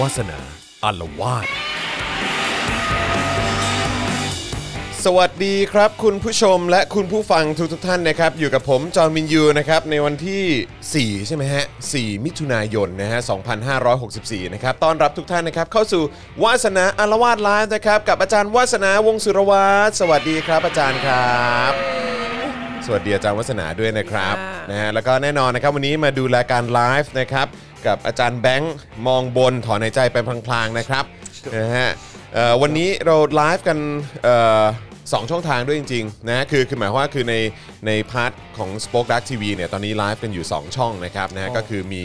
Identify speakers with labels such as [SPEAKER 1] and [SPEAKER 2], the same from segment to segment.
[SPEAKER 1] วาสนาอารวาส
[SPEAKER 2] สวัสดีครับ คุณผู้ชมและคุณผู้ฟังทุกทท่านนะครับ อยู่กับผมจอห์นวินยูนะครับในวันที่ 4 ใช่ไหมฮะ 4 มิถุนายนนะฮะ 2564 นะครับต้อนรับทุกท่านนะครับ เข้าสู่วาสนาอารวาสไลฟ์นะครับ กับอาจารย์วาสนาวงศ์สุรวัตรสวัสดีครับ อาจารย์ครับ สวัสดีอาจารย์วัฒนาด้วยนะครับนะฮะแล้วก็แน่นอนนะครับวันนี้มาดูรายการไลฟ์นะครับกับอาจารย์แบงค์มองบนถอนหายใจไปพลางๆนะครับนะฮะเอ่อวันนี้เราไลฟ์กันเอ่อสองช่องทางด้วยจริงๆนะคือคือหมายความว่าคือในในพาร์ทของ Spoke Dark TV เนี่ยตอนนี้ไลฟ์กันอยู่ 2 ช่องนะครับนะฮะก็คือมี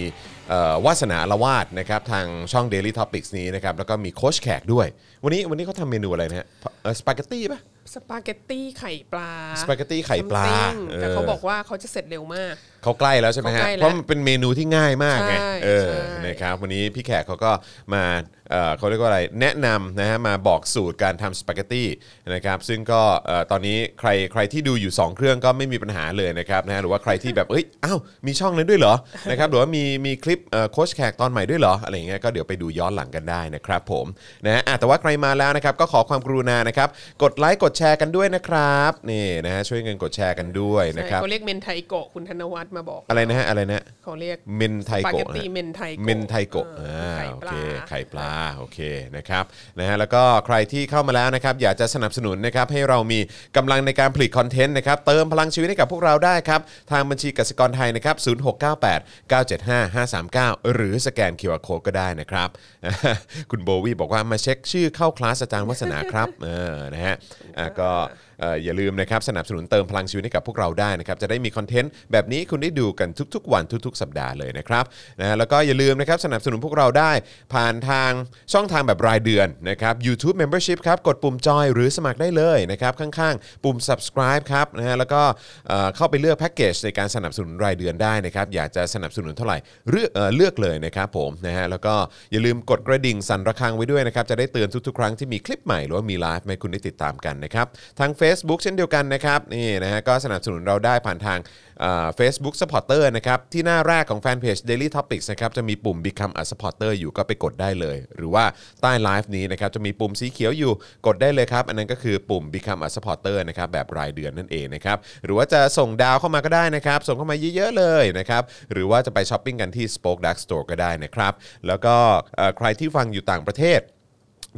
[SPEAKER 2] เอ่อวาสนาละวาดนะครับทางช่อง Daily Topics นี้นะครับแล้วก็มีโค้ชแขกด้วย วันนี้วันนี้เขาทำเมนูอะไรนะฮะเอ่อสปาเกตตี้ป่ะ
[SPEAKER 3] สปาเกตตี้ไข่ปลา
[SPEAKER 2] Spaghetti ไข่ปลา
[SPEAKER 3] something แต่เขาบอกว่าเขาจะเสร็จเร็วมาก
[SPEAKER 2] เขาใกล้แล้วใช่ไหมฮะ
[SPEAKER 3] เขาใกล้แล้ว
[SPEAKER 2] เพราะมันเป็นเมนูที่ง่ายมากไง
[SPEAKER 3] ใช่
[SPEAKER 2] เออ
[SPEAKER 3] ใช่
[SPEAKER 2] นะครับ วันนี้พี่แขกเขาก็มาเอ่อเขาเรียกว่าอะไร แนะนำนะฮะ มาบอกสูตรการทำสปาเกตตี้นะครับ ซึ่งก็เอ่อตอนนี้ใครใครที่ดูอยู่ 2 เครื่องก็ไม่มีปัญหาเลยนะครับนะฮะหรือว่าใครที่แบบ เอ้ย อ้าว มีช่องนั้นด้วยเหรอ นะครับ หรือว่ามีมีคลิปเอ่อโค้ชแขกตอนใหม่ด้วยเหรอ อะไรอย่างเงี้ย ก็เดี๋ยวไปดูย้อนหลังกันได้นะครับผม นะฮะอ่ะแต่ว่าใครมาแล้วนะครับ ก็ขอความกรุณา นะครับ กดไลค์ กดแชร์กันด้วยนะครับ นี่นะฮะ ช่วยเงินกดแชร์กันด้วยนะครับ
[SPEAKER 3] เขาเรียกเมนไทโกะคุณธนวัฒน์มาบอก
[SPEAKER 2] อะไรนะฮะ อะไรนะฮะ
[SPEAKER 3] เขาเรียก
[SPEAKER 2] เมนไท
[SPEAKER 3] สปา
[SPEAKER 2] โกะ
[SPEAKER 3] เกตตี้
[SPEAKER 2] ฮะ
[SPEAKER 3] เมนไทโกะ
[SPEAKER 2] เมนไทโกะ
[SPEAKER 3] เอ
[SPEAKER 2] อ่าโอ
[SPEAKER 3] อไข่ปลา
[SPEAKER 2] เคไข่ปลาโอเคนะครับนะฮะแล้วก็ใครที่เข้ามาแล้วนะครับ อยากจะสนับสนุนนะครับให้เรามีกำลังในการผลิตคอนเทนต์นะครับ เติมพลังชีวิตให้กับพวกเราได้ครับ ทางบัญชีกสิกรไทยนะครับ 0698 975 539 หรือสแกน QR Code ก็ได้นะครับ คุณโบวี่บอกว่ามาเช็คชื่อเข้าคลาสอาจารย์วัฒนาครับเออนะฮะอ่ะก็ เอ่ออย่าลืมนะครับสนับสนุนเติมพลังชีวิตให้กับพวกเราได้นะครับจะได้มีคอนเทนต์แบบนี้คุณได้ดูกันทุกๆ วันทุกๆ สัปดาห์เลยนะครับนะแล้วก็อย่าลืมนะครับสนับสนุนพวกเราได้ผ่านทางช่องทางแบบรายเดือนนะครับ YouTube Membership ครับกดปุ่มจอยหรือสมัครได้เลยนะครับข้างๆ ปุ่ม subscribe ครับนะฮะแล้วก็เอ่อเข้าไปเลือกแพ็กเกจในการสนับสนุนรายเดือนได้นะครับอยากจะสนับสนุนเท่าไหร่เลือกเอ่อเลือกเลยนะครับผมนะฮะแล้วก็อย่าลืมกดกระดิ่งสั่นระฆังไว้ด้วยนะครับจะได้เตือนทุกๆ ครั้งที่มีคลิปใหม่หรือว่ามีไลฟ์ให้คุณได้ติดตามกันนะครับทาง Facebook เช่นเดียวกันนะครับนี่นะฮะก็สนับสนุนเราได้ผ่านทางเฟซบุ๊กสปอร์เตอร์นะครับที่หน้าแรกของแฟนเพจ Daily Topics นะครับจะมีปุ่ม Become a supporter อยู่ก็ไปกดได้เลย หรือว่าใต้ไลฟ์นี้นะครับจะมีปุ่มสีเขียวอยู่กดได้เลยครับ อันนั้นก็คือปุ่ม Become a supporter นะครับแบบรายเดือนนั่นเองนะครับหรือว่าจะส่งดาวเข้ามาก็ได้นะครับส่งเข้ามาเยอะๆเลยนะครับหรือว่าจะไปช้อปปิ้งกันที่ Spoke Dark Store ก็ได้นะครับแล้วก็เอ่อใครที่ฟังอยู่ต่างประเทศ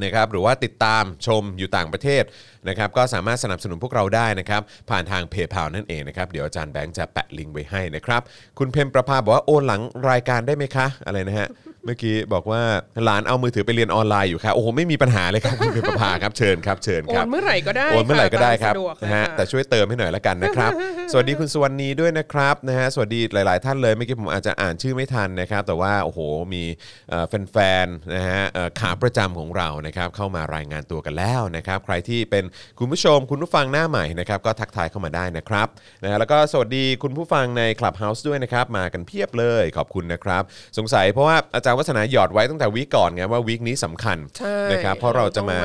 [SPEAKER 2] นะครับหรือว่าติดตามชมอยู่ต่างประเทศนะครับก็สามารถสนับสนุนพวกเราได้นะครับผ่านทาง PayPal นั่นเองนะครับเดี๋ยวอาจารย์แบงค์จะแปะลิงก์ไว้ให้นะครับคุณเพมประภาบอกว่าโอนหลังรายการได้ไหมคะอะไรนะฮะ เมื่อกี้บอกว่าหลานเอามือถือไปเรียนออนไลน์อยู่ค่ะโอ้โหไม่มีปัญหาเลยครับคุณเพมประภาครับเชิญครับเชิญ
[SPEAKER 3] โอ
[SPEAKER 2] ครับ
[SPEAKER 3] นเมื่อไหร่ก็ได้
[SPEAKER 2] โอนเมื่อไหร่ก็ได้ครับ
[SPEAKER 3] ตามสะดวก
[SPEAKER 2] นะฮะ
[SPEAKER 3] ค่
[SPEAKER 2] แต่ช่วยเติมให้หน่อยละกันนะครับ สวัสดีคุณสุวรรณีด้วยนะครับนะฮะสวัสดีหลาย ๆ ท่านเลยเมื่อกี้ผมอาจจะอ่านชื่อไม่ทันนะครับ แต่ว่าโอ้โหมีเอ่อแฟนๆนะฮะเอ่อขาประจำของเรานะครับเข้ามารายงานตัวกันแล้วนะครับ ใครที่เป็นคุณผู้ชมคุณผู้ฟังหน้าใหม่นะครับก็ทักทายเข้ามาได้นะครับนะฮะแล้วก็สวัสดีคุณผู้ฟังใน Clubhouse ด้วยนะครับมากันเพียบเลยขอบคุณนะครับ สงสัยเพราะว่าอาจารย์วัฒนาหยอดไว้ตั้งแต่วีคก่อนไงว่าวีคนี้สำคัญ
[SPEAKER 3] ใช่
[SPEAKER 2] นะครับเพราะเราจะมา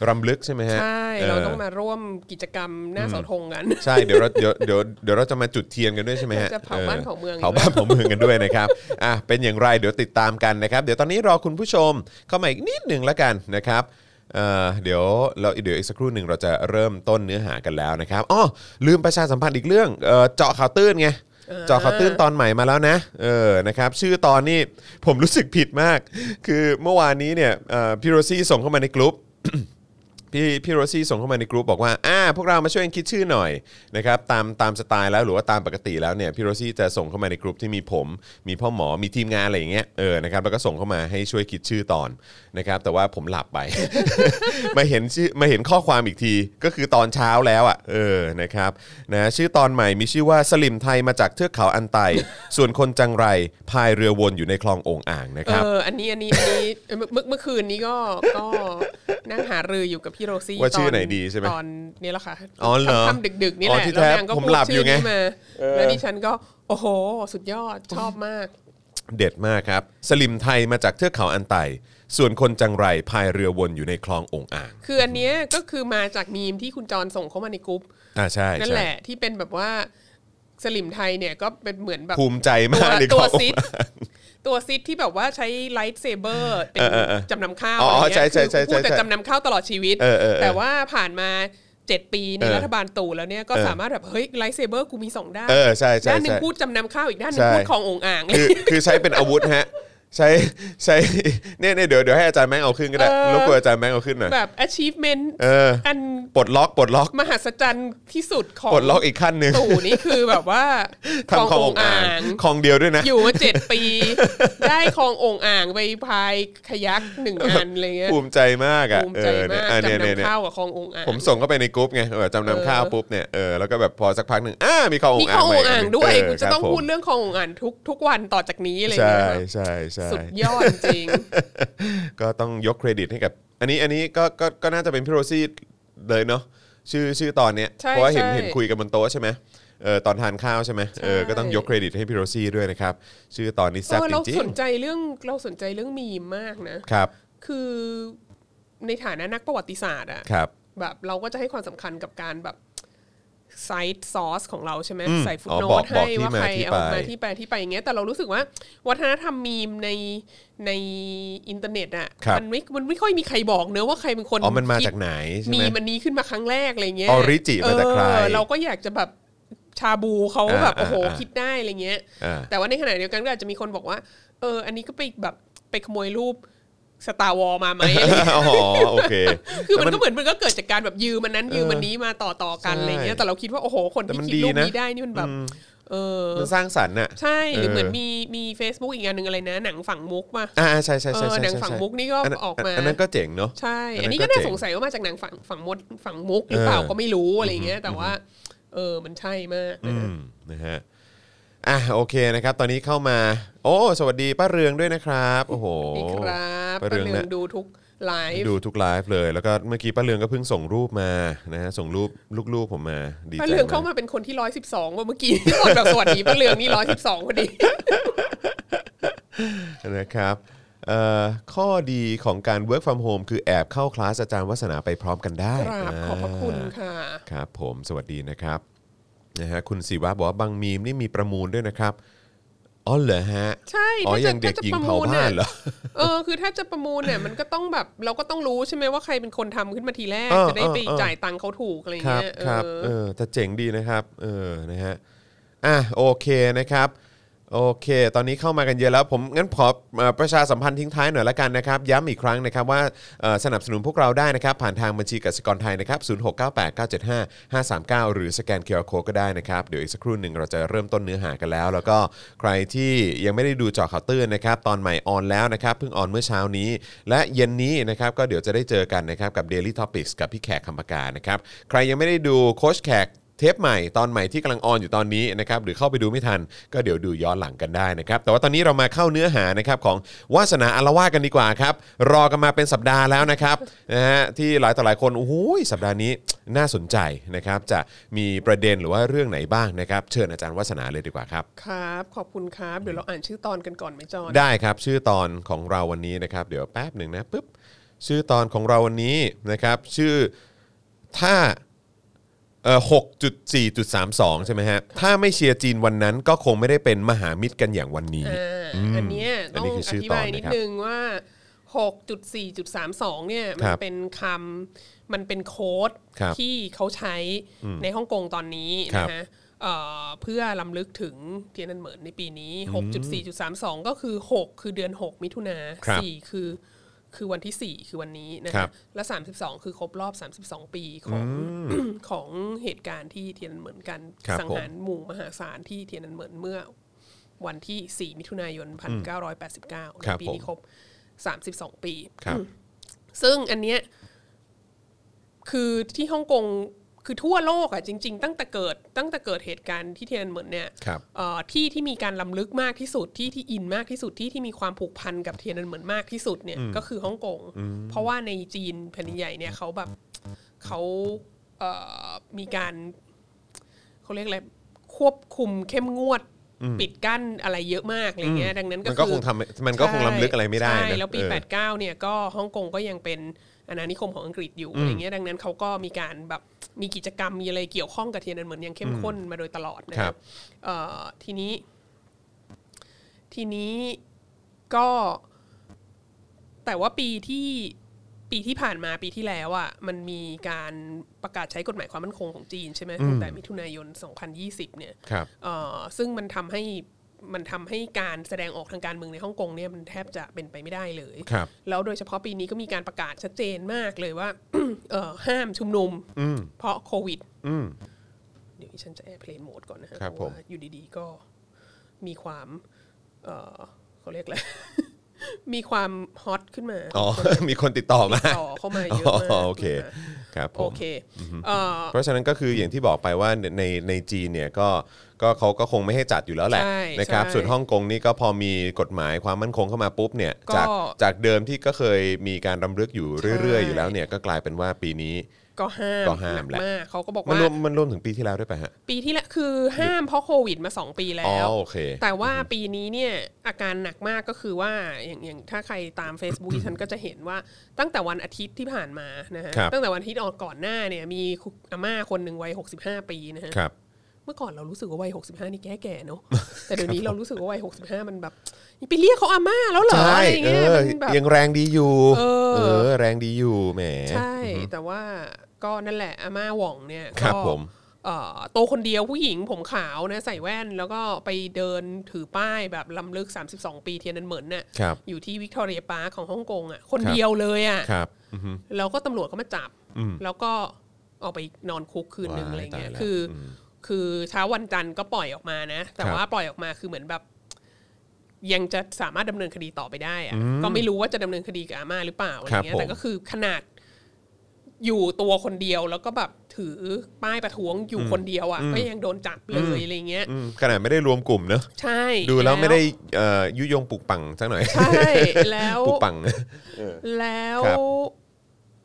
[SPEAKER 3] เราต้องม
[SPEAKER 2] รำลึกใช่ไหมฮะ
[SPEAKER 3] ใช่ เราต้อง
[SPEAKER 2] ออ
[SPEAKER 3] มาร่วมกิจกรรมหน้าเสาธงกัน
[SPEAKER 2] ใช่เดี๋ยวเราเดี๋ยวเดี๋ยวเดี๋ยวเราจะมาจุดเทียนกันด้วยใช่ไหมฮะ
[SPEAKER 3] จะเผาบ้านเผาเมือง
[SPEAKER 2] เผาบ้านเผาเมืองกันด้วยนะครับอ่ะเป็นอย่างไรเดี๋ยวติดตามกันนะครับเดี๋ยวตอนนี้รอคุณผู้ชมเข้ามาอีกนิดหนึ่งแล้วกันนะครับเอ่อเดี๋ยวเราเดี๋ยวอีกสักครู่หนึ่งเราจะเริ่มต้นเนื้อหากันแล้วนะครับอ๋อลืมประชาสัมพันธ์อีกเรื่องเอ่อเจาะข่าวตื้นไงเจาะข่าวตื้นตอนใหม่มาแล้วนะเออนะครับชื่อตอนนี้ผมรู้สึกผิดมาก คือเมื่อวานนี้เนี่ยเอ่อพี่โรซี่ส่งเข้ามาในกลุ่ม พี่พี่โรซี่ส่งเข้ามาในกรุ๊ปบอกว่าอ่าพวกเรามาช่วยกันคิดชื่อหน่อยนะครับตามตามสไตล์แล้วหรือว่าตามปกติแล้วเนี่ยพี่โรซี่จะส่งเข้ามาในกรุ๊ปที่มีผม มีพ่อหมอมีทีมงานอะไรอย่างเงี้ยเออนะครับแล้วก็ส่งเข้ามาให้ช่วยคิดชื่อตอนนะครับแต่ว่าผมหลับไป มาเห็นชื่อมาเห็นข้อความอีกทีก็คือตอนเช้าแล้วอ่ะเออนะครับนะชื่อตอนใหม่มีชื่อว่าสลิมไทยมาจากเทือกเขาอันไต ส่วนคนจังไรพายเรือวนอยู่ในคลองโองอ่างนะค
[SPEAKER 3] เอ
[SPEAKER 2] รับ
[SPEAKER 3] ออันนี้อันนี้อันนี้เอ้ยเมื่อเมื่อเมื่อคืนนี้ก็ก็นั่งหารืออยู่กับพี่โรซี่
[SPEAKER 2] ว่าชื่อ
[SPEAKER 3] ต
[SPEAKER 2] ไหนดีใช่ไหม
[SPEAKER 3] ตอนนี้แหละค่ะ
[SPEAKER 2] อ๋อเหรอ
[SPEAKER 3] ค่ำๆดึก ๆ นี่
[SPEAKER 2] อ๋อ
[SPEAKER 3] แหละ
[SPEAKER 2] ที่
[SPEAKER 3] แล้ว
[SPEAKER 2] แท้
[SPEAKER 3] นางก็
[SPEAKER 2] ผม
[SPEAKER 3] พูด
[SPEAKER 2] หลับอยู่
[SPEAKER 3] ชื่อ
[SPEAKER 2] ไง
[SPEAKER 3] นี้มา
[SPEAKER 2] เออ
[SPEAKER 3] แล้วดิฉันก็โอ้โห สุดยอดชอบมาก
[SPEAKER 2] เด็ดมากครับ สลิมไทยมาจากเทือกเขาอันไต ส่วนคนจังไรพายเรือวนอยู่ในคลององอ่าง
[SPEAKER 3] คืออันเนี้ยก็คือมาจากมีมที่คุณจรส่งเข้ามาในกรุ๊ป
[SPEAKER 2] อ่าใช่
[SPEAKER 3] นั่น
[SPEAKER 2] ใช่
[SPEAKER 3] แหละที่เป็นแบบว่าสลิมไทยเนี่ยก็เป็นเหมือนแบบ
[SPEAKER 2] ภูมิใจมากในค
[SPEAKER 3] ตั
[SPEAKER 2] ล
[SPEAKER 3] ว
[SPEAKER 2] ององ
[SPEAKER 3] ซิด ตัวซิดที่แบบว่าใช้ไลท์เซเบอร์เป็น
[SPEAKER 2] เออเออเออ
[SPEAKER 3] จำนำข้าว
[SPEAKER 2] อ๋อ
[SPEAKER 3] อะไรเงี้ย
[SPEAKER 2] ใช่ใช่ใช่
[SPEAKER 3] คือพูดแต่
[SPEAKER 2] ใช่
[SPEAKER 3] จำนำข้าวตลอดชีวิต
[SPEAKER 2] เออเออเออ
[SPEAKER 3] แต่ว่าผ่านมาเจ็ดปีใน
[SPEAKER 2] เออ
[SPEAKER 3] รัฐบาลตู่แล้วเนี่ยก็
[SPEAKER 2] เออ
[SPEAKER 3] สามารถแบบเฮ้ยไลท์เซเบอร์กูมีสองด้าน
[SPEAKER 2] เออใช่ใช่
[SPEAKER 3] ด้านหนึ่
[SPEAKER 2] ใช่
[SPEAKER 3] งพูดจำนำข้าวอีกด้านหนึ่
[SPEAKER 2] ใช่
[SPEAKER 3] งพูดขององค์อ่าง
[SPEAKER 2] คือคือใช้เป็นอาวุธฮะ ใช้ใช้เนี่ยเนี่ยเดี๋ยวเดี๋ยวให้อาจารย์แม่งเอาขึ้นก็ได้
[SPEAKER 3] เออ
[SPEAKER 2] รบกวนอาจารย์แม่งเอาขึ้นหน่อย
[SPEAKER 3] แบบ achievement
[SPEAKER 2] เออ
[SPEAKER 3] อัน
[SPEAKER 2] ปลดล็อกปลดล็อก
[SPEAKER 3] มหัศจรรย์ที่สุดของ
[SPEAKER 2] ปลดล็อกอีกขั้นหนึ่ง
[SPEAKER 3] ตู่นี่คือแบบว่า
[SPEAKER 2] ทำคลอง
[SPEAKER 3] ข
[SPEAKER 2] องอ่างคลองเดียวด้วยนะ
[SPEAKER 3] อยู่มาเจ็ดปี ได้คลององค์อ่างไปพายขยักหนึ่งอันอะไรเงี้ย
[SPEAKER 2] ภูมิใจมากอ่ะ
[SPEAKER 3] ภูมิใจมาก
[SPEAKER 2] เออ
[SPEAKER 3] จำ
[SPEAKER 2] เนี่ยอ่ะเนี่ยเนี่
[SPEAKER 3] นำ
[SPEAKER 2] ย
[SPEAKER 3] ข้าวกับคลององค์อ่าง
[SPEAKER 2] ผมส่งเข้าไปในกรุ๊ปไงเออจำนำข้าว
[SPEAKER 3] เออ
[SPEAKER 2] ปุ๊บเนี่ยเออแล้วก็แบบพอสักพักหนึ่งอ้ามีคลององ
[SPEAKER 3] มี
[SPEAKER 2] อ่าง
[SPEAKER 3] คลององค์อ่างด้วย
[SPEAKER 2] เ
[SPEAKER 3] กูจะต้อง
[SPEAKER 2] ครับผม
[SPEAKER 3] พูดเรื่องคลององค์อ่างทุกทุกวันต่อจากนี้อะไร
[SPEAKER 2] ใช่
[SPEAKER 3] เงี้ยแบบ
[SPEAKER 2] ใช่ใช่
[SPEAKER 3] สุดยอดจริง
[SPEAKER 2] ก็ต้องยกเครดิตให้กับ อันนี้อันนี้ก็ก็ก็น่าจะเป็นพี่โรซี่เลยเนาะชื่อชื่อตอนเนี้ย
[SPEAKER 3] ใช่
[SPEAKER 2] เพราะว่าเห็น
[SPEAKER 3] ใช่
[SPEAKER 2] เห็นคุยกันบนโต๊ะใช่ไหมเออตอนทานข้าวใช่ไหมเออ
[SPEAKER 3] ใช่
[SPEAKER 2] ก็ต้องยกเครดิตให้พี่โรซี่ด้วยนะครับ ชื่อตอนนี้
[SPEAKER 3] เอ
[SPEAKER 2] แซ่บ
[SPEAKER 3] อ
[SPEAKER 2] จ
[SPEAKER 3] เรา
[SPEAKER 2] ริ
[SPEAKER 3] ส
[SPEAKER 2] ง
[SPEAKER 3] นใจเรื่องเราสนใจเรื่องมีมมากนะ
[SPEAKER 2] ๆครับ
[SPEAKER 3] คือในฐานะนักประวัติศาสตร์อะ
[SPEAKER 2] ครับ
[SPEAKER 3] แบบเราก็จะให้ความสำคัญกับการแบบไซต์ซอสของเราใช่ไหม
[SPEAKER 2] อืม
[SPEAKER 3] ใส่ฟุต
[SPEAKER 2] อ๋อ
[SPEAKER 3] โน
[SPEAKER 2] บอกบอ
[SPEAKER 3] ตให้
[SPEAKER 2] กที่
[SPEAKER 3] ว่า
[SPEAKER 2] มา
[SPEAKER 3] ใคร
[SPEAKER 2] ที่
[SPEAKER 3] เอา
[SPEAKER 2] ไป
[SPEAKER 3] มาที่ไปที่ไปอย่างเงี้ยแต่เรารู้สึกว่า วัฒนธรรมมีมในในอินเทอร์เน็ตอะ
[SPEAKER 2] ครับ
[SPEAKER 3] มันไม่มันไม่ค่อยมีใครบอกเนอะว่าใครเป็นคน
[SPEAKER 2] อ๋อมันมา
[SPEAKER 3] คิด
[SPEAKER 2] จากไหนใช่
[SPEAKER 3] มี
[SPEAKER 2] ไหม
[SPEAKER 3] มันนี้ขึ้นมาครั้งแรกอะไรเงี้ย
[SPEAKER 2] ออริจิมาจากใคร
[SPEAKER 3] เออเราก็อยากจะแบบชาบูเขา
[SPEAKER 2] อ่า
[SPEAKER 3] แบบโอ้โห
[SPEAKER 2] อ่าอ่า
[SPEAKER 3] คิดได้อะไรเงี้ย
[SPEAKER 2] อ่า
[SPEAKER 3] แต่ว่าในขณะเดียวกันก็อาจจะมีคนบอกว่า เออ อันนี้ก็ไปแบบไปขโมยรูปสตาร์วอลมาไหม
[SPEAKER 2] อ๋อโอเค
[SPEAKER 3] คือมัน
[SPEAKER 2] แต่
[SPEAKER 3] ก็เหมือนมันก็เกิดจากการแบบยืมมันนั้นยืมมันนี้มาต่อต่อๆกัน
[SPEAKER 2] ใช่
[SPEAKER 3] อะไรเงี้ยแต่เราคิดว่าโอ้โหคน
[SPEAKER 2] แต่
[SPEAKER 3] ที่
[SPEAKER 2] มัน
[SPEAKER 3] คิด
[SPEAKER 2] ดี
[SPEAKER 3] รูป
[SPEAKER 2] นะ
[SPEAKER 3] นี้ได้นี่มันแบบ เออ
[SPEAKER 2] มันสร้างสรรค์น่ะ
[SPEAKER 3] ใช่หรื
[SPEAKER 2] เอ
[SPEAKER 3] อ
[SPEAKER 2] อ
[SPEAKER 3] เหมือนมีมี Facebook อีกงานหนึ่งอะไรนะ หนังฝั่งมุกป่ะ
[SPEAKER 2] อ่าใช่ใช่ใช่
[SPEAKER 3] เออ
[SPEAKER 2] ใช่
[SPEAKER 3] หนัง
[SPEAKER 2] ใช่
[SPEAKER 3] ฝั่ง
[SPEAKER 2] ใช่
[SPEAKER 3] มุกนี่ก็
[SPEAKER 2] นนั้น
[SPEAKER 3] ออกมา
[SPEAKER 2] อันนั้นก็เจ๋งเนาะ
[SPEAKER 3] ใช่
[SPEAKER 2] อันนั้น
[SPEAKER 3] อันนี้ก็น่า
[SPEAKER 2] ก็เจ๋ง
[SPEAKER 3] สงสัยว่ามาจากหนังฝั่งฝั่งมดฝั่งมุกหรือเปล่า
[SPEAKER 2] เออ
[SPEAKER 3] ก็ไม่รู้อะไรเงี้ย แต่ว่า เออมันใช่มากนะ
[SPEAKER 2] อืมนะฮะอ่ะโอเคนะครับ ตอนนี้เข้ามา โอ้สวัสดีป้าเรืองด้วยนะครับโอ้โห
[SPEAKER 3] นี่ครับ
[SPEAKER 2] ป้า
[SPEAKER 3] ป้า
[SPEAKER 2] เรือง
[SPEAKER 3] เรือง
[SPEAKER 2] เนี่ย
[SPEAKER 3] ดูทุกไลฟ์
[SPEAKER 2] ดูทุกไลฟ์เลยแล้วก็เมื่อกี้ป้าเรืองก็เพิ่งส่งรูปมานะฮะส่งรูปลูกๆผมมาดีใจ
[SPEAKER 3] ป้าเรืองเข้าม
[SPEAKER 2] าก
[SPEAKER 3] มาเป็นคนที่ร้อยสิบสองว่าเมื่อกี้ ที่บอกแบบสวัสดีป้าเรืองนี่ร้อยสิบสองพอดี
[SPEAKER 2] นะครับเอ่อข้อดีของการ work from home คือแอบเข้าคลาสอาจารย์วัฒนาไปพร้อมกันได้
[SPEAKER 3] กราบขอบพระคุณ
[SPEAKER 2] อ่า
[SPEAKER 3] ค่ะ
[SPEAKER 2] ครับผมสวัสดีนะครับนะฮะคุณศิวะบอกว่าบางมีมนี่มีประมูลด้วยนะครับอ๋อเหรอฮะ
[SPEAKER 3] ใช่
[SPEAKER 2] อ๋อ
[SPEAKER 3] ถ้าจะ
[SPEAKER 2] อย่างเด็กหญิงเผา
[SPEAKER 3] ถ้าจะประมูล
[SPEAKER 2] ผ้า
[SPEAKER 3] น่ะ
[SPEAKER 2] นเหรอ
[SPEAKER 3] เออคือถ้าจะประมูลเนี่ยมันก็ต้องแบบเราก็ต้องรู้ใช่ไหมว่าใครเป็นคนทำขึ้นมาทีแรก
[SPEAKER 2] เออ
[SPEAKER 3] จะได้ไป
[SPEAKER 2] เออเออ
[SPEAKER 3] จ่ายตังค์เขาถูกอะไร
[SPEAKER 2] ครับ
[SPEAKER 3] เงี้ยเอ
[SPEAKER 2] ครับ
[SPEAKER 3] อ
[SPEAKER 2] เออแต่เจ๋งดีนะครับเออนะฮะอ่ะโอเคนะครับโอเค ตอนนี้เข้ามากันเยอะแล้วผมงั้นขอเอ่อประชาสัมพันธ์ทิ้งท้ายหน่อยละกันนะครับ ย้ำอีกครั้งนะครับว่าเอ่อสนับสนุนพวกเราได้นะครับ ผ่านทางบัญชีกสิกรไทยนะครับ0698975539 หรือสแกน QR Code ก็ได้นะครับ เดี๋ยวอีกสักครู่หนึ่งเราจะเริ่มต้นเนื้อหากันแล้ว แล้วก็ใครที่ยังไม่ได้ดูเจอข่าวตื้นนะครับ ตอนใหม่ออนแล้วนะครับเพิ่งออนเมื่อเช้านี้ และเย็นนี้นะครับก็เดี๋ยวจะได้เจอกันนะครับกับ Daily Topics กับพี่แขกคำปากานะครับใครยังไม่ได้ดูโค้ชแขก เทปใหม่ตอนใหม่ที่กำลังออนอยู่ตอนนี้นะครับหรือเข้าไปดูไม่ทันก็เดี๋ยวดูย้อนหลังกันได้นะครับแต่ว่าตอนนี้เรามาเข้าเนื้อหานะครับของวาสนาอารวาสกันดีกว่าครับรอกันมาเป็นสัปดาห์แล้วนะครับ นะฮะที่หลายต่อหลายคนโอ้โหสัปดาห์นี้น่าสนใจนะครับจะมีประเด็นหรือว่าเรื่องไหนบ้างนะครับเชิญอาจารย์วาสนาเลยดีกว่าครับ
[SPEAKER 3] ครับ ขอบคุณครับ เดี๋ยวเราอ่านชื่อตอนกันก่อนไหมจอน
[SPEAKER 2] ได้ครับชื่อตอนของเราวันนี้นะครับ เดี๋ยวแป๊บหนึ่งนะปุ๊บชื่อตอนของเราวันนี้นะครับ ชื่อถ้าเอ่อหกจุดสี่จุดสามสองใช่ไหมฮะถ้าไม่เชียร์จีนวันนั้นก็คงไม่ได้เป็นมหามิตรกันอย่างวันนี้
[SPEAKER 3] อ่าอันเนี้ย
[SPEAKER 2] อัน
[SPEAKER 3] ต้อง
[SPEAKER 2] นี้
[SPEAKER 3] อ
[SPEAKER 2] คือชื่อ
[SPEAKER 3] ธิ
[SPEAKER 2] ตอน
[SPEAKER 3] บายนิ
[SPEAKER 2] นะ
[SPEAKER 3] ด
[SPEAKER 2] ครับ
[SPEAKER 3] นึงว่า 6.4.32 เนี่ยมั
[SPEAKER 2] คน รับ
[SPEAKER 3] เป็นคำมันเป็นโค้ด
[SPEAKER 2] ครับ
[SPEAKER 3] ที่เขาใช้ในฮ่องกงตอนนี้
[SPEAKER 2] ครับ
[SPEAKER 3] นะฮะเอ่อเพื่อลำลึกถึงเทียนอันเหมินในปีนี้ 6.4.32 ก็คือ 6 คือเดือน 6 มิถุนา
[SPEAKER 2] ครับ
[SPEAKER 3] สี่คือคือวันที่ 4 คือวันนี้นะ
[SPEAKER 2] ครั
[SPEAKER 3] คะ
[SPEAKER 2] บ
[SPEAKER 3] และ 32 คือครบรอบ 32 ปีของของเหตุการณ์ที่เทียนอันเหมินกัน
[SPEAKER 2] ครับ
[SPEAKER 3] สัง
[SPEAKER 2] ผม
[SPEAKER 3] หาร หมู่มหาศาลที่เทียนอันเหมินเมื่อวันที่ 4 มิถุนายน 1989
[SPEAKER 2] ครับ
[SPEAKER 3] ปี
[SPEAKER 2] ผม
[SPEAKER 3] นี้ครบ 32 ปี
[SPEAKER 2] ครับ
[SPEAKER 3] ซึ่งอันเนี้ยคือที่ฮ่องกงคือทั่วโลกอ่ะจริง ๆ ตั้งแต่เกิดตั้งแต่เกิดเหตุการณ์ที่เทียนอันเหมินเนี่ย
[SPEAKER 2] ครับ
[SPEAKER 3] เอ่อที่ที่มีการล้ำลึกมากที่สุดที่ที่อินมากที่สุดที่ที่มีความผูกพันกับเทียนอันเหมินมากที่สุดเนี่ยก็คือฮ่องกงเพราะว่าในจีนแผ่นดินใหญ่เนี่ยเขาแบบเขาเอ่อมีการ เขาเรียกอะไรควบคุมเข้มงวดปิดกั้นอะไรเยอะมากอะไรเงี้ยดังนั้นก็
[SPEAKER 2] มันก็
[SPEAKER 3] อ
[SPEAKER 2] คงทำมันก็คงล้ำลึกอะไรไม่ได้
[SPEAKER 3] ใช่
[SPEAKER 2] นะ
[SPEAKER 3] แล้วปี
[SPEAKER 2] เออ
[SPEAKER 3] 89 เนี่ยก็ฮ่องกงก็ยังเป็นอาณานิคมของอังกฤษอยู่อะไรเงี้ยดังนั้นเขาก็มีการแบบมีกิจกรรมมีอะไรเกี่ยวข้องกับเทียนอันเหมือนยังเข้มข้นมาโดยตลอดนะค
[SPEAKER 2] ครั
[SPEAKER 3] รั
[SPEAKER 2] บบ
[SPEAKER 3] เอ่อทีนี้ ทีนี้ ก็ แต่ว่าปีที่ปีที่ผ่านมาปีที่แล้วอ่ะมันมีการประกาศใช้กฎหมายความมั่นคงของจีนใช่ไหมตั้งแต่มิถุนายน 2020 เนี่ย
[SPEAKER 2] ครับ
[SPEAKER 3] เอ่อซึ่งมันทำให้มันทำให้การแสดงออกทางการเมืองในฮ่องกงเนี่ยมันแทบจะเป็นไปไม่ได้เลย
[SPEAKER 2] ครับ
[SPEAKER 3] แล้วโดยเฉพาะปีนี้ก็มีการประกาศชัดเจนมากเลยว่า เอ่อห้ามชุมนุมเพราะโควิด
[SPEAKER 2] อืม
[SPEAKER 3] เดี๋ยวดิฉันจะแอร์เพลนโหมดก่อนนะฮะ
[SPEAKER 2] ครับ
[SPEAKER 3] เพราะว่า
[SPEAKER 2] ผม
[SPEAKER 3] อยู่ดีๆก็มีความ เอ่อเขาเรียกอะไร มีความฮอตขึ้นมา
[SPEAKER 2] อ๋อ มีคนติดต่อมา
[SPEAKER 3] ต่อเข้ามา
[SPEAKER 2] อ๋
[SPEAKER 3] เยอะมาก
[SPEAKER 2] อโอเคครับผ
[SPEAKER 3] โอ
[SPEAKER 2] ม
[SPEAKER 3] เคเอ่อ
[SPEAKER 2] เพราะฉะนั้นก็คืออย่างที่บอกไปว่าในในในจีนเนี่ยก็ก็เขาก็คงไม่ให้จัดอยู่แล้วแหละ
[SPEAKER 3] ใช่
[SPEAKER 2] นะครับ
[SPEAKER 3] ใช่
[SPEAKER 2] ส่วนฮ่องกงนี่ก็พอมีกฎหมายความมั่นคงเข้ามาปุ๊บเนี่ย
[SPEAKER 3] ก็
[SPEAKER 2] จากจากเดิมที่ก็เคยมีการรำลึกอยู่เรื่อย ๆ
[SPEAKER 3] ใช่
[SPEAKER 2] อยู่แล้วเนี่ยก็กลายเป็นว่าปีนี้
[SPEAKER 3] ก็ห้าม
[SPEAKER 2] ก็ห้ามแหละ
[SPEAKER 3] นักกเขาก็บอก
[SPEAKER 2] มัน
[SPEAKER 3] ว่าร
[SPEAKER 2] วมมันรวมถึงปีที่แล้วด้วยป่ะฮะ
[SPEAKER 3] ปีที่แล้วคือห้ามเพราะโควิดมาสองปี
[SPEAKER 2] อ๋อ
[SPEAKER 3] แล้ว
[SPEAKER 2] โอเค
[SPEAKER 3] แต่ว่าปีนี้เนี่ยอาการหนักมากก็คือว่าอย่างอย่างถ้าใครตาม Facebook ดิฉันก็จะเห็นว่าตั้งแต่วันอาทิตย์ที่ผ่านมานะฮะ
[SPEAKER 2] ครับ
[SPEAKER 3] ตั้งแต่วันอาทิตย์ออกก่อนหน้าเนี่ยมีคุณอาม่าคนหนึ่งวัย 65 ปีนะฮะ
[SPEAKER 2] ครับ
[SPEAKER 3] เมื่อก่อนเรารู้สึกว่าวัย 65 นี่แก่แก่ๆเน อะแต่เดี๋ยวนี้เรารู้สึกว่าวัย 65 มันแบบนี่ไปเรียกเขาอาม่าแล้วเหรอ
[SPEAKER 2] ใช่
[SPEAKER 3] อะไรอย่าง
[SPEAKER 2] เอ
[SPEAKER 3] เงี้ย
[SPEAKER 2] อ
[SPEAKER 3] มันแบบ
[SPEAKER 2] ยังแรงดีอยู่
[SPEAKER 3] เออ
[SPEAKER 2] อแรงดีอยู่แหม
[SPEAKER 3] ใช่ แต่ว่าก็นั่นแหละอาม่าหว่องเนี่ย
[SPEAKER 2] ครับ
[SPEAKER 3] ก็
[SPEAKER 2] ผม
[SPEAKER 3] เอ่อโตคนเดียวผู้หญิงผมขาวนะใส่แว่นแล้วก็ไปเดินถือป้ายแบบลำลึก 32 ปีเทียนนันเหมินน่ะ
[SPEAKER 2] ครับ
[SPEAKER 3] อยู่ที่วิกตอเรียปาร์คของฮ่องกงอ่ะคน
[SPEAKER 2] ครับ
[SPEAKER 3] เดียวเลยอ่ะ
[SPEAKER 2] ครับ
[SPEAKER 3] แล้วก็ตำรวจก็มาจับ แล้วก็เอาไปนอนคุกคืนหนึ่ง
[SPEAKER 2] ว้าย
[SPEAKER 3] อะไรเงี้ย
[SPEAKER 2] ตายแล้ว
[SPEAKER 3] คืออคือเช้าวันจันทร์ก็ปล่อยออกมานะ แต่
[SPEAKER 2] ครับ
[SPEAKER 3] ว่าปล่อยออกมาคือเหมือนแบบ ยังจะสามารถดำเนินคดีต่อไปได้อะก็ไม่รู้ว่าจะดำเนินคดีกับอาม่าหรือเปล่าอะไรเงี้
[SPEAKER 2] ครับ
[SPEAKER 3] ย
[SPEAKER 2] ผม
[SPEAKER 3] แต่ก็คือขนาดอยู่ตัวคนเดียวแล้วก็แบบถือป้ายประท้วงอยู่คนเดียวอ่ะก็ยังโดนจับเลยอะไรเงี้ย
[SPEAKER 2] อืมขนาดไม่ได้รวมกลุ่มเนอะ
[SPEAKER 3] ใช่
[SPEAKER 2] ดูแล้วไม่ได้เอ่อยุยงปลูกปังสักหน่อย
[SPEAKER 3] ใช่แล้ว
[SPEAKER 2] ปลูกปัง
[SPEAKER 3] แล้ว
[SPEAKER 2] ครับ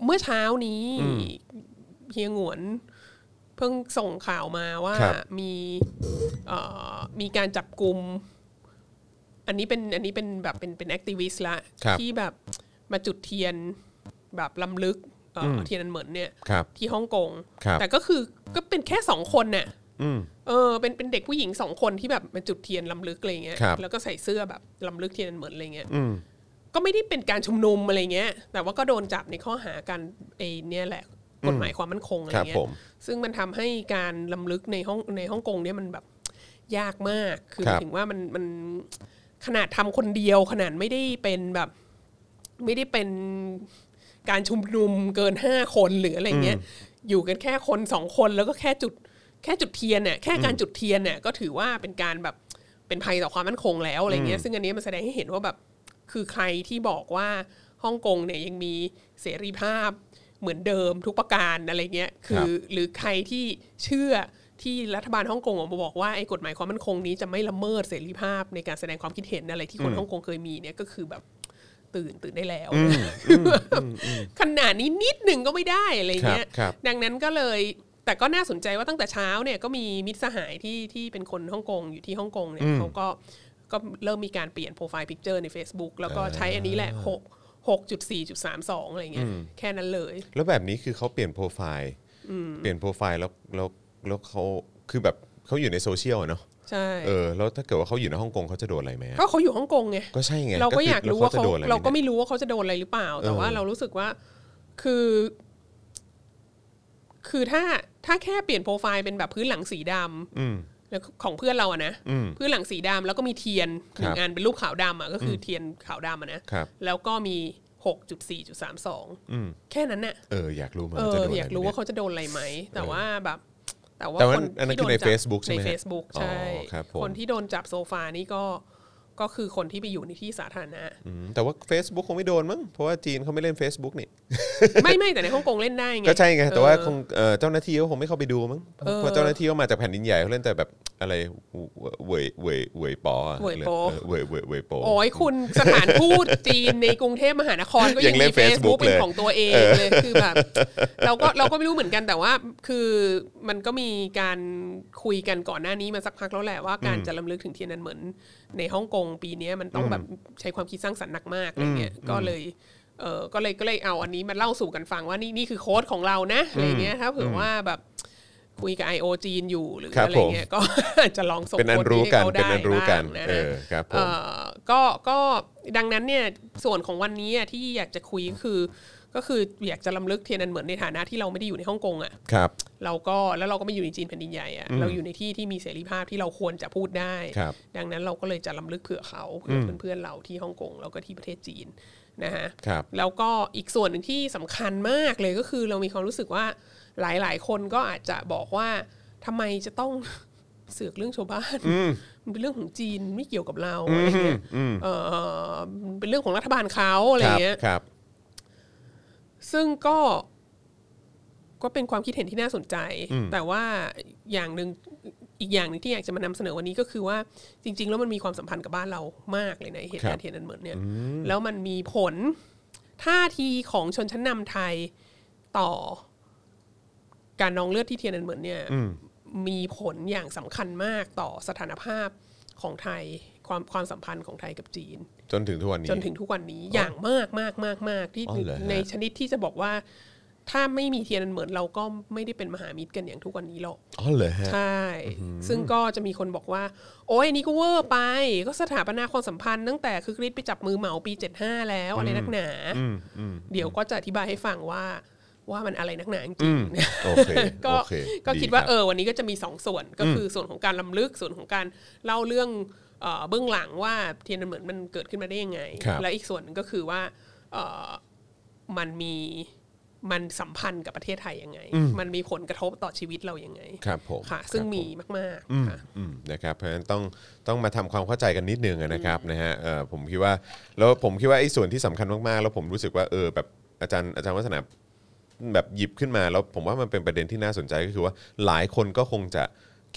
[SPEAKER 3] เมื่อเช้านี้เฮียหงวน เพิ่งส่งข่าวมาว่า
[SPEAKER 2] ครับ
[SPEAKER 3] มีเอ่อมีการจับกลุ่มอันนี้เป็นอันนี้เป็นแบบเป็นเป็นแอคทิวิสต์ละ
[SPEAKER 2] ครับ
[SPEAKER 3] ที่แบบมาจุดเทียนแบบลำลึกเอ่ออเทียนอันเหมือนเนี่ย
[SPEAKER 2] ครับ
[SPEAKER 3] ที่ฮ่องกง
[SPEAKER 2] ครับ
[SPEAKER 3] แต่ก็คือก็เป็นแค่สองคนเนี่ย
[SPEAKER 2] อืม
[SPEAKER 3] เออเป็นเป็นเด็กผู้หญิงสองคนที่แบบมาจุดเทียนลำลึกอะไรเงี้ย
[SPEAKER 2] ครับ
[SPEAKER 3] แล้วก็ใส่เสื้อแบบลำลึกเทียนเหมือนอะไรเงี้ย
[SPEAKER 2] อืม
[SPEAKER 3] ก็ไม่ได้เป็นการชุมนุมอะไรเงี้ย แต่ว่าก็โดนจับในข้อหาการไอ้เนี่ยแหละกฎหมายความมั่นคงอะไร
[SPEAKER 2] ครับ
[SPEAKER 3] เงี้
[SPEAKER 2] ผ
[SPEAKER 3] ย
[SPEAKER 2] ม
[SPEAKER 3] ซึ่งมันทำให้การลำลึกในห้องในฮ่องกงเนี่ยมันแบบยากมากคือ
[SPEAKER 2] ครับ
[SPEAKER 3] ถึงว่ามันมันขนาดทำคนเดียวขนาดไม่ได้เป็นแบบ ไม่ได้เป็นการชุมนุมเกินห้าคนหรืออะไรเงี้ย อยู่กันแค่คนสองคนแล้วก็แค่จุดแค่จุดเทียนเนี่ยแค่การจุดเทียนเนี่ยก็ถือว่าเป็นการแบบเป็นภัยต่อความมั่นคงแล้วอะไรเงี้ยซึ่งอันนี้มันแสดงให้เห็นว่าแบบคือใครที่บอกว่าฮ่องกงเนี่ยยังมีเสรีภาพเหมือนเดิมทุกประการอะไรเงี้ยคื
[SPEAKER 2] ครั
[SPEAKER 3] อบ หรือใครที่เชื่อที่รัฐบาลฮ่องกงออกมาบอกว่าไอ้กฎหมายความมั่นคงนี้จะไม่ละเมิดเสรีภาพในการแสดงความคิดเห็นอะไรที่คนฮ่องกงเคยมีเนี่ยก็คือแบบ ตื่นตื่นได้แล้วขนาดนี้นิดหนึ่งก็ไม่ได้อะไรเงี้ย
[SPEAKER 2] ครับครับ
[SPEAKER 3] ดังนั้นก็เลย แต่ก็น่าสนใจว่าตั้งแต่เช้าเนี่ยก็มีมิตรสหายที่ที่เป็นคนฮ่องกงอยู่ที่ฮ่องกงเนี่ยเขาก็ก็เริ่มมีการเปลี่ยนโปรไฟล์พิกเจอร์ใน Facebook แล้วก็ใช้อันนี้แหละหกหกจุดสี่จุดสามสองอะไรเงี้ยแค่นั้นเลย
[SPEAKER 2] แล้วแบบนี้คือเขาเปลี่ยนโปรไฟล์เปลี่ยนโปรไฟล์แล้วแล้วแล้วเขาคือแบบเขาอยู่ในโซเชียลอะเนาะ
[SPEAKER 3] ใช่
[SPEAKER 2] เออแล้วถ้าเกิดว่าเขาอยู่ในฮ่องกงเขาจะโดนอะไรไหมอะ
[SPEAKER 3] ก็เขาอยู่ฮ่องกงไง
[SPEAKER 2] ก็ใช่ไง
[SPEAKER 3] เราก็
[SPEAKER 2] คื
[SPEAKER 3] อยากรู้ว่า
[SPEAKER 2] แล้ว
[SPEAKER 3] เขา
[SPEAKER 2] จะโดนอะไร
[SPEAKER 3] เราก็
[SPEAKER 2] ห
[SPEAKER 3] ไม่รู้ว่าเขาจะโดนอะไรหรือเปล่า แต่ว่า
[SPEAKER 2] เออ
[SPEAKER 3] เรารู้สึกว่าคือ คือถ้าถ้าแค่เปลี่ยนโปรไฟล์เป็นแบบพื้นหลังสีดำ
[SPEAKER 2] อืม
[SPEAKER 3] แล้วของเพื่อนเราอะนะ
[SPEAKER 2] อืม
[SPEAKER 3] พื้นหลังสีดำแล้วก็มีเทียนหนึ่
[SPEAKER 2] ครั
[SPEAKER 3] ง
[SPEAKER 2] บ
[SPEAKER 3] อันเป็นรูปขาวดำอะก็คืออเทียนขาวดำอะนะครับ แล้วก็มีหกจุดสี่จุดสามสอง
[SPEAKER 2] อืม
[SPEAKER 3] แค่นั้นน่ะ
[SPEAKER 2] เอออยากรู้เหมอน
[SPEAKER 3] เอ
[SPEAKER 2] กัน
[SPEAKER 3] อ
[SPEAKER 2] จะโดนอย
[SPEAKER 3] อากรู้ว่า
[SPEAKER 2] เขา
[SPEAKER 3] เขาจะโดนอะไรไหม แต่ว่าแบบ แต่ว่า
[SPEAKER 2] แต่ว่า
[SPEAKER 3] คน
[SPEAKER 2] อันนั้น
[SPEAKER 3] ที่โด
[SPEAKER 2] คื
[SPEAKER 3] น
[SPEAKER 2] อใน
[SPEAKER 3] จับ
[SPEAKER 2] Facebook ใช่ไหม
[SPEAKER 3] ใน
[SPEAKER 2] ฮะ
[SPEAKER 3] Facebook ใช่
[SPEAKER 2] อ๋อครับผม
[SPEAKER 3] คนที่โดนจับโซฟานี่ก็ก็คือคนที่ไปอยู่ในที่สาธารณะ
[SPEAKER 2] แต่ว่า Facebook คงไม่โดนมั้งเพราะว่าจีนเขาไม่เล่น Facebook นี่
[SPEAKER 3] ไม่ไม่แต่ในฮ่องกงเล่นได้ไง
[SPEAKER 2] ก็ใช่ไงแต่ว่า
[SPEAKER 3] เออ
[SPEAKER 2] คงเอ่อเจ้าหน้าที่ก็คงไม่เข้าไปดูมั้ง
[SPEAKER 3] เออ
[SPEAKER 2] เพราะเจ้าหน้าที่ก็มาจากแผ่นดินใหญ่เขาเล่นแต่แบบอะไรเว่ยเว่ยเว่ยปอะ
[SPEAKER 3] เว่ยปอ
[SPEAKER 2] เออเว่ยเว่ยเว่ยปอ
[SPEAKER 3] โอ้ยคุณสถานทูตจีนในกรุงเทพมหานครก็
[SPEAKER 2] ยั
[SPEAKER 3] ยัง ง
[SPEAKER 2] เล่
[SPEAKER 3] มี
[SPEAKER 2] น
[SPEAKER 3] เฟซบุ๊
[SPEAKER 2] Facebook
[SPEAKER 3] กเป็น
[SPEAKER 2] เลย
[SPEAKER 3] ของตัวเองเลยคือแบบ เราก็เราก็ไม่รู้เหมือนกันแต่ว่า คือมันก็มีการคุยกันก่อนหน้านี้มาสักพักแล้วแหละว่าการจะลำลึกถึงเทียนนันเหมือนในฮ่องกงปีเนี้ยมันต้องแบบใช้ความคิดสร้างสรรค์หนักมากอะไรเงี้ยก็เลยเออก็เลยก็เลยเอาอันนี้มาเล่าสู่กันฟังว่านี่นี่คือโค้ดของเรานะอะไรเงี้ยถ้าเผื่อว่าแบบคุยกับ IO จีนอยู่หรือ
[SPEAKER 2] ครับ
[SPEAKER 3] อะไรเงี้ยก็ อาจจะลองส่ง
[SPEAKER 2] เป็นอัน
[SPEAKER 3] โค้ด
[SPEAKER 2] รู้
[SPEAKER 3] ให้
[SPEAKER 2] กัน
[SPEAKER 3] เขา
[SPEAKER 2] เป็น
[SPEAKER 3] ได้
[SPEAKER 2] อันรู้
[SPEAKER 3] บ้าง
[SPEAKER 2] กัน
[SPEAKER 3] นะ
[SPEAKER 2] เออ
[SPEAKER 3] ฮะ
[SPEAKER 2] ครับผ
[SPEAKER 3] เอ่
[SPEAKER 2] ม
[SPEAKER 3] อก็ก็ ดังนั้นเนี่ยส่วนของวันนี้อะที่อยากจะคุยคือ ก็คืออยากจะลำลึกเทียนอันเหมือนในฐานะที่เราไม่ได้อยู่ในฮ่องกงอ่ะ
[SPEAKER 2] ครับ
[SPEAKER 3] เราก็แล้วเราก็ไม่อยู่ในจีนแผ่นดินใหญ่อะเราอยู่ในที่ที่มีเสรีภาพที่เราควรจะพูดได้
[SPEAKER 2] ครับ
[SPEAKER 3] ดังนั้นเราก็เลยจะลำลึกเผื่อเขาเผื่อเพื่อนๆเราที่ฮ่องกงแล้วก็ที่ประเทศจีนนะฮะ
[SPEAKER 2] ครับ
[SPEAKER 3] แล้วก็อีกส่วนหนึ่งที่สำคัญมากเลยก็คือเรามีความรู้สึกว่าหลายๆ คนก็อาจจะบอกว่าทำไมจะต้อง เสือกเรื่องชาวบ้านมันเป็นเรื่องของจีนไม่เกี่ยวกับเราอะไรเงี้ยเออมันเป็นเรื่องของรัฐบาลเขาอะไร
[SPEAKER 2] ครับ
[SPEAKER 3] เงี้ย
[SPEAKER 2] ครับ
[SPEAKER 3] ซึ่งก็ก็เป็นความคิดเห็นที่น่าสนใจ แต่ว่าอย่างหนึ่งอีกอย่างหนึ่งที่อยากจะมานำเสนอวันนี้ก็คือว่าจริง ๆ แล้วมันมีความสัมพันธ์กับบ้านเรามากเลยนะไอ้เหตุการณ์เทียนอันเหมือนเนี่ยแล้วมันมีผลท่าทีของชนชั้นนำไทยต่อ การนองเลือดที่เทียนอันเหมือนเนี่ยมีผลอย่างสำคัญมากต่อสถานภาพของไทยความความสัมพันธ์ของไทยกับจีน
[SPEAKER 2] จนถึงทุกวันนี้
[SPEAKER 3] จนถึงทุกวันนี้อย่างมากมากมากมากที่
[SPEAKER 2] อ๋อเหรอฮะ
[SPEAKER 3] ในชนิดที่จะบอกว่า ถ้าไม่มีเทียนอันเหมือนเราก็ไม่ได้เป็นมหามิตรกันอย่างทุกวันนี้หรอก
[SPEAKER 2] อ๋อเหรอฮะ
[SPEAKER 3] ใช่ ซึ่งก็จะมีคนบอกว่า โอ้ยอันนี้ก็เวอร์ไป ก็สถาปนาความสัมพันธ์ตั้งแต่คึกฤทธิ์ไปจับมือเหมาปี 75 แล้วอะไรนักหนา เดี๋ยวก็จะอธิบายให้ฟังว่าว่ามันอะไรนักหนาจริงๆ
[SPEAKER 2] โอเค
[SPEAKER 3] ก็
[SPEAKER 2] โอเค
[SPEAKER 3] ก็คิดว่า
[SPEAKER 2] รับ
[SPEAKER 3] เออวันนี้ก็จะมีสองส่วนก็คือส่วนของการลำลึกส่วนของการเล่าเรื่องเอ่อเบื้องหลังว่าเทียนอันเหมือนมันเกิดขึ้นมาได้ยังไง
[SPEAKER 2] ครับ
[SPEAKER 3] และอีกส่วนหนึงก็คือว่าเอ่อมันมีมันสัมพันธ์กับประเทศไทยยังไง มันมีผลกระทบต่อชีวิตเรายังไง
[SPEAKER 2] ครับผม
[SPEAKER 3] ค่ะ ซึ่ง
[SPEAKER 2] รับผ
[SPEAKER 3] มีมาก
[SPEAKER 2] อืม
[SPEAKER 3] ๆค่ะ
[SPEAKER 2] อืมนะครับเพราะฉะนั้นต้องต้องมาทำความเข้าใจกันนิดนึงอะนะครับนะฮะเออผมคิดว่าแล้วผมคิดว่าไอ้ส่วนที่สำคัญมากๆ แล้วผมรู้สึกว่าเออแบบอาจารย์อาจารย์วัฒนาแบบหยิบขึ้นมาแล้วผมว่ามันเป็นประเด็นที่น่าสนใจก็คือว่าหลายคนก็คงจะ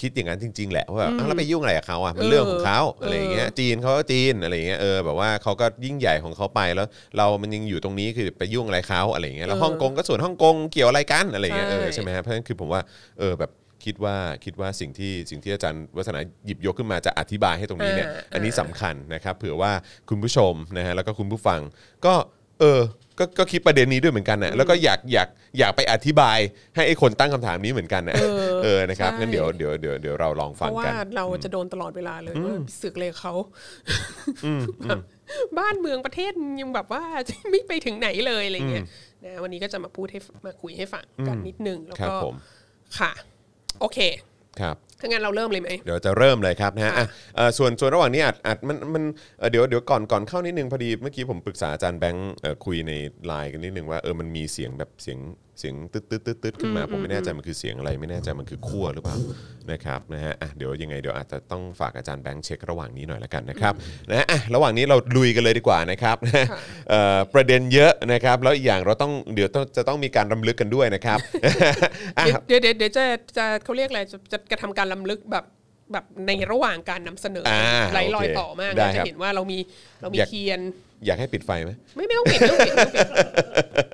[SPEAKER 2] คิดอย่างนั้นจริง ๆ แหละว่าแบบอ้าวแล้วไปยุ่งอะไรกับเขาอ่ะมันเรื่องของเขา
[SPEAKER 3] เอออ
[SPEAKER 2] อะไรอย่างเงี้ยจีนเขาก็จีนอะไรอย่างเงี้ยเออแบบว่าเขาก็ยิ่งใหญ่ของเขาไปแล้ว เรามันยังอยู่ตรงนี้คือไปยุ่งอะไรเขาอะไรอย่างเงี้ยแล้วฮ่องกงก็ส่วนฮ่องกงเกี่ยวอะไรกันอะไรอย่างเงี้ยเออใช่ไหม นะฮะเพราะฉะนั้นคือผมว่าเออแบบคิดว่าคิดว่าสิ่งที่สิ่งที่อาจารย์วัฒนาหยิบยกขึ้นมาจะอธิบายให้ตรงนี้เนี่ย
[SPEAKER 3] อ่า
[SPEAKER 2] อันนี้สำคัญนะครับเผื่อว่าคุณผู้ชมนะฮะแล้วก็คุณผู้ฟังก็เออก็ก็คิดประเด็นนี้ด้วยเหมือนกันนะแล้วก็อยากอยากอยากไปอธิบายให้ไอ้คนตั้งคำถามนี้เหมือนกันนะเออนะครับงั้นเดี๋ยวเดี๋ยวเดี๋ยวเดี๋ยวเราลอง
[SPEAKER 3] เพ
[SPEAKER 2] ฟัง
[SPEAKER 3] ราะว่า
[SPEAKER 2] กัน
[SPEAKER 3] เราจะโดนตลอดเวลาเลยว่าเสึกเลยเขาแบบบ้านเมืองประเทศยังแบบว่า ไม่ไปถึงไหนเลยอะไรเงี้ยนะวันนี้ก็จะมาพูดให้มาคุยให้ฟังกันนิดนึงแล้ว
[SPEAKER 2] ครับ
[SPEAKER 3] ก็
[SPEAKER 2] ผม
[SPEAKER 3] ค่ะ โอเค
[SPEAKER 2] ครับ
[SPEAKER 3] ถ้างั้นเราเริ่มเลยไหม
[SPEAKER 2] เดี๋ยวจะเริ่มเลยครับนะฮะอ่ะเอ่อส่วนส่วนระหว่างนี้อาจอาจมันมันเอ่อเดี๋ยวเดี๋ยวก่อนก่อนเข้านิดนึงพอดีเมื่อกี้ผมปรึกษาอาจารย์แบงค์เอ่อคุยในไลน์กันนิดนึงว่าเออมันมีเสียงแบบเสียงเสียงตึ๊ดตึ๊ดตึ๊ดตึ๊ดขึ้นมาผมไม่แน่ใจมันคือเสียงอะไรไม่แน่ใจมันคือคั่วหรือเปล่านะครับนะฮะอ่ะเดี๋ยวยังไงเดี๋ยวอาจจะต้องฝากอาจารย์แบงค์เช็คระหว่างนี้หน่อยละกันนะครับนะฮะอ่ะระหว่างนี้เราลุยกันเลยดีกว่านะครับนะฮะ เอ่อประเด็นเยอะนะครับแล้วอีกอย่างเราต้องเดี๋ยวต้องจะต้องมีการรำลึกกันด้วยนะครับ อ่ะ
[SPEAKER 3] เดี๋ยวเดี๋ยวเดี๋ยวจะจะเขาเรียกอะไรจะจะกระทำการลํำลึกแบบแบบในระหว่างการนำเสนออา ไร้รอย
[SPEAKER 2] โอเค
[SPEAKER 3] ต่อมาก
[SPEAKER 2] ได้
[SPEAKER 3] นะครับ จะเห็นว่าเรามีเรามี
[SPEAKER 2] อยาก
[SPEAKER 3] เทียน
[SPEAKER 2] อยากให้ปิดไฟไหม
[SPEAKER 3] ไม่ไม่ต้องปิดไม่ต้องปิดไม่ต้องปิด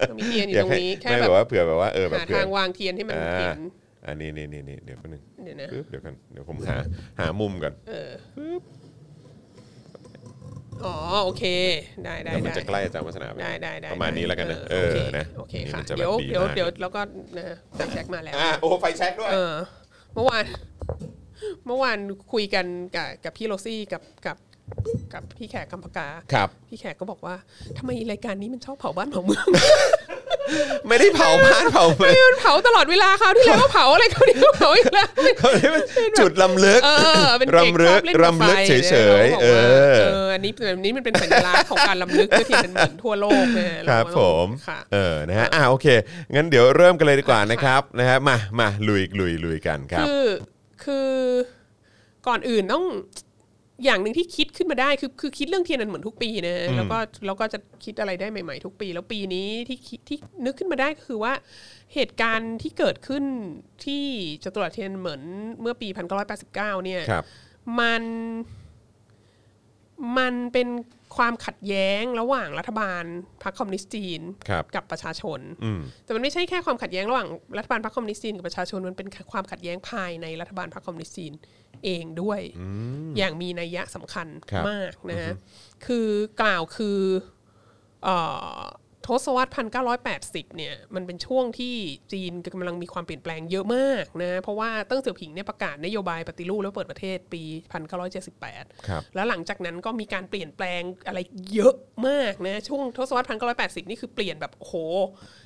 [SPEAKER 3] เรามีเทียนอยู่
[SPEAKER 2] อยา
[SPEAKER 3] ต
[SPEAKER 2] ก
[SPEAKER 3] รง
[SPEAKER 2] ให้
[SPEAKER 3] นี้แค่
[SPEAKER 2] ไม่
[SPEAKER 3] แบ
[SPEAKER 2] แบบ บว่าเผื่อแบบว่าเออแบบ
[SPEAKER 3] หา
[SPEAKER 2] เผื่อ
[SPEAKER 3] ทางวางเทียนให้มัน
[SPEAKER 2] อ่า
[SPEAKER 3] เห็น
[SPEAKER 2] อันนี้นี่นี่นี่เดี๋ยวแป๊บนึง
[SPEAKER 3] เดี๋ยวนะ
[SPEAKER 2] ปึ๊บเดี๋ยวกันเดี๋ยวผมหาหามุมก่อน
[SPEAKER 3] เอออ๋อโอเค ได้ได้
[SPEAKER 2] แล้วมัน
[SPEAKER 3] ได้
[SPEAKER 2] จะใกล้อาจารย์วัฒนาไป
[SPEAKER 3] ได้ได้ได้
[SPEAKER 2] ประมาณนี้แล้วกันนะเออ
[SPEAKER 3] โค
[SPEAKER 2] นะ
[SPEAKER 3] โอเค
[SPEAKER 2] อันนี้มั
[SPEAKER 3] ค่ะ
[SPEAKER 2] นจะแบบ
[SPEAKER 3] เดี๋ยวเดี๋ยว
[SPEAKER 2] มาก
[SPEAKER 3] เดี๋ยวแล้วก็นะแจ็คมาแล้ว
[SPEAKER 2] อ่ะโอ้ไฟแช็กด้วย
[SPEAKER 3] เออเมื่อวานเมื่อวานคุยกันกับกับพี่โรซี่กับกับกับพี่แขกกำปากา
[SPEAKER 2] ครับ
[SPEAKER 3] พี่แขกก็บอกว่าทำไมรายการนี้มันชอบเผาบ้านเผาเมือง
[SPEAKER 2] ไม่ได้เผาบ้านเผาเมือง
[SPEAKER 3] มันเผาตลอดเวลาเขาวที่แล้วก็เผาอะไรเขาวที่แล้วก็เผาอีกแล้ว
[SPEAKER 2] จุดลำลึก
[SPEAKER 3] เออเป็นเด็ก
[SPEAKER 2] รำลึ
[SPEAKER 3] ช
[SPEAKER 2] ก
[SPEAKER 3] อบเล่นกับ
[SPEAKER 2] รำลึก
[SPEAKER 3] ไฟ
[SPEAKER 2] เฉย
[SPEAKER 3] นี่
[SPEAKER 2] ๆเอ
[SPEAKER 3] ขาบอก
[SPEAKER 2] อ
[SPEAKER 3] ว่าเอออันนี้อันนี้มันเป็นสัญลักษณ์ของการลำลึก ที่เป็นเหมือนทั่วโลกนะครับ เา
[SPEAKER 2] ผ
[SPEAKER 3] ก็ต้อง
[SPEAKER 2] ม
[SPEAKER 3] ค่ะ
[SPEAKER 2] เออ นะฮะ อ่าโอเค งั้นเดี๋ยวเริ่มกันเลยดีกว่านะครับ นะฮะ มา มา ลุย ลุย ลุยกันครับ
[SPEAKER 3] คือคือก่อนอื่นต้องอย่างหนึ่งที่คิดขึ้นมาได้คือคือคิดเรื่องเทียนอันเหมือนทุกปีนะแล้วก็แล้วก็จะคิดอะไรได้ใหม่ๆทุกปี แล้วปีนี้ที่คิดที่นึกขึ้นมาได้ก็คือว่าเหตุการณ์ที่เกิดขึ้นที่จตุรัสเทียนเหมือนเมื่อปี 1989 เนี่ย
[SPEAKER 2] ครับ
[SPEAKER 3] มันมันเป็นความขัดแย้งระหว่างรัฐบาลพรรคคอมมิวนิสต์จีน
[SPEAKER 2] ครับ
[SPEAKER 3] กับประชาชน
[SPEAKER 2] อืม
[SPEAKER 3] แต่มันไม่ใช่แค่ความขัดแย้งระหว่างรัฐบาลพรรคคอมมิวนิสต์จีนกับประชาชนมันเป็นความขัดแย้งภายในรัฐบาลพรรคคอมมิวนิสต์จีนเองด้วย อย่างมีนัยยะสำคัญ
[SPEAKER 2] ครับ
[SPEAKER 3] มากนะฮะคือกล่าวคือเออ ทศวรรษ1980 เนี่ยมันเป็นช่วงที่จีนกำลังมีความเปลี่ยนแปลงเยอะมากนะเพราะว่าเติ้งเสี่ยวผิงเนี่ยประกาศนโยบายปฏิรูปและเปิดประเทศปี 1978
[SPEAKER 2] ครับ
[SPEAKER 3] แล้วหลังจากนั้นก็มีการเปลี่ยนแปลงอะไรเยอะมากนะช่วงทศวรรษ 1980 นี่คือเปลี่ยนแบบโอ้โห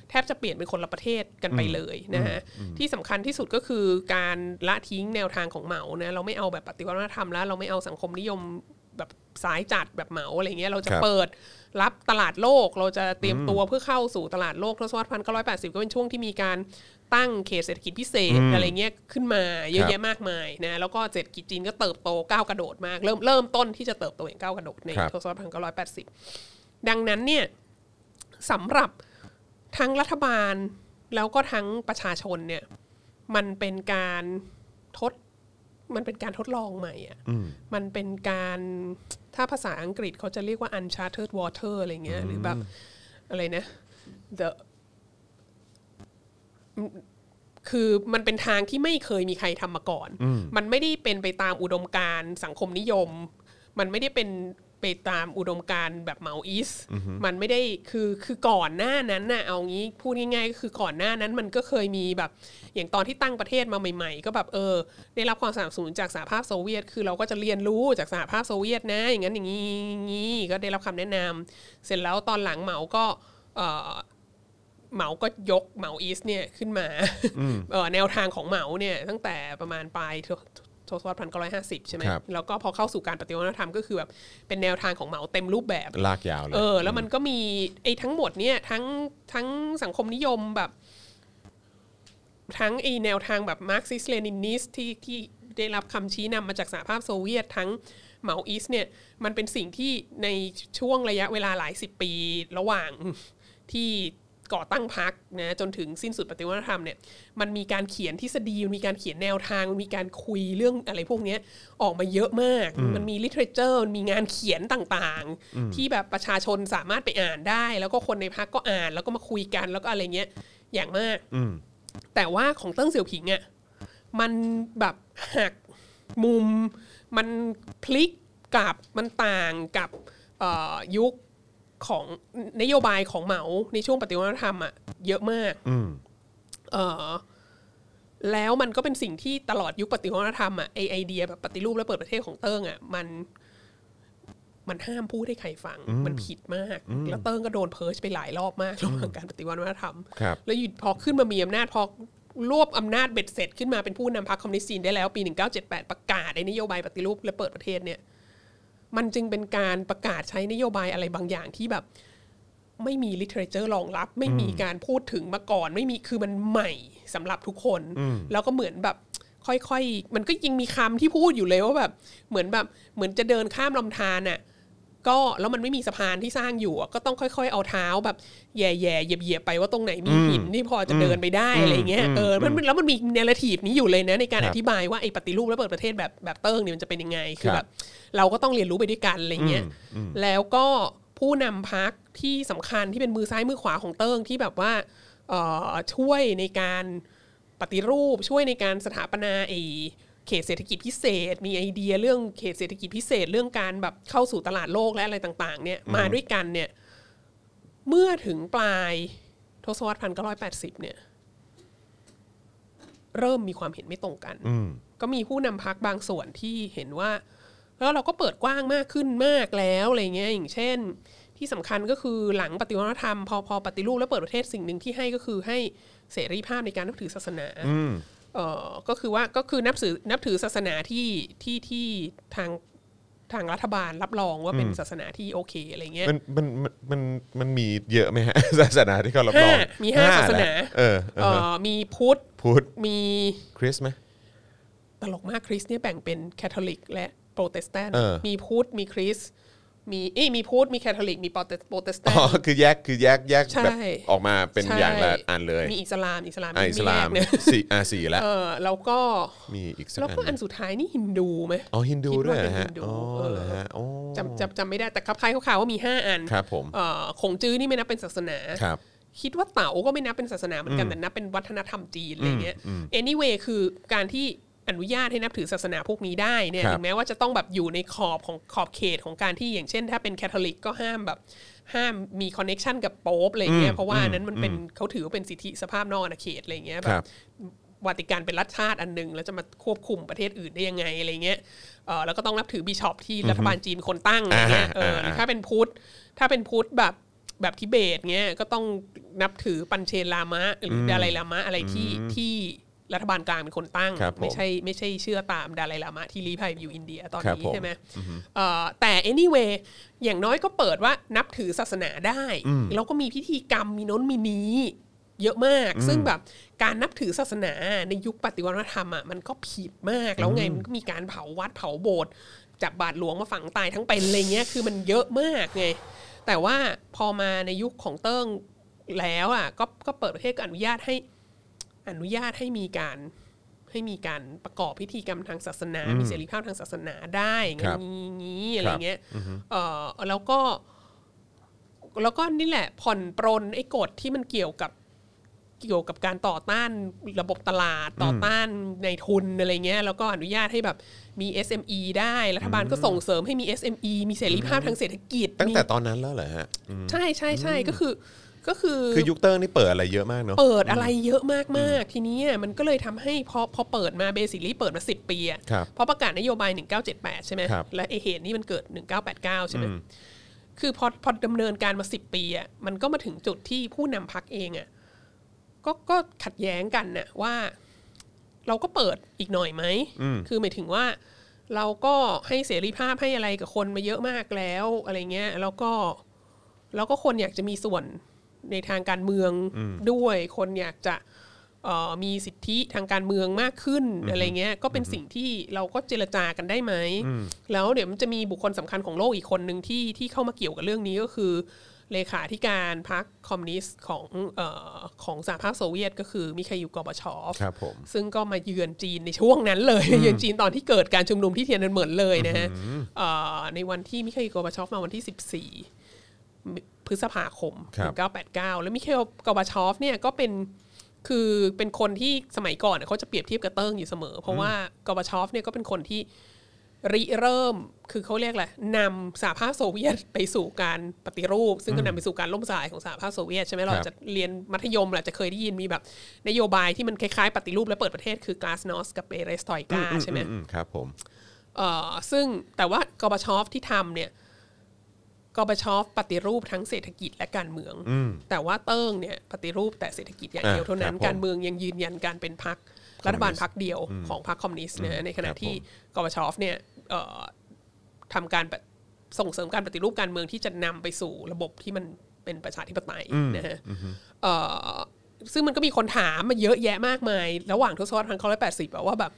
[SPEAKER 3] แทบจะเปลี่ยนเป็นคนละประเทศกันไปเลยนะฮะที่สำคัญที่สุดก็คือการละทิ้งแนวทางของเหมานะเราไม่เอาแบบปฏิวัติวัฒนธรรมแล้วเราไม่เอาสังคมนิยมแบบสายจัดแบบเหมาอะไรเงี้ยเราจะ
[SPEAKER 2] ครับ
[SPEAKER 3] เปิดรับตลาดโลกเราจะเตรียมตัวเพื่อเข้าสู่ตลาดโลกทศวรรษ 1980 ก็เป็นช่วงที่มีการตั้งเขตเศรษฐกิจพิเศษอะไรเงี้ยขึ้นมา เยอะแยะมากมายนะแล้วก็เศรษฐกิจจีนก็เติบโตก้าวกระโดดมาก เริ่มเริ่มต้นที่จะเติบโตอย่างก้าวกระโดดใน
[SPEAKER 2] ครับ
[SPEAKER 3] ทศวรรษ 1980 ดังนั้นเนี่ยสำหรับทั้งรัฐบาลแล้วก็ทั้งประชาชนเนี่ยมันเป็นการทดมันเป็นการทดลองใหม่อะมันเป็นการถ้าภาษาอังกฤษเขาจะเรียกว่า uncharted water อะไรเงี้ยหรือแบบอะไรนะ the คือมันเป็นทางที่ไม่เคยมีใครทำมาก่อน มันไม่ได้เป็นไปตามอุดมการณ์สังคมนิยม มันไม่ได้เป็นไปตามอุดมการณ์แบบเหมาอีส มันไม่ได้คือคือก่อนหน้านั้นน่ะเอางี้พูดง่ายๆก็คือก่อนหน้านั้นมันก็เคยมีแบบ อย่างตอนที่ตั้งประเทศมาใหม่ ๆ ก็แบบเออ ได้รับความสนับสนุนจากสหภาพโซเวียต คือเราก็จะเรียนรู้จากสหภาพโซเวียตนะ อย่างนั้นอย่างนี้อย่างนี้ก็ได้รับคำแนะนำเสร็จแล้วตอนหลังเหมาก็เอ่อ เหมาก็ยกเหมาอีสเนี่ยขึ้นมาเอ่อแนวทางของเหมาเนี่ยตั้งแต่ประมาณปลายทศทศวรรษพันเก้าร้อยห้าสิบใช่ไหม
[SPEAKER 2] ครับ
[SPEAKER 3] แล้วก็พอเข้าสู่การปฏิวัติวัฒนธรรมก็คือแบบเป็นแนวทางของเหมาเต็มรูปแบบ
[SPEAKER 2] ลากยาวเลย
[SPEAKER 3] เออแล้วมันก็มีไอ้ทั้งหมดเนี่ยทั้งทั้งสังคมนิยมแบบ ทั้งไอ้แนวทางแบบมาร์กซิสเลนินิสที่ที่ได้รับคำชี้นำมาจากสหภาพโซเวียต ทั้งเหมาอีสเนี่ยมันเป็นสิ่งที่ในช่วงระยะเวลาหลายสิบปีระหว่างที่ก่อตั้งพรรคนะจนถึงสิ้นสุดปฏิวัติวัฒนธรรมเนี่ยมันมีการเขียนทฤษฎีมันมีการเขียนแนวทางมันมีการคุยเรื่องอะไรพวกเนี้ยออกมาเยอะมาก มันมีลิเทเรเจอร์มันมีงานเขียนต่างๆ ที่แบบประชาชนสามารถไปอ่านได้ แล้วก็คนในพรรคก็อ่านแล้วก็มาคุยกันแล้วก็อะไรเงี้ยอย่างมาก แต่ว่าของเติ้งเสี่ยวผิงอะ่ะมันแบบหักมุม มันพลิกกลับมันต่างกับเอ่อยุคของนโยบายของเหมาในช่วงปฏิวัติวัฒนธรรมอะ่ะเยอะมากเออแล้วมันก็เป็นสิ่งที่ตลอดยุคปฏิวัติวัฒนธรรมอะ่ะไอไอเดียแบบปฏิรูปและเปิดประเทศของเติ้งอะ่ะมัน มันห้ามพูดให้ใครฟัง มันผิดมาก แล้วเติ้งก็โดนเพิร์ชไปหลายรอบมากระหว่างการปฏิวัติวัฒนธรรม
[SPEAKER 2] ครับ
[SPEAKER 3] แล้วอยู่พอขึ้นมามีอำนาจพอรวบอำนาจเบ็ดเสร็จขึ้นมาเป็นผู้นำพรรคคอมมิวนิสต์จีนได้แล้วปี 1978 ประกาศในนโยบายปฏิรูปและเปิดประเทศเนี่ย มันจึงเป็นการประกาศใช้นโยบายอะไรบางอย่างที่แบบ ไม่มีลิเทเรเจอร์รองรับ ไม่มีการพูดถึงมาก่อน ไม่มีคือมันใหม่สำหรับทุกคน แล้วก็เหมือนแบบ ค่อยๆ มันก็ยังมีคำที่พูดอยู่เลยว่าแบบ เหมือนแบบเหมือนจะเดินข้ามลำธารน่ะ ก็แล้วมันไม่มีสะพานที่สร้างอยู่อะก็ต้องค่อย ๆ เอาเท้าแบบแย่ๆเหยียบๆไปว่าตรงไหนมีหินที่พอจะเดินไปได้อะไรเงี้ยเออมันมันแล้วมันมีเนรทีฟนี้อยู่เลยนะในการ
[SPEAKER 2] ครั
[SPEAKER 3] อบ ธิบายว่าไอ้ปฏิรูปและเปิดประเทศแบบแบบเติ้งเนี่ยมันจะเป็นยังไงคื
[SPEAKER 2] ค
[SPEAKER 3] อ
[SPEAKER 2] รับ
[SPEAKER 3] แบบเราก็ต้องเรียนรู้ไปด้วยกันอะไรเงี้ยแล้วก็ผู้นำพักที่สำคัญที่เป็นมือซ้ายมือขวาของเติ้งที่แบบว่าเอ่อช่วยในการปฏิรูปช่วยในการสถาปนาไอ้เขตเศรษฐกิจพิเศษ มีไอเดียเรื่องเขตเศรษฐกิจพิเศษเรื่องการแบบเข้าสู่ตลาดโลกและอะไรต่างๆเนี่ยมาด้วยกันเนี่ย เมื่อถึงปลายทศวรรษพันเก้าร้อยแปดสิบเนี่ย เริ่มมีความเห็นไม่ตรงกัน ก็มีผู้นำพักบางส่วนที่เห็นว่า แล้วเราก็เปิดกว้างมากขึ้นมากแล้วอะไรเงี้ยอย่างเช่น ที่สำคัญก็คือหลังปฏิวัติวัฒนธรรมพอพอปฏิรูปและเปิดประเทศสิ่งหนึ่งที่ให้ก็คือให้เสรีภาพในการนับถือศาสนาเออก็คือว่าก็คือนับถือนับถือศาสนาที่ที่ที่ทางทางรัฐบาลรับรองว่าเป็นศาสนาที่โอเคอะไรเงี้ย
[SPEAKER 2] มันมันมันมันมันมีเยอะไหมฮะ ศาสนาที่เขารับรอง
[SPEAKER 3] ห้ามีห้าศาสนา
[SPEAKER 2] แหละเออเอ
[SPEAKER 3] เอ
[SPEAKER 2] อ
[SPEAKER 3] อมีพุทธ
[SPEAKER 2] พุทธ
[SPEAKER 3] มี
[SPEAKER 2] คริสต์ไหม
[SPEAKER 3] ตลกมากคริสต์เนี่ยแบ่งเป็นแคทอลิก และโปรเตสแตนต์
[SPEAKER 2] เออ
[SPEAKER 3] มีพุทธมีคริสต์มีเอ้ยมีพุทธมีแคทอลิก มีโปรเตสโปรเตสแตน
[SPEAKER 2] อ๋อ
[SPEAKER 3] ต์
[SPEAKER 2] คือแยกคือแยกแยก
[SPEAKER 3] ใช่
[SPEAKER 2] แบบออกมาเป็น
[SPEAKER 3] ใช่
[SPEAKER 2] อย่างละอันเลย
[SPEAKER 3] มีอิสลามอิสลาม
[SPEAKER 2] อ่ะอิสลาม
[SPEAKER 3] ไแยกเนี่ย
[SPEAKER 2] สี่อ่ะสี่ละ
[SPEAKER 3] เออแล้วก็
[SPEAKER 2] มีอีกสัก
[SPEAKER 3] แล้ว
[SPEAKER 2] อัน
[SPEAKER 3] ก็
[SPEAKER 2] ห
[SPEAKER 3] อั
[SPEAKER 2] นึ่
[SPEAKER 3] น
[SPEAKER 2] ง
[SPEAKER 3] สุดท้ายนี่ฮินดูไหม
[SPEAKER 2] อ๋อฮินดู
[SPEAKER 3] คิด
[SPEAKER 2] ด้วย
[SPEAKER 3] ว่าเป็น
[SPEAKER 2] นะฮะ
[SPEAKER 3] ฮินดู
[SPEAKER 2] อ๋อ
[SPEAKER 3] เออ
[SPEAKER 2] เหรอฮะอ๋อ
[SPEAKER 3] จำจำจำไม่ได้แต่ครับคล้ายๆข่าวๆว่ามี 5 อัน
[SPEAKER 2] ครับผม
[SPEAKER 3] เอ่อขงจื้อนี่ไม่นับเป็นศาสนา
[SPEAKER 2] ครับ
[SPEAKER 3] คิดว่าเต๋าก็ไม่นับเป็นศาสนาเหมือนกันแต่นับเป็นวัฒนธรรมจีนอะไรเงี้ย anyway คือการที่ อนุญาตให้นับถือศาสนาพวกนี้ได้เนี่
[SPEAKER 2] ค
[SPEAKER 3] ย
[SPEAKER 2] รับ
[SPEAKER 3] ถึงแม้ว่าจะต้องแบบอยู่ในขอบของขอบเขตของการที่อย่างเช่น ถ้าเป็นแคทอลิกก็ห้ามแบบห้ามมีคอนเน็ชันกับโป๊ปอะไรเงี้
[SPEAKER 2] อื
[SPEAKER 3] ย
[SPEAKER 2] ม
[SPEAKER 3] เพราะว่าอันนั้นมันเป็นเขาถือว่าเป็นสิทธิสภาพนอกอาณาเขตอะไรเงี้ยแบ
[SPEAKER 2] ครับ บ
[SPEAKER 3] วาติกันเป็นรัฐชาติอันหนึ่งแล้วจะมาควบคุมประเทศอื่นได้ยังไงอะไรเงี้ยเออแล้วก็ต้องนับถือบิชอปที่รัฐบาลจีนคนตั้งอะไรเงี้ย
[SPEAKER 2] อ่า
[SPEAKER 3] เออหรืออา ถ้าเป็นพุทธ ถ้าเป็นพุทธแบบแบบทิเบตเงี้ยก็ต้องนับถือปัญเชนลามะหรืออดาไลลามะอะไรที่ที่รัฐบาลกลางเป็นคนตั้ง
[SPEAKER 2] ครับผม
[SPEAKER 3] ไม่ใช่ไม่ใช่เชื่อตามดาไลลามะที่ลี้ภัยไปอยู่อินเดียตอน
[SPEAKER 2] ครับ
[SPEAKER 3] นี้
[SPEAKER 2] ผม
[SPEAKER 3] ใช่ไหมเอ่อแต่ anyway อย่างน้อยก็เปิดว่านับถือศาสนาได้ แล้วก็มีพิธีกรรมมีโน้นมีนี้ เยอะมาก ซึ่งแบบการนับถือศาสนาในยุคปฏิวัติวัฒนธรรมอ่ะมันก็ผิดมากแล้วไงมันก็มีการเผาวัดเผาโบสถ์จับบาทหลวงมาฝังตายทั้งเป็นอะไรเงี้ยคือมันเยอะมากไงแต่ว่าพอมาในยุคของเติ้งแล้วอ่ะก็ก็เปิดประเทศก็อนุญาตให้ อนุญาตให้มีการให้มีการประกอบพิธีกรรมทางศาสนา มีเสรีภาพทางศาสนาได้
[SPEAKER 2] ครั
[SPEAKER 3] งี้
[SPEAKER 2] บ
[SPEAKER 3] งี้ๆอะไรเงี้ยเออแล้วก็ แล้วก็นี่แหละ ผ่อนปรนไอ้กฎที่มันเกี่ยวกับเกี่ยวกับการต่อต้านระบบตลาดต่อต้านในทุนอะไรเงี้ยแล้วก็อนุญาตให้แบบมี SME ได้รัฐบาลก็ส่งเสริมให้มี SME มีเสรีภาพทางเศรษฐกิจ
[SPEAKER 2] ตั้ง
[SPEAKER 3] มี
[SPEAKER 2] แต่ตอนนั้นแล้วเหรอฮะอืม
[SPEAKER 3] ใช่ใช่ใช่ก็คือ ก็คือ
[SPEAKER 2] คือยุคเติ้งนี่เปิดอะไรเยอะมากเนาะ
[SPEAKER 3] เปิดอะไรเยอะมากมากๆทีนี้มันก็เลยทำให้พอพอเปิดมาเบสิลี่เปิดมา 10 ปีอะ
[SPEAKER 2] ครับ
[SPEAKER 3] เพราะประกาศนโยบาย 1978 ใช่ไหม
[SPEAKER 2] ครับ
[SPEAKER 3] และไอเหตุนี่มันเกิด 1989 ใช่ไหมคือพอพอดำเนินการมา 10 ปีอะมันก็มาถึงจุดที่ผู้นำพักเองอะก็ก็ขัดแย้งกันน่ะว่า เราก็เปิดอีกหน่อยไหม
[SPEAKER 2] อืม
[SPEAKER 3] คือหมายถึงว่า เราก็ให้เสรีภาพให้อะไรกับคนมาเยอะมากแล้วอะไรเงี้ยแล้วก็ แล้วก็คนอยากจะมีส่วนในทางการเมืองด้วย คนอยากจะเอ่อมีสิทธิทางการเมืองมากขึ้นอะไรเงี้ย ก็เป็นสิ่งที่เราก็เจรจากันได้ไหม แล้วเดี๋ยวมันจะมีบุคคลสำคัญของโลกอีกคนหนึ่งที่ที่เข้ามาเกี่ยวกับเรื่องนี้ก็คือ เลขาธิการพรรคคอมมิวนิสต์ของเออของสหภาพโซเวียต ก็คือมิคาอิลกอร์บาชอฟ
[SPEAKER 2] ครับผม
[SPEAKER 3] ซึ่งก็มาเยือนจีนในช่วงนั้นเลยเยือนจีนตอนที่เกิดการชุมนุมที่เทียนอันเหมินเลยนะฮะเอ่อในวันที่มิคาอิลกอร์บาชอฟมาวันที่ 14 พฤษภาคม
[SPEAKER 2] ครับ
[SPEAKER 3] 1989 แล้วมิคาอิลกอร์บาชอฟเนี่ยก็เป็นคือเป็นคนที่สมัยก่อนเนยเขาจะเปรียบเทียบกับเติ้งอยู่เสมอ เพราะว่ากอร์บาชอฟเนี่ยก็เป็นคนที่ริเริ่มคือเขาเรียกอะไรนำสหภาพโซเวียตไปสู่การปฏิรูป ซึ่งก็นำไปสู่การล่มสลายของสหภาพโซเวียตใช่ไหมเรา
[SPEAKER 2] ครับ
[SPEAKER 3] จะ เรียนมัธยมแหละจะเคยได้ยินมีแบบนโยบายที่มันคล้ายๆ ปฏิรูปและเปิดประเทศคือกลาสนอสกับเปเรสตอยกาใช่ไหม
[SPEAKER 2] อืมครับผม
[SPEAKER 3] เอ่อซึ่งแต่ว่ากบชอฟที่ทำเนี่ยกบชอฟปฏิรูปทั้งเศรษฐกิจและการเมือง แต่ว่าเติ้งเนี่ยปฏิรูปแต่เศรษฐกิจอย่างเดียว
[SPEAKER 2] อ่า
[SPEAKER 3] เท่านั้
[SPEAKER 2] ค
[SPEAKER 3] น
[SPEAKER 2] รับผม
[SPEAKER 3] การเมืองยังยืนยันการเป็นพรรครัฐบาลพรรคเดียวของพรรคคอมมิวนิสต์นะฮะในขณะ
[SPEAKER 2] ครับ
[SPEAKER 3] ที่
[SPEAKER 2] ผม
[SPEAKER 3] กบชอฟเนี่ยเอ่อ ทำการปะส่งเสริมการปฏิรูปการเมืองที่จะนำไปสู่ระบบที่มันเป็นประชาธิปไตยนะฮะเอ่อซึ่งมันก็มีคนถามมาเยอะแยะมากมาย ระหว่างทศวรรษพันเก้าร้อยแปดสิบว่าแบบ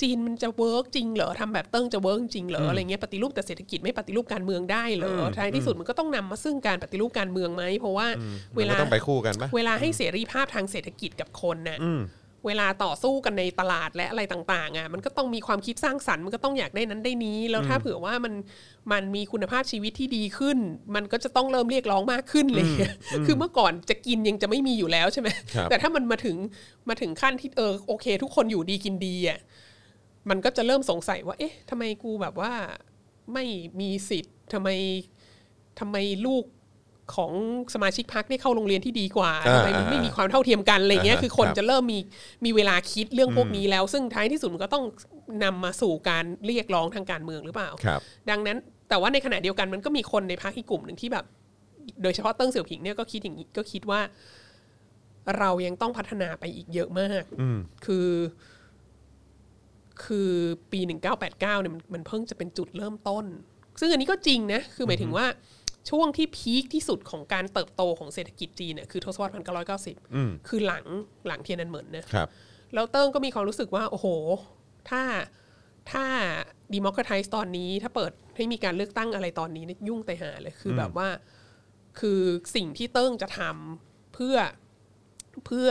[SPEAKER 3] จีนมันจะเวิร์กจริงเหรอทำแบบเติ้งจะเวิร์กจริงเหรออะไรเงี้ยปฏิรูปแต่เศรษฐกิจไม่ปฏิรูปการเมืองได้เหรอท้ายที่สุดมันก็ต้องนำมาซึ่งการปฏิรูปการเมืองไหมเพราะว่าเว
[SPEAKER 2] มัน
[SPEAKER 3] ลา
[SPEAKER 2] ก็ต้องไปคู่กันปะ
[SPEAKER 3] เวลาให้เสรีภาพทางเศรษฐกิจกับคนน่ะเวลาต่อสู้กันในตลาดและอะไรต่างๆอ่ะมันก็ต้องมีความคิดสร้างสรรค์มันก็ต้องอยากได้นั้นได้นี้ แล้วถ้าเผื่อว่ามันมันมีคุณภาพชีวิตที่ดีขึ้น มันก็จะต้องเริ่มเรียกร้องมากขึ้นเลย คือเมื่อก่อนจะกินยังจะไม่มีอยู่แล้วใช่ไหม
[SPEAKER 2] ครับ
[SPEAKER 3] แต่ถ้ามันมาถึงมาถึงขั้นที่เออโอเค ทุกคนอยู่ดีกินดีอ่ะ มันก็จะเริ่มสงสัยว่า เอ๊ะทำไมกูแบบว่าไม่มีสิทธิ์ทำไมทำไมลูกของสมาชิกพักได้เข้าโรงเรียนที่ดีกว่า
[SPEAKER 2] อ่า
[SPEAKER 3] ทำไมมันไม่มีความเท่าเทียมกันอะไรเงี้ย
[SPEAKER 2] อ่าฮะ
[SPEAKER 3] คือคน
[SPEAKER 2] ครับ
[SPEAKER 3] จะเริ่มมีมีเวลาคิดเรื่องพวกนี้แล้ว ซึ่งท้ายที่สุดมันก็ต้องนำมาสู่การเรียกร้องทางการเมืองหรือเปล่า
[SPEAKER 2] ครับ
[SPEAKER 3] ดังนั้นแต่ว่าในขณะเดียวกันมันก็มีคนในพรรคอีกกลุ่มหนึ่งที่แบบ โดยเฉพาะเติ้งเสี่ยวผิงเนี่ยก็คิดอย่างนี้ก็คิดว่า เรายังต้องพัฒนาไปอีกเยอะมาก คือ คือปี 1989เนี่ยมันมันเพิ่งจะเป็นจุดเริ่มต้น ซึ่งอันนี้ก็จริงนะ คือหมายถึงว่าช่วงที่พีคที่สุดของการเติบโตของเศรษฐกิจจีนเนี่ยคือทศวรรษ 1990 คือหลังหลังเทียนอันเหมินนะ
[SPEAKER 2] ครับ
[SPEAKER 3] แล้วเติ้งก็มีความรู้สึกว่า โอ้โห ถ้าถ้าดิม c ค a ไทส์ตอนนี้ ถ้าเปิดให้มีการเลือกตั้งอะไรตอนนี้เนี่ยยุ่งแต่หาเลย คือแบบว่า คือสิ่งที่เติ้งจะทำเพื่อเพื่อ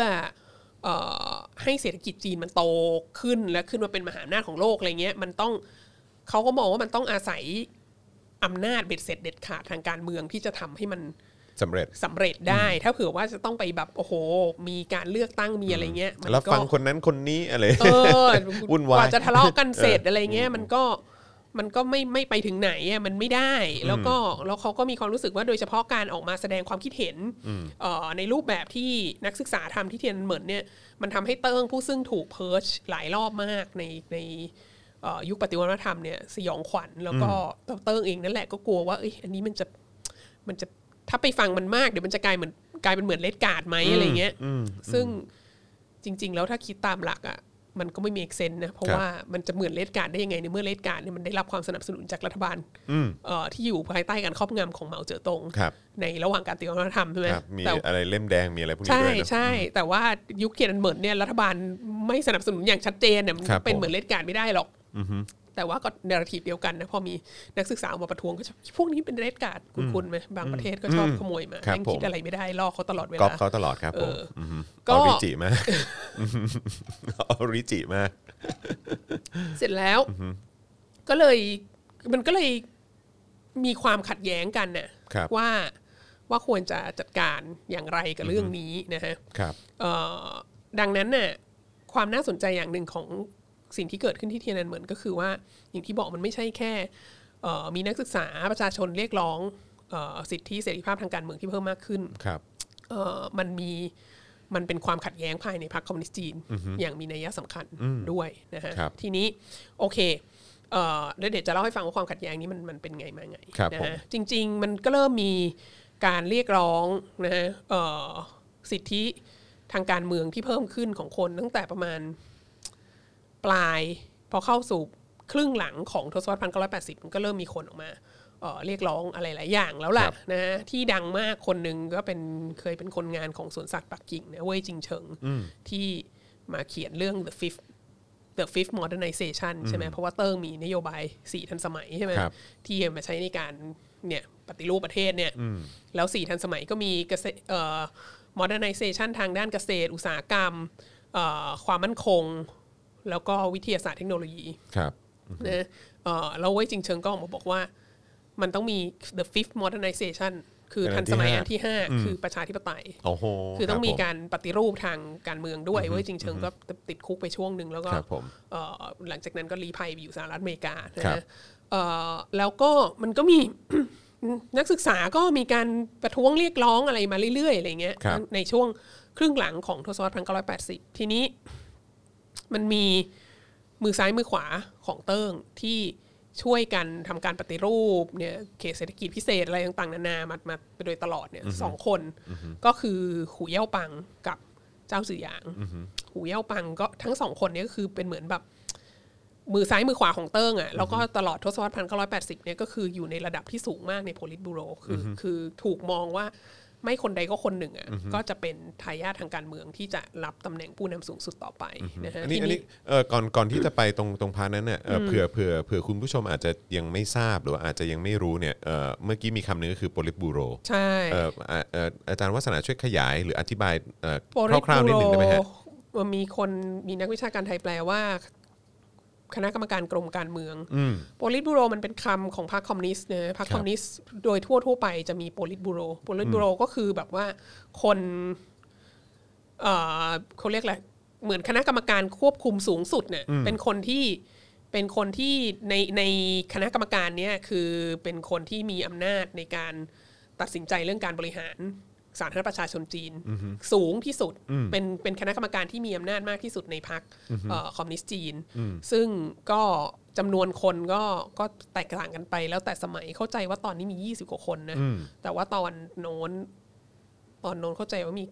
[SPEAKER 3] เอ่อให้เศรษฐกิจจีนมันโตขึ้นและขึ้นมาเป็นมหาอำนาจของโลกอะไรเงี้ย มันต้องเขาก็มองว่ามันต้องอาศัยอำนาจเบ็ดเสร็จเด็ดขาดทางการเมืองที่จะทำให้มัน
[SPEAKER 2] สำเร็จ
[SPEAKER 3] สำเร็จได้ ถ้าเผื่อว่าจะต้องไปแบบโอ้โห มีการเลือกตั้งมีอะไรเงี้ยมัน
[SPEAKER 2] แล้ว
[SPEAKER 3] ก็
[SPEAKER 2] ฟังคนนั้นคนนี้อะไร
[SPEAKER 3] เออ
[SPEAKER 2] วุ่นวาย
[SPEAKER 3] กว่าจะทะเลาะกันเสร็จอะไรเงี้ยมันก็มันก็ไม่ไม่ไปถึงไหนอะมันไม่ได้ แล้วก็แล้วเขาก็มีความรู้สึกว่าโดยเฉพาะการออกมาแสดงความคิดเห็นเอ่อในรูปแบบที่นักศึกษาทำที่เทียนเหมือนเนี่ยมันทำให้เติ้งผู้ซึ่งถูกเพิร์ชหลายรอบมากในในเอ่อยุคปฏิวัติวัฒนธรรมเนี่ยสยองขวัญแล้วก็เติ้งเองนั่นแหละก็กลัวว่าเอ้ยอันนี้มันจะ มันจะถ้าไปฟังมันมากเดี๋ยวมันจะกลายเหมือนกลายเป็นเหมือนเลดการ์ดไหมอะไรเงี้ยซึ่งจริง ๆ แล้วถ้าคิดตามหลักอ่ะมันก็ไม่มีเอกเซนนะเพราะ
[SPEAKER 2] ครับ
[SPEAKER 3] ว่ามันจะเหมือนเลดการ์ดได้ยังไงในเมื่อเลดการ์ดเนี่ยมันได้รับความสนับสนุนจากรัฐบาลเอ่อที่อยู่ภายใต้การครอบงำของเหมาเจ๋อตง
[SPEAKER 2] ครับ
[SPEAKER 3] ในระหว่างการตีความธรรมใช่ไหม
[SPEAKER 2] ครับ มี
[SPEAKER 3] แต่
[SPEAKER 2] อะไรเล่มแดงมีอะไรพวกนี้
[SPEAKER 3] ใช่
[SPEAKER 2] ด้วยเนอะ
[SPEAKER 3] ใช่ แต่ว่ายุคเขียนอันเหมือนเนี่ยรัฐบาลไม่สนับสนุนอย่างชัดเจนเนี่ยมัน
[SPEAKER 2] ครับผม
[SPEAKER 3] เป็นเหมือนเลดการ์ดไม่ได้หรอกแต่ว่าก็เนราทีฟเดียวกันนะพอมีนักศึกษาออกมาประท้วงก็จะพวกนี้เป็นเลดการ์ดคุณคุณไหมบางประเทศก็ชอบขโมยมา
[SPEAKER 2] ครับ
[SPEAKER 3] แม่ง
[SPEAKER 2] ผม
[SPEAKER 3] คิดอะไรไม่ได้ลอกเขาตลอดเว
[SPEAKER 2] ก๊อ
[SPEAKER 3] ลา
[SPEAKER 2] ปเขาตลอดครับผม
[SPEAKER 3] เอออื
[SPEAKER 2] อฮึ
[SPEAKER 3] ก็
[SPEAKER 2] ออริจิมากออริจิมาก
[SPEAKER 3] เสร็จแล้วก็เลยมันก็เลยมีความขัดแย้งกันน่ะ
[SPEAKER 2] ครับ
[SPEAKER 3] ว่าว่าควรจะจัดการอย่างไรกับเรื่องนี้นะฮะ
[SPEAKER 2] ครับ
[SPEAKER 3] เอ่อดังนั้นน่ะความน่าสนใจอย่างหนึ่งของสิ่งที่เกิดขึ้นที่เทียนอันเหมือนก็คือว่าอย่างที่บอกมันไม่ใช่แค่เอ่อมีนักศึกษาประชาชนเรียกร้องเอ่อสิทธิเสรีภาพทางการเมืองที่เพิ่มมากขึ้น
[SPEAKER 2] ครับ
[SPEAKER 3] เอ่อมันมีมันเป็นความขัดแย้งภายในพรรคคอมมิวนิสต์จีน อย่างมีนัยสำคัญด้วยนะฮะ
[SPEAKER 2] ครับ
[SPEAKER 3] ทีนี้โอเคเอ่อแล้วเดี๋ยวจะเล่าให้ฟังว่าความขัดแย้งนี้มันมันเป็นไงมาไง
[SPEAKER 2] ครับ
[SPEAKER 3] นะ
[SPEAKER 2] ผม
[SPEAKER 3] ฮะจริง ๆ มันก็เริ่มมีการเรียกร้องนะฮะเอ่อสิทธิทางการเมืองที่เพิ่มขึ้นของคนตั้งแต่ประมาณปลายพอเข้าสู่ครึ่งหลังของทศวรรษพันเก้าร้อยแปดสิบมันก็เริ่มมีคนออกมาเอ่อเรียกร้องอะไรหลายอย่างแล้วล่ะ
[SPEAKER 2] ครับ
[SPEAKER 3] นะฮะที่ดังมากคนหนึ่งก็เป็นเคยเป็นคนงานของสวนสัตว์ปักกิ่งนะเว่ยจิงเฉิงที่มาเขียนเรื่อง the fifth the fifth modernization ใช่ไหมเพราะว่าเติ้งมีนโยบายสี่ทันสมัยใช่ไหม
[SPEAKER 2] ครับ
[SPEAKER 3] ที่เอามาใช้ในการเนี่ยปฏิรูปประเทศเนี่ยแล้วสี่ทันสมัยก็มีเกษตรเอ่อ modernization ทางด้านเกษตร อุตสาหกรรมเอ่อความมั่นคง แล้วก็วิทยาศาสตร์เทคโนโลยี
[SPEAKER 2] ครับ
[SPEAKER 3] นะเอ่อแล้วเว้ยจิงเชิงก็ออกมาบอกว่า มันต้องมี the fifth modernization คือ
[SPEAKER 2] เป็นอั
[SPEAKER 3] ทั
[SPEAKER 2] นที่
[SPEAKER 3] นสมัย
[SPEAKER 2] ห้า
[SPEAKER 3] อันที่ห้าคือประชาธิปไตย
[SPEAKER 2] โอ้โห
[SPEAKER 3] คือต้องมี
[SPEAKER 2] รับผ
[SPEAKER 3] การปฏิรูปทางการเมืองด้วยเว้ยจิงเชิงก็ติดคุกไปช่วงหนึ่งแล้วก็
[SPEAKER 2] ครับผม
[SPEAKER 3] เอ่อหลังจากนั้นก็รีภัยไปอยู่สหรัฐอเมริกานะครับ ฮะเอ่อแล้วก็มันก็มี นักศึกษาก็มีการประท้วงเรียกร้องอะไรมาเรื่อยๆอะไรเงี้ย
[SPEAKER 2] ครับ
[SPEAKER 3] ในช่วงครึ่งหลังของทศวรรษพันเก้าร้อยแปดสิบทีนี้ มันมีมือซ้ายมือขวาของเติ้งที่ช่วยกันทำการปฏิรูปเนี่ยเขตเศรษฐกิจพิเศษอะไรต่างๆนานามามาโดยตลอดเนี่ยสองคนก็คือหูเย่าปังกับเจ้าสื่อหยาง หูเย่าปังก็ทั้งสองคนเนี้ก็คือเป็นเหมือนแบบ มือซ้ายมือขวาของเติ้งอ่ะแล้วก็ตลอดทศวรรษพันเก้าร้อยแปดสิบเนี่ยก็คืออยู่ในระดับที่สูงมากในโพลิตบูโรคืออคือถูกมองว่าไม่คนใดก็คนหนึ่งอ่ะก็จะเป็นทายาททางการเมืองที่จะรับตำแหน่งผู้นำสูงสุดต่อไปนะฮะ
[SPEAKER 2] อันนี้
[SPEAKER 3] ที
[SPEAKER 2] อันนี้เออก่อนก่อนที่จะไปตรงตรงพาร์ทนั้นเนี่ยเอ่ออเผื่อเผื่อเผื่อคุณผู้ชมอาจจะยังไม่ทราบหรือว่าอาจจะยังไม่รู้เนี่ยเอ่อเมื่อกี้มีคำหนึงก็คือโปลิตบูโร
[SPEAKER 3] ใช่
[SPEAKER 2] เอ่ออ่าเอ่ออาจารย์วัฒนาช่วยขยายหรืออธิบายเอ่อ
[SPEAKER 3] Politburo
[SPEAKER 2] คร่าวๆนิดหนึ่งได้ไหมฮะ
[SPEAKER 3] มันมีคนมีนักวิชาการไทยแปลว่า คณะกรรมการกรมการเมืองโปลิตบูโรมันเป็นคำของพรรคคอมมิวนิสต์นะพรรคคอมมิวนิสต์โดยทั่วทั่วๆไปจะมีโปลิตบูโรโปลิตบูโรก็คือแบบว่าคนเอ่อเขาเรียกอะไรเหมือนคณะกรรมการควบคุมสูงสุดเนี่ยเป็นคนที่เป็นคนที่ในในคณะกรรมการเนี่ยคือเป็นคนที่มีอำนาจในการตัดสินใจเรื่องการบริหารสาธารณประชาชนจีน สูงที่สุดเป็นเป็นคณะกรรมการที่มีอำนาจมากที่สุดในพรรคเอ่อคอมมิวนิสต์จีน ซึ่งก็จำนวนคนก็ก็แตกต่างกันไป แล้วแต่สมัยเข้าใจว่าตอนนี้มี 20 กว่าคนนะ แต่ว่าตอนโน้น ตอนโน้นเข้าใจว่ามี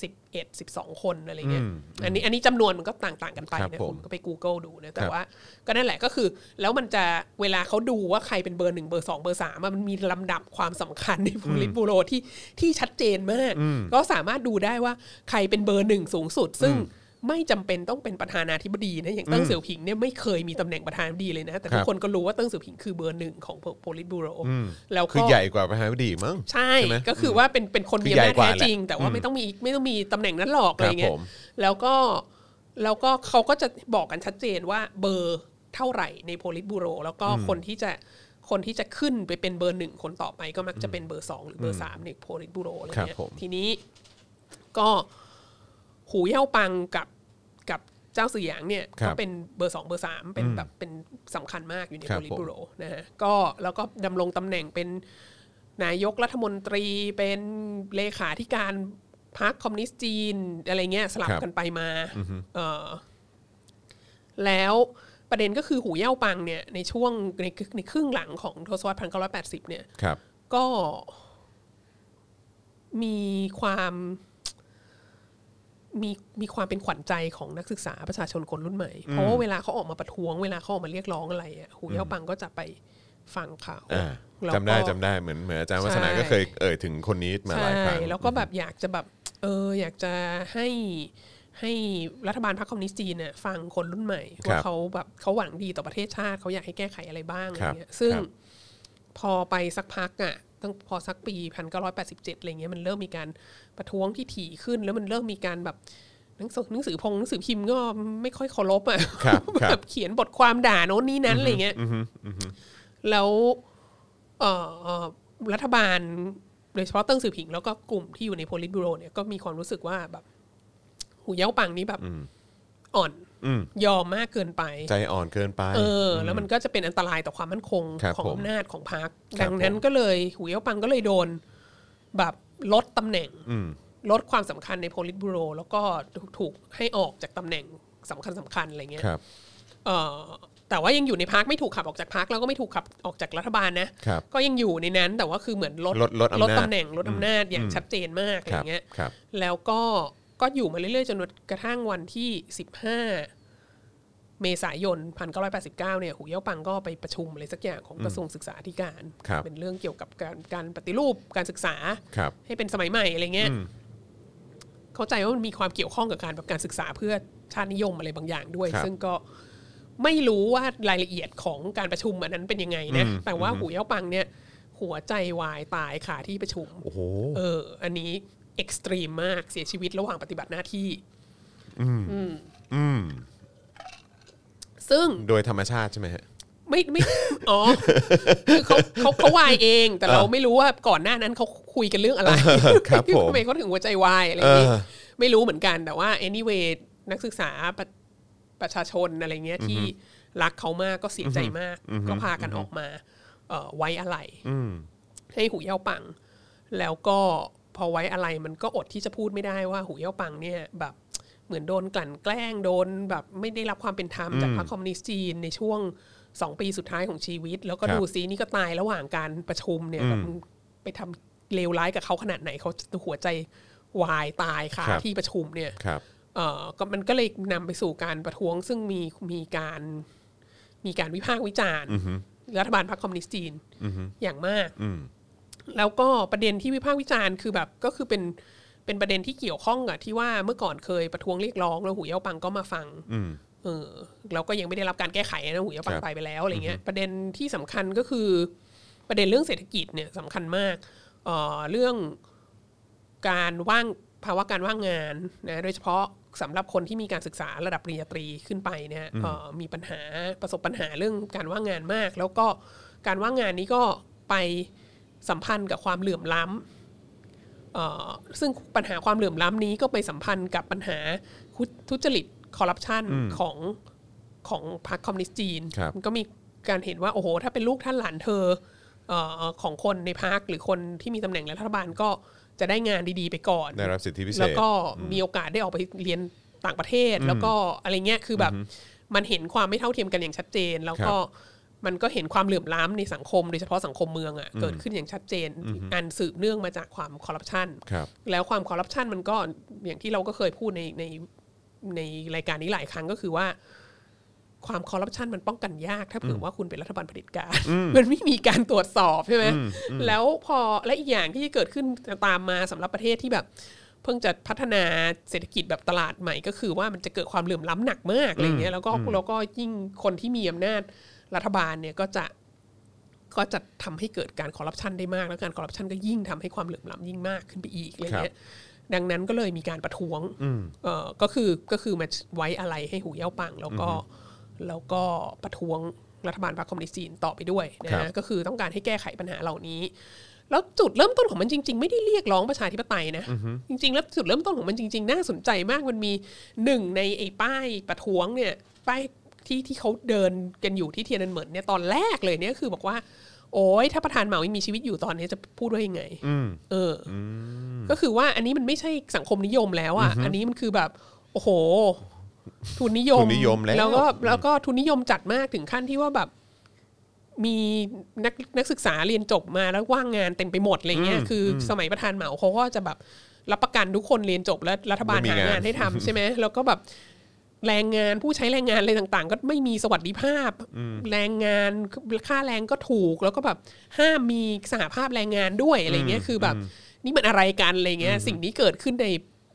[SPEAKER 3] 11 12 คนอะไรเงี้ยอันนี้อันนี้จำนวนมันก็ต่างต่างๆกันไป
[SPEAKER 2] ครับ
[SPEAKER 3] นะ
[SPEAKER 2] ผม
[SPEAKER 3] คุณก็ไป Google ดูนะ แต่ว่าก็นั่นแหละก็คือ แล้วมันจะเวลาเขาดูว่าใครเป็นเบอร์หนึ่งเบอร์สองเบอร์สามอะมันมีลำดับความสำคัญในโพลิตบูโรที่ที่ชัดเจนมาก ก็สามารถดูได้ว่าใครเป็นเบอร์หนึ่งสูงสุด ซึ่งไม่จำเป็นต้องเป็นประธานาธิบดีนะอย่างเติ้งเสี่ยวผิงเนี่ยไม่เคยมีตำแหน่งประธานาธิบดีเลยนะ แต่ทุ
[SPEAKER 2] ค
[SPEAKER 3] ก
[SPEAKER 2] รับ
[SPEAKER 3] คนก็รู้ว่าเติ้งเสี่ยวผิงคือเบอร์หนึ่งของโพลิตบูโรแล้วก็
[SPEAKER 2] คือใหญ่กว่าประธานาธิบดีมั้ง
[SPEAKER 3] ใช่
[SPEAKER 2] ใช่ไหม
[SPEAKER 3] ก็คือว่าเป็นเป็นคนมีอำนาจ
[SPEAKER 2] คือใหญ่กว่า
[SPEAKER 3] แท้จริง แต่ว่าไม่ต้องมีไม่ต้องมีตำแหน่งนั้นหรอกอะไรเงี้
[SPEAKER 2] ผ
[SPEAKER 3] ย
[SPEAKER 2] ม
[SPEAKER 3] แล้วก็แล้วก็เขาก็จะบอกกันชัดเจนว่าเบอร์เท่าไหร่ในโพลิตบูโร แล้วก็คนที่จะ คนที่จะขึ้นไปเป็นเบอร์หนึ่งคนต่อไปก็มักจะเป็นเบอร์สองหรือเบอร์สามในโพลิตบูโรอะไร
[SPEAKER 2] ครับ
[SPEAKER 3] เงี้ย
[SPEAKER 2] ผม
[SPEAKER 3] ทีนี้ก็หูเย่าปังกับกับเจ้าเสือหยางเนี่ย
[SPEAKER 2] ครั
[SPEAKER 3] ก็
[SPEAKER 2] บ
[SPEAKER 3] เป็นเบอร์สองเบอร์สามเป็นแบบเป็นสำคัญมากอยู่ใน
[SPEAKER 2] ครับ
[SPEAKER 3] โพลิต
[SPEAKER 2] ผม
[SPEAKER 3] บูโรนะฮะก็แล้วก็ดำรงตำแหน่งเป็นนายกรัฐมนตรีเป็นเลขาธิการพรรคคอมมิวนิสต์จีนอะไรเงี้ยสลับ
[SPEAKER 2] ครับ
[SPEAKER 3] กันไปมาเอ่อ แล้วประเด็นก็คือหูเย่าปังเนี่ยในช่วงในในครึ่งหลังของทศวรรษพันเก้าร้อยแปดสิบเนี่ย
[SPEAKER 2] ครับ
[SPEAKER 3] ก็มีความมีมีความเป็นขวัญใจของนักศึกษาประชาชนคนรุ่นใหม่ เพราะว่าเวลาเขาออกมาประท้วงเวลาเขาออกมาเรียกร้องอะไรอะหูเย่าปังก็จะไปฟังเขา
[SPEAKER 2] อ่า
[SPEAKER 3] แล้วก็
[SPEAKER 2] จำได้จำได้เหมือนเหมือนอาจารย์วัฒนา
[SPEAKER 3] ใช่
[SPEAKER 2] ก็เคยเอ่ยถึงคนนี้มาหลายครั้ง
[SPEAKER 3] ใช่แล้วก็แบบอยากจะแบบเอออยากจะให้ให้รัฐบาลพรรคคอมมิวนิสต์จีนเนี่ยฟังคนรุ่นใหม่
[SPEAKER 2] ครับ
[SPEAKER 3] ว่าเขาแบบเขาหวังดีต่อประเทศชาติเขาอยากให้แก้ไขอะไรบ้างอะไร
[SPEAKER 2] ครับ
[SPEAKER 3] เงี้ยซึ่ง
[SPEAKER 2] ครับ
[SPEAKER 3] พอไปสักพักอ่ะตั้งพอสักปี 1987อะไรเงี้ยมันเริ่มมีการประท้วงที่ถี่ขึ้น แล้วมันเริ่มมีการแบบหนังสือหนังสือพงหนังสือพิมพ์ก็ไม่ค่อยเคารพอ่ะ
[SPEAKER 2] ครับครั
[SPEAKER 3] แบบ บเขียนบทความด่าโน้นนี้นั้นอะไรเงี้ย
[SPEAKER 2] อือฮึอือฮึ
[SPEAKER 3] แล้วเอ่อเอ่อรัฐบาลโดยเฉพาะเติ้งสื่อผิง แล้วก็กลุ่มที่อยู่ในโพลิตบูโรเนี่ยก็มีความรู้สึกว่าแบบหูเย้าปังนี่แบบอ่อน
[SPEAKER 2] อืม
[SPEAKER 3] ยอมมากเกินไป
[SPEAKER 2] ใจอ่อนเกินไป
[SPEAKER 3] เออ แล้วมันก็จะเป็นอันตรายต่อความมั่นคง
[SPEAKER 2] ครับ
[SPEAKER 3] ของ
[SPEAKER 2] ผม
[SPEAKER 3] อำนาจของพรรค
[SPEAKER 2] ครับ
[SPEAKER 3] ดังนั้น
[SPEAKER 2] ผม
[SPEAKER 3] ก็เลยหูเย้าปังก็เลยโดนแบบลดตำแหน่ง
[SPEAKER 2] อืม
[SPEAKER 3] ลดความสำคัญในโพลิตบูโร แล้วก็ถูกถูกให้ออกจากตำแหน่งสำคัญสำคัญๆอะไรเงี้ย
[SPEAKER 2] ครับ
[SPEAKER 3] เอ่อแต่ว่ายังอยู่ในพักไม่ถูกขับออกจากพักแล้วก็ไม่ถูกขับออกจากรัฐบาลนะครับก็ยังอยู่ในนั้นแต่ว่าคือเหมือนลด
[SPEAKER 2] ลดลดอำนาจ
[SPEAKER 3] ตำแหน่งลดอำนาจอย่างชัดเจนมาก
[SPEAKER 2] ค
[SPEAKER 3] อะไร
[SPEAKER 2] รับ
[SPEAKER 3] เงี้ย
[SPEAKER 2] ครับ
[SPEAKER 3] แล้วก็ก็อยู่มาเรื่อยๆ จนกระทั่งวันที่ 15 เมษายน 1989เนี่ยหูเย่าปังก็ไปประชุมอะไรสักอย่างของกระทรวงศึกษาธิการ
[SPEAKER 2] ครับ
[SPEAKER 3] เป็นเรื่องเกี่ยวกับการการปฏิรูปการศึกษา
[SPEAKER 2] ครับ
[SPEAKER 3] ให้เป็นสมัยใหม่อะไรเงี้ย เข้าใจว่ามันมีความเกี่ยวข้องกับการแบบการศึกษาเพื่อชาตินิยมอะไรบางอย่างด้วย
[SPEAKER 2] ครับ
[SPEAKER 3] ซึ่งก็ไม่รู้ว่ารายละเอียดของการประชุมอันนั้นเป็นยังไงนะ
[SPEAKER 2] อืม
[SPEAKER 3] แต่ว่าหูเย้าปังเนี่ย หัวใจวายตายค่ะที่ประชุม
[SPEAKER 2] โอ้โห
[SPEAKER 3] เออ อันนี้เอ็กซ์ตรีมมากเสียชีวิตระหว่างปฏิบัติหน้าที่
[SPEAKER 2] อืม
[SPEAKER 3] ซึ่ง
[SPEAKER 2] โดยธรรมชาติใช่ไหมฮะ
[SPEAKER 3] ไม่ไม่ อ๋อ คือเขาเขาเขาวายเอง แต่เรา
[SPEAKER 2] เออ
[SPEAKER 3] ไม่รู้ว่าก่อนหน้านั้นเขาคุยกันเรื่องอะไร
[SPEAKER 2] ครับผม
[SPEAKER 3] ทำไมเขาถึงหัวใจวายอะไรอย่างนี้
[SPEAKER 2] เออ
[SPEAKER 3] ไม่รู้เหมือนกันแต่ว่า anyway นักศึกษาประประชาชนอะไรเงี้ยที่รักเขามากก็เสียใจมาก ก็พากันออกมา เอ่อไว้อะไรให้หูเย่าปัง แล้วก็พอไว้อะไรมันก็อดที่จะพูดไม่ได้ว่าหูเย่าปังเนี่ยแบบเหมือนโดนกลั่นแกล้งโดนแบบไม่ได้รับความเป็นธรรมจากพรรคคอมมิวนิสต์จีนในช่วงสองปีสุดท้ายของชีวิต แล้วก็
[SPEAKER 2] ครับ
[SPEAKER 3] ดูซินี่ก็ตายระหว่างการประชุมเนี่ยแบบมึงไปทำเลวร้ายกับเขาขนาดไหนเขาหัวใจวายตายค่ะ
[SPEAKER 2] ครับ
[SPEAKER 3] ที่ประชุมเนี่ย
[SPEAKER 2] ครับ
[SPEAKER 3] เอ่อก็มันก็เลยนำไปสู่การประท้วงซึ่งมีมีการมีการวิพากษ์วิจารณ์รัฐบาลพรรคคอมมิวนิสต์จีนอย่างมาก แล้วก็ประเด็นที่วิพากษ์วิจารณ์คือแบบก็คือเป็นเป็นประเด็นที่เกี่ยวข้องกับที่ว่าเมื่อก่อนเคยประท้วงเรียกร้องแล้วหูเย่าปังก็มาฟังเออแล้วก็ยังไม่ได้รับการแก้ไขนะหูเย่าปั
[SPEAKER 2] ค
[SPEAKER 3] ง
[SPEAKER 2] รับ
[SPEAKER 3] ไปไปแล้วอะไรเงี้ยประเด็นที่สำคัญก็คือประเด็นเรื่องเศรษฐกิจเนี่ยสำคัญมากเอ่อเรื่อง การว่างภาวะการว่างงานนะโดยเฉพาะสำหรับคนที่มีการศึกษาระดับปริญญาตรีขึ้นไปเนี่ยเอ่อมีปัญหาประสบปัญหาเรื่องการว่างงานมาก แล้วก็การว่างงานนี้ก็ไปสัมพันธ์กับความเหลื่อมล้ำเอ่อซึ่งปัญหาความเหลื่อมล้ำนี้ก็ไปสัมพันธ์กับปัญหาคุทุจริตคอร์รัปชันของของพรรคคอมมิวนิสต์จีน
[SPEAKER 2] ครับ
[SPEAKER 3] ก็มีการเห็นว่าโอ้โห ถ้าเป็นลูกท่านหลานเธอเอ่อของคนในพักหรือคนที่มีตำแหน่งรัฐบาลก็จะได้งานดีๆไปก่อน
[SPEAKER 2] ได้รับสิทธิพิเศษ
[SPEAKER 3] แล้วก็มีโอกาสได้ออกไปเรียนต่างประเทศ แล้วก็อะไรเงี้ยคือแบบมันเห็นความไม่เท่าเทียมกันอย่างชัดเจน แล้วก็มันก็เห็นความเหลื่อมล้ำในสังคม โดยเฉพาะสังคมเมืองอะ่ะเกิดขึ้นอย่างชัดเจนอันสืบเนื่องมาจากความคอร์รัปชัน
[SPEAKER 2] ครับ
[SPEAKER 3] แล้วความคอร์รัปชันมันก็อย่างที่เราก็เคยพูดในในในรายการนี้หลายครั้งก็คือว่า ความคอร์รัปชันมันป้องกันยาก ถ้าเผื่อว่าคุณเป็นรัฐบาลเผด็จการ มันไม่มีการตรวจสอบใช่ไหมแล้วพอและอีกอย่างที่เกิดขึ้นตามมาสำหรับประเทศที่แบบ เพิ่งจะพัฒนาเศรษฐกิจแบบตลาดใหม่ก็คือว่ามันจะเกิดความเหลื่อมล้ำหนักมากอะไรเงี้ยแล้วก็แล้วก็ยิ่งคนที่มีอำนาจรัฐบาลเนี่ยก็จะก็จะทำให้เกิดการคอร์รัปชันได้มาก แล้วการคอร์รัปชันก็ยิ่งทำให้ความเหลื่อมล้ำยิ่งมากขึ้นไปอีกอะไรเงี้ยดังนั้นก็เลยมีการประท้วงเอ่อก็คือก็คือมาไว้อะไรให้หูเย่าปัง แล้วก็แล้วก็ประท้วง รัฐบาลพรรคคอมมิวนิสต์จีนต่อไปด้วยนะครับ ฮะก็คือต้องการให้แก้ไขปัญหาเหล่านี้ แล้วจุดเริ่มต้นของมันจริง ๆ ไม่ได้เรียกร้องประชาธิปไตยนะ จริง ๆ แล้วจุดเริ่มต้นของมันจริง ๆ น่าสนใจมากมันมีหนึ่งในไอ้ป้ายประท้วงเนี่ยป้ายที่ที่เขาเดินกันอยู่ที่เทียนอันเหมินเนี่ยตอนแรกเลยเนี่ยคือบอกว่า โอ้ยถ้าประธานเหมายังมีชีวิตอยู่ตอนนี้จะพูดว่ายังไงเอออ ก็คือว่าอันนี้มันไม่ใช่สังคมนิยมแล้วอ่ะ อันนี้มันคือแบบ โอ้โห ทุนนิยม
[SPEAKER 2] ทุนนิยมแล้ว
[SPEAKER 3] แล้วก็แล้วก็ทุนนิยมจัดมากถึงขั้นที่ว่าแบบ มีนักนักศึกษาเรียนจบมาแล้วว่างงานเต็มไปหมดอะไรเงี้ยคืออสมัยประธานเหมาเขาก็จะแบบรับประกันทุกคนเรียนจบแล้วรัฐบาล
[SPEAKER 2] ไม่
[SPEAKER 3] หา
[SPEAKER 2] มีาง
[SPEAKER 3] งาน นให้ทำใช่ไหมแล้วก็แบบแรงงานผู้ใช้แรงงานอะไรต่างๆ ก็ไม่มีสวัสดิภาพ แรงงานค่าแรงก็ถูก แล้วก็แบบห้ามมีสหภาพแรงงานด้วยอะไรเงี้ยคือแบบ นี่มันอะไรกันอะไรเงี้ยสิ่งนี้เกิดขึ้นใน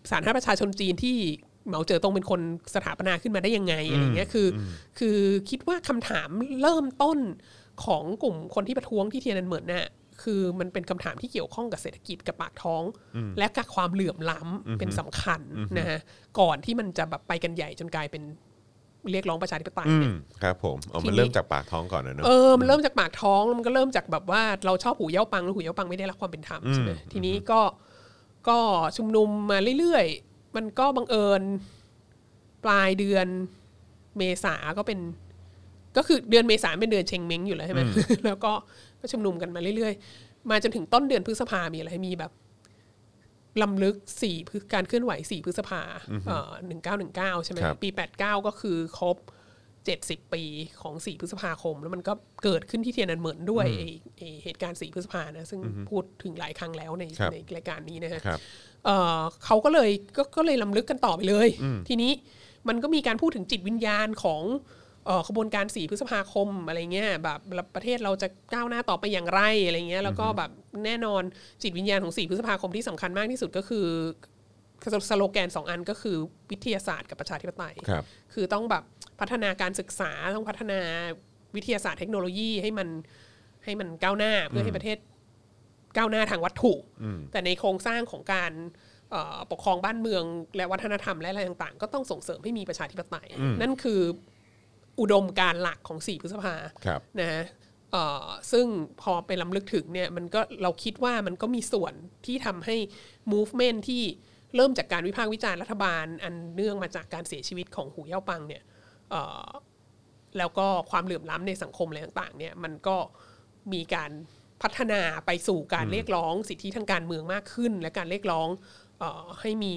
[SPEAKER 3] สาธารณรัฐประชาชนจีนที่เหมาเจ๋อตงเป็นคนสถาปนาขึ้นมาได้ยังไงอะไรเงี้ยคืออคือคิดว่าคำถามเริ่มต้นของกลุ่มคนที่ประท้วงที่เทียนอันเหมินน่ะคือมันเป็นคำถามที่เกี่ยวข้องกับเศรษฐกิจกับปากท้อง และกับความเหลื่อมล้ำเป็นสำคัญนะฮะก่อนที่มันจะแบบไปกันใหญ่จนกลายเป็นเรียกร้องประชาธิปไตย
[SPEAKER 2] อื
[SPEAKER 3] เนี่
[SPEAKER 2] ม
[SPEAKER 3] ย
[SPEAKER 2] ครับผมเอา
[SPEAKER 3] ที
[SPEAKER 2] มัน
[SPEAKER 3] นี้
[SPEAKER 2] เริ่มจากปากท้องก่อนนะเนอะ
[SPEAKER 3] เออ มันเริ่มจากปากท้องแล้วมันก็เริ่มจากแบบว่าเราชอบหูเย้าปังแล้วหูเย้าปังไม่ได้รับความเป็นธรรมใช่ไหมทีนี้ก็ก็ชุมนุมมาเรื่อยๆ มันก็บังเอิญปลายเดือนเมษาก็เป็น ก็คือเดือนเมษาเป็นเดือนเชงเม้งอยู่แล้วใช่ไหม แล้วก็ก็ชุมนุมกันมาเรื่อยๆ มาจนถึงต้นเดือนพฤษภามีอะไรมีแบบลำลึกสี่พฤการเคลื่อนไหวสี่พฤษภาหนึ่งเก้าหนึ่งเก้าใช่ไหม
[SPEAKER 2] ครับ
[SPEAKER 3] ปีแปดเก้าก็คือครบเจ็ดสิบปีของสี่พฤษภาคม แล้วมันก็เกิดขึ้นที่เทียนอันเหมินด้วยไอ้ไอ้เหตุการณ์สี่พฤษภานะซึ่งพูดถึงหลายครั้งแล้วใน
[SPEAKER 2] ครับ
[SPEAKER 3] ในรายการนี้นะฮะ
[SPEAKER 2] ครับ
[SPEAKER 3] เอ่อเขาก็เลยกก็เลยลำลึกกันต่อไปเลย ทีนี้มันก็มีการพูดถึงจิตวิญญาณของเอ่อขบวนการสีพฤษภาคมอะไรเงี้ยแบบประเทศเราจะก้าวหน้าต่อไปอย่างไรอะไรเงี้ยแล้วก็แบบแน่นอนจิตวิญญาณของสีพฤษภาคมที่สำคัญมากที่สุดก็คือสโลแกนสองอันก็คือวิทยาศาสตร์กับประชาธิปไตย
[SPEAKER 2] ครับ
[SPEAKER 3] คือต้องแบบพัฒนาการศึกษาต้องพัฒนาวิทยาศาสตร์เทคโนโลยีให้มันให้มันก้าวหน้าเพื่อให้ประเทศก้าวหน้าทางวัตถุ แต่ในโครงสร้างของการเอ่อปกครองบ้านเมืองและวัฒนธรรมและอะไรต่างๆ ก็ต้องส่งเสริมให้มีประชาธิปไตย นั่นคืออุดมการณ์หลักของสี่พฤษภา
[SPEAKER 2] ครับ
[SPEAKER 3] นะฮะเอ่อซึ่งพอไปล้ำลึกถึงเนี่ยมันก็เราคิดว่ามันก็มีส่วนที่ทำให้ movement ที่เริ่มจากการวิพากษ์วิจารณ์รัฐบาล อันเนื่องมาจากการเสียชีวิตของหูเย่าปังเนี่ยเอ่อแล้วก็ความเหลื่อมล้ำในสังคมอะไรต่างๆเนี่ยมันก็มีการพัฒนาไปสู่การเรียกร้องสิทธิทางการเมืองมากขึ้น และการเรียกร้องเออให้มี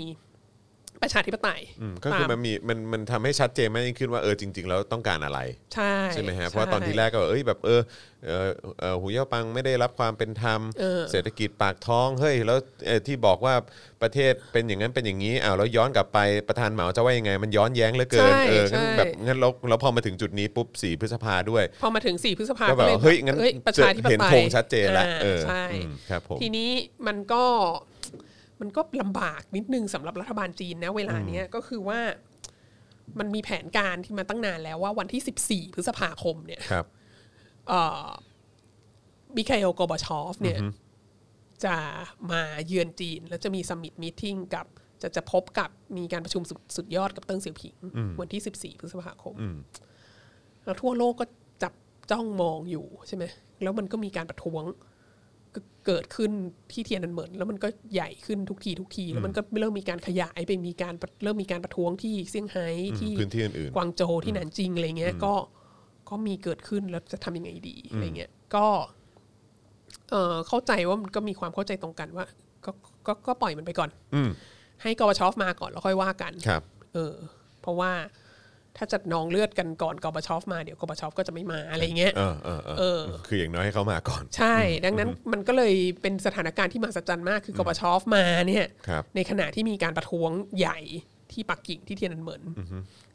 [SPEAKER 3] ประชาธิปไตย
[SPEAKER 2] อืมก็คือ
[SPEAKER 3] ตา
[SPEAKER 2] มันมีมันมันทำให้ชัดเจนมากยิ่งขึ้นว่าเออจริง ๆ แล้วต้องการอะไร
[SPEAKER 3] ใช่
[SPEAKER 2] ใช่ไหมฮะเพราะว่า
[SPEAKER 3] ใช่
[SPEAKER 2] ตอนที่แรกก็แบบเอ้ยแบบเออเออเออหูเย่าปังไม่ได้รับความเป็นธรรม
[SPEAKER 3] เออ
[SPEAKER 2] เศรษฐกิจปากท้องเฮ้ยแล้วเอ่อที่บอกว่าประเทศเป็นอย่างนั้นเป็นอย่างนี้อ้าวแล้วย้อนกลับไปประธานเหมาจะว่ายังไง มันย้อนแย้งเหลือเกิน
[SPEAKER 3] ใช่
[SPEAKER 2] เอองั้น
[SPEAKER 3] ใช่
[SPEAKER 2] แบบงั้นเราเราพอมาถึงจุดนี้ปุ๊บสีพฤษภาด้วย
[SPEAKER 3] พอมาถึงสี่พฤษภา
[SPEAKER 2] ก็แบบ
[SPEAKER 3] ล
[SPEAKER 2] ว่าเฮ้ยงั้น
[SPEAKER 3] ประชาธิปไตย
[SPEAKER 2] เห็นธงชัดเจนละ
[SPEAKER 3] อ่า
[SPEAKER 2] เออ
[SPEAKER 3] ใช่
[SPEAKER 2] อืมครับผม
[SPEAKER 3] ทีนี้มันก็มันก็ลำบากนิดนึงสำหรับรัฐบาลจีนนะเวลาเนี้ยก็คือว่ามันมีแผนการที่มาตั้งนานแล้วว่าวันที่ 14 พฤษภาคมเนี่ย
[SPEAKER 2] ครับ
[SPEAKER 3] มิคาเอลกอบาชอฟเนี่ยจะมาเยือนจีน แล้วจะมีสมิ t มีทิ้งกับจะจะพบกับมีการประชุมสุดสุดยอดกับเติ้งเสี่ยวผิง วันที่ 14 พฤษภาคม แล้วทั่วโลกก็จับจ้องมองอยู่ใช่ไหม แล้วมันก็มีการประท้วงก็เกิดขึ้นที่เทียนอันเหมินแล้วมันก็ใหญ่ขึ้นทุกทีทุกที แล้วมันก็เริ่มมีการขยายไปมีการเริ่มมีการประท้วงที่เซี่ยงไฮ้ที่
[SPEAKER 2] พื้นที่อื่นๆ
[SPEAKER 3] กวางโจวที่หนานจิงอะไรเงี้ย ก็ก็มีเกิดขึ้นแล้วจะทำยังไงดีอะไรเงี้ย ก็ เอ่อเข้าใจว่ามันก็มีความเข้าใจตรงกันว่า ก็ก็ก็ปล่อยมันไปก่อน
[SPEAKER 2] อืม
[SPEAKER 3] ให้กบชอฟมาก่อนแล้วค่อยว่ากัน
[SPEAKER 2] ครับ
[SPEAKER 3] เออเพราะว่าถ้าจัดนองเลือดกันก่อนกอบชอฟมาเดี๋ยวกอบชอฟก็จะไม่มาอะไรเงี้ย
[SPEAKER 2] เออเออเออ
[SPEAKER 3] เออ
[SPEAKER 2] คืออย่างน้อยให้เขามาก่อน
[SPEAKER 3] ใช่ ดังนั้นมันก็เลยเป็นสถานการณ์ที่มหัศจรรย์มากคือกอบชอฟมาเนี่ย
[SPEAKER 2] ครับ
[SPEAKER 3] ในขณะที่มีการประท้วงใหญ่ที่ปักกิ่งที่เทียนอันเหมิน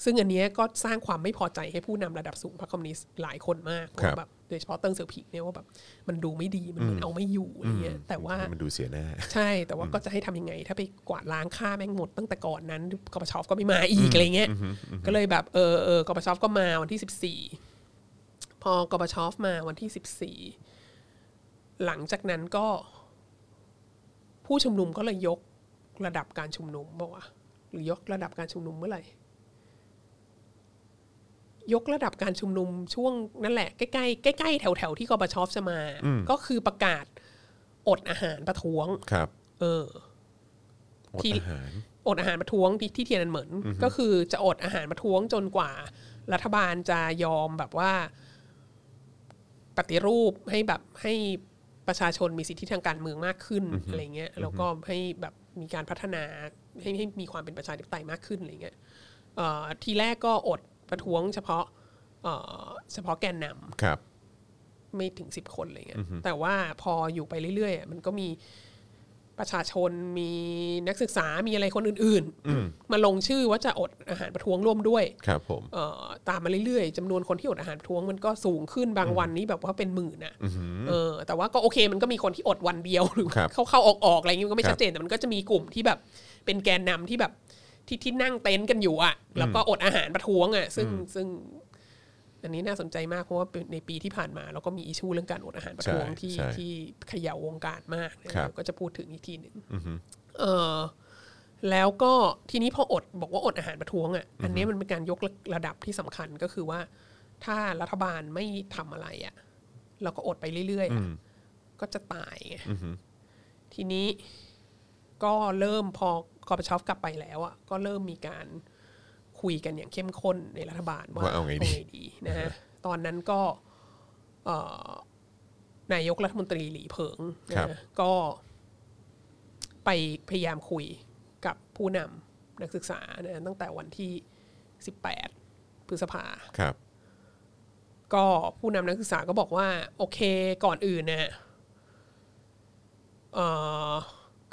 [SPEAKER 3] ซึ่งอันเนี้ยก็สร้างความไม่พอใจให้ผู้นำระดับสูงพรรคคอมมิวนิสต์หลายคนมาก
[SPEAKER 2] ครับ
[SPEAKER 3] ว่าแบบโดยเฉพาะเติ้งเสี่ยวผิงเนี่ยว่าแบบมันดูไม่ดีมันเหมือนเอาไม่อยู่อะไรเงี้ยแต่ว่า
[SPEAKER 2] มันดูเสียหน้า
[SPEAKER 3] ใช่ แต่ว่าก็จะให้ทำยังไง ถ้าไปกวาดล้างค่าแม่งหมดตั้งแต่ก่อนนั้นกปชก็ไม่มาอีกอะไรเงี้ยก็เลยแบบเออเออกปชก็มาวันที่สิบสี่พอกปชมาวันที่สิบสี่หลังจากนั้นก็ ผู้ชุมนุมก็เลยยกระดับการชุมนุมบอกว่าหรือยกระดับการชุมนุมเมื่อไหร่ ยกระดับการชุมนุมช่วงนั่นแหละ ใกล้ๆใกล้ๆแถวๆที่กบชอฟจะมา ก็คือประกาศอดอาหารประท้วง
[SPEAKER 2] ครับ
[SPEAKER 3] เออ
[SPEAKER 2] อด
[SPEAKER 3] ที่
[SPEAKER 2] อาหาร
[SPEAKER 3] อดอาหารประท้วงที่ที่เทียนอันเหมินก็คือจะอดอาหารประท้วงจนกว่า รัฐบาลจะยอมแบบว่า ปฏิรูปให้แบบให้ประชาชนมีสิทธิทางการเมืองมากขึ้นอะไรเงี้ยแล้วก็ให้แบบมีการพัฒนาให้ให้มีความเป็นประชาธิปไตยมากขึ้นอะไรเงี้ยเอ่อทีแรกก็อดประท้วง เฉพาะเอ่อเฉพาะแกนนำ
[SPEAKER 2] ครับ
[SPEAKER 3] ไม่ถึงสิบคนอะไรเงี้ย แต่ว่าพออยู่ไปเรื่อยๆอ่ะมันก็มีประชาชนมีนักศึกษามีอะไรคนอื่นๆ มาลงชื่อว่าจะอดอาหารประท้วงร่วมด้วย
[SPEAKER 2] ครับผม
[SPEAKER 3] เอ่อตามมาเรื่อยๆจำนวนคนที่อดอาหารประท้วงมันก็สูงขึ้นบางวันนี้แบบว่าเป็นหมื่นอ่ะเออ แต่ว่าก็โอเคมันก็มีคนที่อดวันเดียวหรือ
[SPEAKER 2] ครับ
[SPEAKER 3] เข้าๆออกๆอะไรเงี้ยมันก็ไม่
[SPEAKER 2] ครับ
[SPEAKER 3] ชัดเจนแต่มันก็จะมีกลุ่มที่แบบเป็นแกนนำที่แบบที่ที่นั่งเต็นท์กันอยู่อ่ะแล้วก็อดอาหารประท้วงอ่ะซึ่งซึ่ง อันนี้น่าสนใจมากเพราะว่าเป็นในปีที่ผ่านมาเราก็มีอิชูเรื่องการอดอาหารประท้วง
[SPEAKER 2] ใช่
[SPEAKER 3] ที่
[SPEAKER 2] ใช่
[SPEAKER 3] ที่เขย่าวงการมากนะครับ เดี๋ยวก็จะพูดถึงอีกทีหนึ่งเออแล้วก็ทีนี้พออดบอกว่าอดอาหารประท้วงอ่ะอันนี้มันเป็นการยกระดับที่สำคัญก็คือว่า ถ้ารัฐบาลไม่ทำอะไรอ่ะเราก็อดไปเรื่อยๆอะก็จะตายไงทีนี้ก็เริ่มพอกอปชอฟกลับไปแล้วอ่ะก็เริ่มมีการ คุยกันอย่างเข้มข้นในรัฐบาลว่า
[SPEAKER 2] ว่าเอาไงดี
[SPEAKER 3] นะฮะตอนนั้นก็เอ่อนายกรัฐมนตรีหลีเผิงนะฮะก็ ไปพยายามคุยกับผู้นำนักศึกษานะฮะตั้งแต่วันที่ 18 พฤษภา
[SPEAKER 2] ครับ
[SPEAKER 3] ก็ผู้นำนักศึกษาก็บอกว่า โอเคก่อนอื่นเนี่ยเอ่อ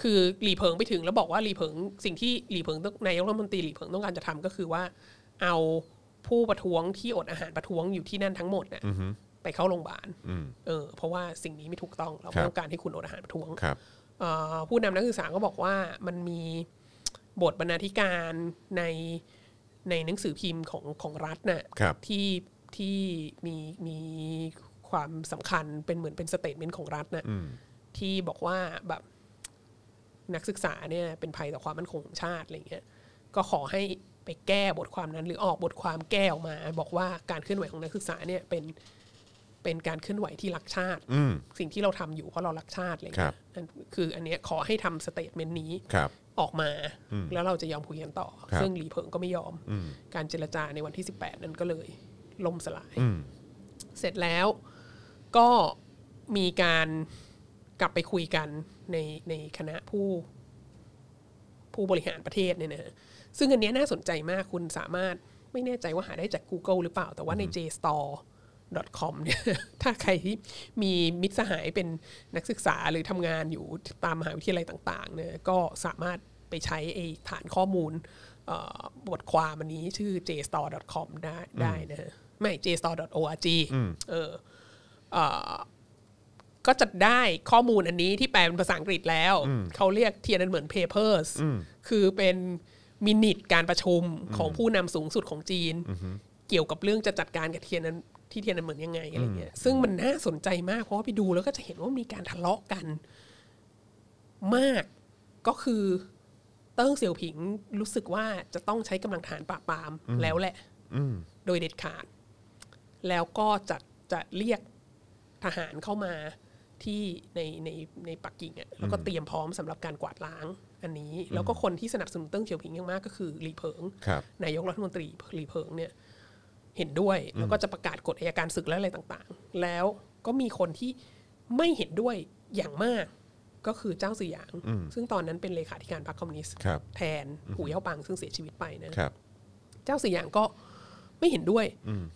[SPEAKER 3] คือหลีเพิงไปถึงแล้วบอกว่าหลีเพิงสิ่งที่หลีเพิงต้องนายกรัฐมนตรีหลีเพิงต้องการจะทำก็คือว่า เอาผู้ประท้วงที่อดอาหารประท้วงอยู่ที่นั่นทั้งหมดเนี่ยไปเข้าโรงพยาบาลเออเพราะว่าสิ่งนี้ไม่ถูกต้องเรา
[SPEAKER 2] ครั
[SPEAKER 3] ไม่
[SPEAKER 2] บ
[SPEAKER 3] ต้องการให้คุณอดอาหารประท้วง
[SPEAKER 2] ครับ
[SPEAKER 3] เอ่อผู้นำนักศึกษาก็บอกว่ามันมีบทบรรณาธิการในในหนังสือพิมพ์ของของรัฐน่ะ
[SPEAKER 2] ครับ
[SPEAKER 3] ที่ที่มีมีความสำคัญเป็นเหมือนเป็นสเตทเมนต์ของรัฐน่ะที่บอกว่าแบบนักศึกษาเนี่ยเป็นภัยต่อความมั่นคงของชาติอะไรเงี้ยก็ขอให้ไปแก้บทความนั้น หรือออกบทความแก้ออกมา บอกว่าการเคลื่อนไหวของนักศึกษาเนี่ยเป็นเป็นการเคลื่อนไหวที่รักชาติ
[SPEAKER 2] อืม
[SPEAKER 3] สิ่งที่เราทำอยู่เพราะเรารักชาติอะไร
[SPEAKER 2] ครับ
[SPEAKER 3] เงี้ยนั่นคืออันเนี้ยขอให้ทำสเตทเมนต์นี้
[SPEAKER 2] ครับ
[SPEAKER 3] ออกมา แล้วเราจะยอมคุยกันต่อ
[SPEAKER 2] ครับ
[SPEAKER 3] ซึ่งหลีเพิงก็ไม่ยอม การเจรจาในวันที่ 18 นั้นก็เลยล่มสลาย
[SPEAKER 2] อืม
[SPEAKER 3] เสร็จแล้วก็มีการกลับไปคุยกันในในคณะผู้ผู้บริหารประเทศเนี่ยนะฮะซึ่งอันเนี้ยน่าสนใจมากคุณสามารถไม่แน่ใจว่าหาได้จาก Google หรือเปล่า แต่ว่าใน jstore.com เนี่ย ถ้าใครที่มีมิตรสหายเป็นนักศึกษาหรือทำงานอยู่ตามมหาวิทยาลัยต่างๆเนี่ยก็สามารถไปใช้ไอ้ฐานข้อมูลเอ่อบทความอันนี้ชื่อ jstore.com ได้ได้นะฮะไม่ jstore.org เออ ก็จะได้ข้อมูลอันนี้ที่แปลเป็นภาษาอังกฤษแล้ว เขาเรียกเทียนันเหมือน papers คือเป็นมินิทการประชุมของผู้นำสูงสุดของจีน เกี่ยวกับเรื่องจะจัดการกับเทียนันที่เทียนันเหมือนยังไงอะไรเงี้ยซึ่งมันน่าสนใจมากเพราะว่าไปดูแล้วก็จะเห็นว่ามีการทะเลาะกัน มากก็คือเติ้งเสี่ยวผิงรู้สึกว่าจะต้องใช้กำลังฐานปราบปรามแล้วแหละโดยเด็ดขาด แล้วก็จะจะเรียกทหารเข้ามาที่ในในในปักกิ่งอะแล้วก็เตรียมพร้อมสำหรับการกวาดล้างอันนี้ แล้วก็คนที่สนับสนุนเติ้งเสี่ยวผิงอย่างมากก็คือหลีเผิง
[SPEAKER 2] ครับ
[SPEAKER 3] นายกรัฐมนตรีหลีเพิงเนี่ยเห็นด้วยแล้วก็จะประกาศกฎอัยการศึกและอะไรต่างๆ แล้วก็มีคนที่ไม่เห็นด้วยอย่างมากก็คือเจ้าสื่อหยาง ซึ่งตอนนั้นเป็นเลขาธิการพรรคคอมมิวนิสต์
[SPEAKER 2] ครับ
[SPEAKER 3] แทนหูเย่าปังซึ่งเสียชีวิตไปนะ
[SPEAKER 2] ครับ
[SPEAKER 3] เจ้าสี่อย่างก็ไม่เห็นด้วย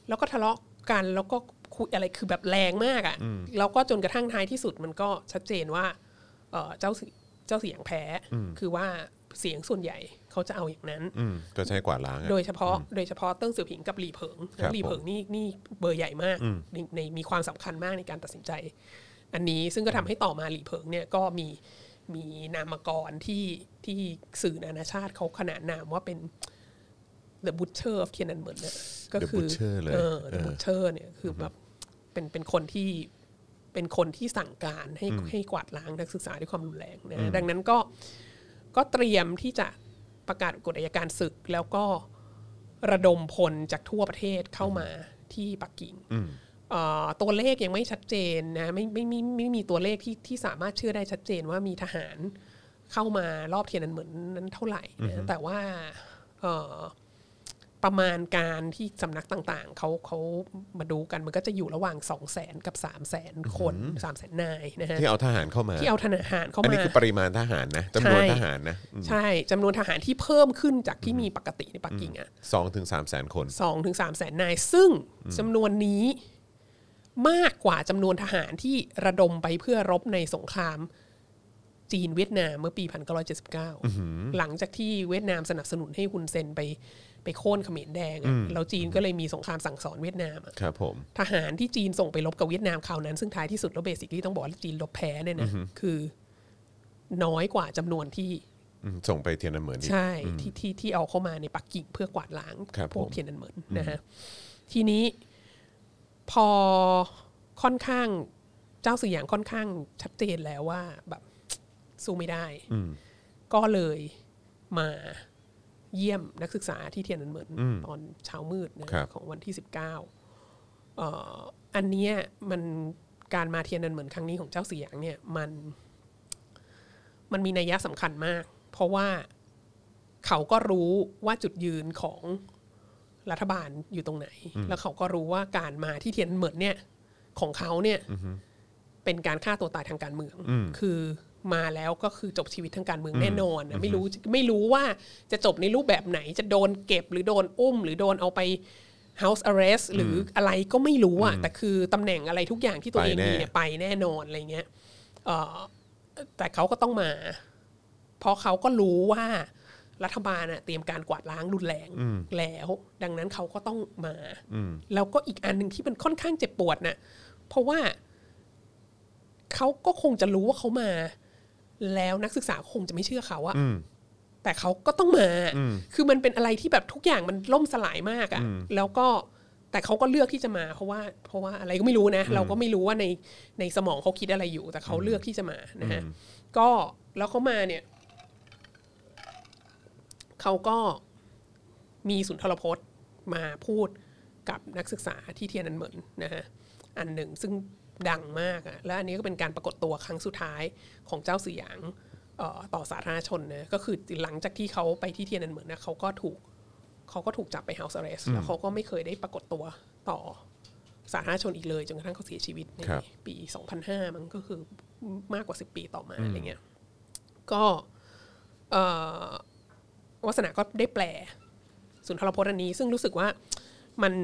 [SPEAKER 3] แล้วก็ทะเลาะกันแล้วก็คุยอะไรคือแบบแรงมากอะ่ะแล้วก็จนกระทั่งท้ายที่สุดมันก็ชัดเจนว่าเอ่อเจ้าสี่เจ้าเสียงแพ้คือว่าเสียงส่วนใหญ่เขาจะเอาอย่างนั้น
[SPEAKER 2] อืม ก็ใช้กวาดล้างอะ
[SPEAKER 3] โดยเฉพาะโดยเฉพาะเติ้งเสี่ยวผิงกับหลีเผิง
[SPEAKER 2] ครับ
[SPEAKER 3] หลีเผิงนี่นี่เบอร์ใหญ่มากในในมีความสำคัญมากในการตัดสินใจ อันนี้ซึ่งก็ทำให้ต่อมาหลีเผิงเนี่ยก็มีมีนามกรที่ที่สื่อนานาชาติเขาขนานนามว่าเป็น The Butcher of เทียนันเหมือนเนี่ยก็
[SPEAKER 2] The
[SPEAKER 3] คือ
[SPEAKER 2] Butcher เลย
[SPEAKER 3] เออ
[SPEAKER 2] เอ
[SPEAKER 3] The
[SPEAKER 2] อ
[SPEAKER 3] Butcher เนี่ยคือแบบเป็นเป็นคนที่เป็นคนที่สั่งการให้ให้กวาดล้างนักศึกษาด้วยความรุนแรงนะดังนั้นก็ก็เตรียมที่จะประกาศกฎอัยการศึกแล้วก็ ระดมพลจากทั่วประเทศเข้ามาที่ปักกิ่งเอ่อตัวเลขยังไม่ชัดเจนนะไม่ไม่ไมไม่ไม่มีตัวเลขที่ที่สามารถเชื่อได้ชัดเจนว่ามีทหารเข้ามารอบเทียนอันเหมือนนั้นเท่าไหร่นะแต่ว่าเอ่อ ประมาณการที่สำนักต่างๆ เขาเขามาดูกันมันก็จะอยู่ระหว่าง 2 0 0แสนกับ 3 0 0แสนคน3 0 0แสนนายนะฮะ
[SPEAKER 2] ที่เอาทหารเข้ามา
[SPEAKER 3] ที่เอาทหารเข้า
[SPEAKER 2] อัน
[SPEAKER 3] มา
[SPEAKER 2] นี้คือปริมาณทหารนะจำนวน
[SPEAKER 3] ใช่
[SPEAKER 2] ทหารนะ
[SPEAKER 3] ใช่จำนวนทหารที่เพิ่มขึ้นจากที่มีปกติในปักกิ่งอ่ะ
[SPEAKER 2] สองถึงสามแสนคน
[SPEAKER 3] สองถึงสามแสนนาย ซึ่งจำนวนนี้มากกว่าจำนวนทหารที่ระดมไปเพื่อรบในสงคราม จีนเวียดนามเมื่อปี 1979 หลังจากที่เวียดนามสนับสนุนให้ฮุนเซนไปไปโค่นเขมรแดงอะแล้วจีนก็เลยมีสงครามสั่งสอนเวียดนามอะ
[SPEAKER 2] ครับผม
[SPEAKER 3] ทหารที่จีนส่งไปรบกับเวียดนามคราวนั้น ซึ่งท้ายที่สุดแล้วเบสิคลี่ต้องบอกว่าจีนรบแพ้เนี่ยนะคือน้อยกว่าจำนวนที่
[SPEAKER 2] อืมส่งไปเทียนอันเหมือนอีก
[SPEAKER 3] ใช่ที่ที่ที่เอาเข้ามาในปักกิ่งเพื่อกวาดล้าง
[SPEAKER 2] ครับ
[SPEAKER 3] พว
[SPEAKER 2] ผ
[SPEAKER 3] ก
[SPEAKER 2] ม
[SPEAKER 3] เทียนอันเหมินนะฮะทีนี้พอค่อนข้างเจ้าสื่ออย่างค่อนข้างชัดเจนแล้วว่าแบบสู้ไม่ได้ ก็เลยมาเยี่ยมนักศึกษาที่เทียนอันเหมินตอนเช้ามืดนะครับ ของวันที่สิบเก้า เอ่ออันเนี้ยมันการมาเทียนนันเหมือนครั้งนี้ของเจ้าสีหยางเนี่ยมัน มันมีนัยยะสำคัญมาก เพราะว่าเขาก็รู้ว่าจุดยืนของรัฐบาลอยู่ตรงไหน แล้วเขาก็รู้ว่าการมาที่เทียนเหมือนเนี่ย ของเขาเนี่ยเป็นการฆ่าตัวตายทางการเมือง คือมาแล้วก็คือจบชีวิตทางการเมืองแน่นอนนะไม่รู้ไม่รู้ว่าจะจบในรูปแบบไหน จะโดนเก็บหรือโดนอุ้ม หรือโดนเอาไป House Arrest หรืออะไรก็ไม่รู้อ่ะแต่คือตำแหน่งอะไรทุกอย่างที่ตัวเองมีเนี่ยไปแน่นอนอะไรเงี้ยเอ่อแต่เขาก็ต้องมา เพราะเขาก็รู้ว่ารัฐบาลน่ะเตรียมการกวาดล้างรุนแรงแล้ว ดังนั้นเขาก็ต้องมาแล้วก็อีกอันหนึ่งที่มันค่อนข้างเจ็บปวดน่ะเพราะว่าเขาก็คงจะรู้ว่าเขามา แล้วนักศึกษาคงจะไม่เชื่อเขาอะแต่เขาก็ต้องมา คือมันเป็นอะไรที่แบบทุกอย่างมันล่มสลายมากอะแล้วก็แต่เขาก็เลือกที่จะมา เพราะว่า เพราะว่าอะไรก็ไม่รู้นะ เราก็ไม่รู้ว่าในในสมองเขาคิดอะไรอยู่ แต่เขาเลือกที่จะมานะฮะก็แล้วเขามาเนี่ย เขาก็มีสุนทรพจน์มาพูดกับนักศึกษาที่เทียนอันเหมินนะฮะอันหนึ่งซึ่งดังมากอะและอันนี้ก็เป็นการปรากฏตัวครั้งสุดท้ายของเจ้าสือหยางเอ่อต่อสาธารณชนนะก็คือหลังจากที่เขาไปที่เทียนอันเหมินนะเขาก็ถูกเขาก็ถูกจับไป House Arrest แล้วเขาก็ไม่เคยได้ปรากฏตัวต่อสาธารณชนอีกเลยจนกระทั่งเขาเสียชีวิตใน
[SPEAKER 2] ครับ
[SPEAKER 3] ปี 2005 มันก็คือมากกว่า 10 ปีต่อมาอะไรเงี้ยก็เอ่อ วัสนาก็ได้แปล สุนทรพจน์อันนี้ ซึ่งรู้สึกว่ามัน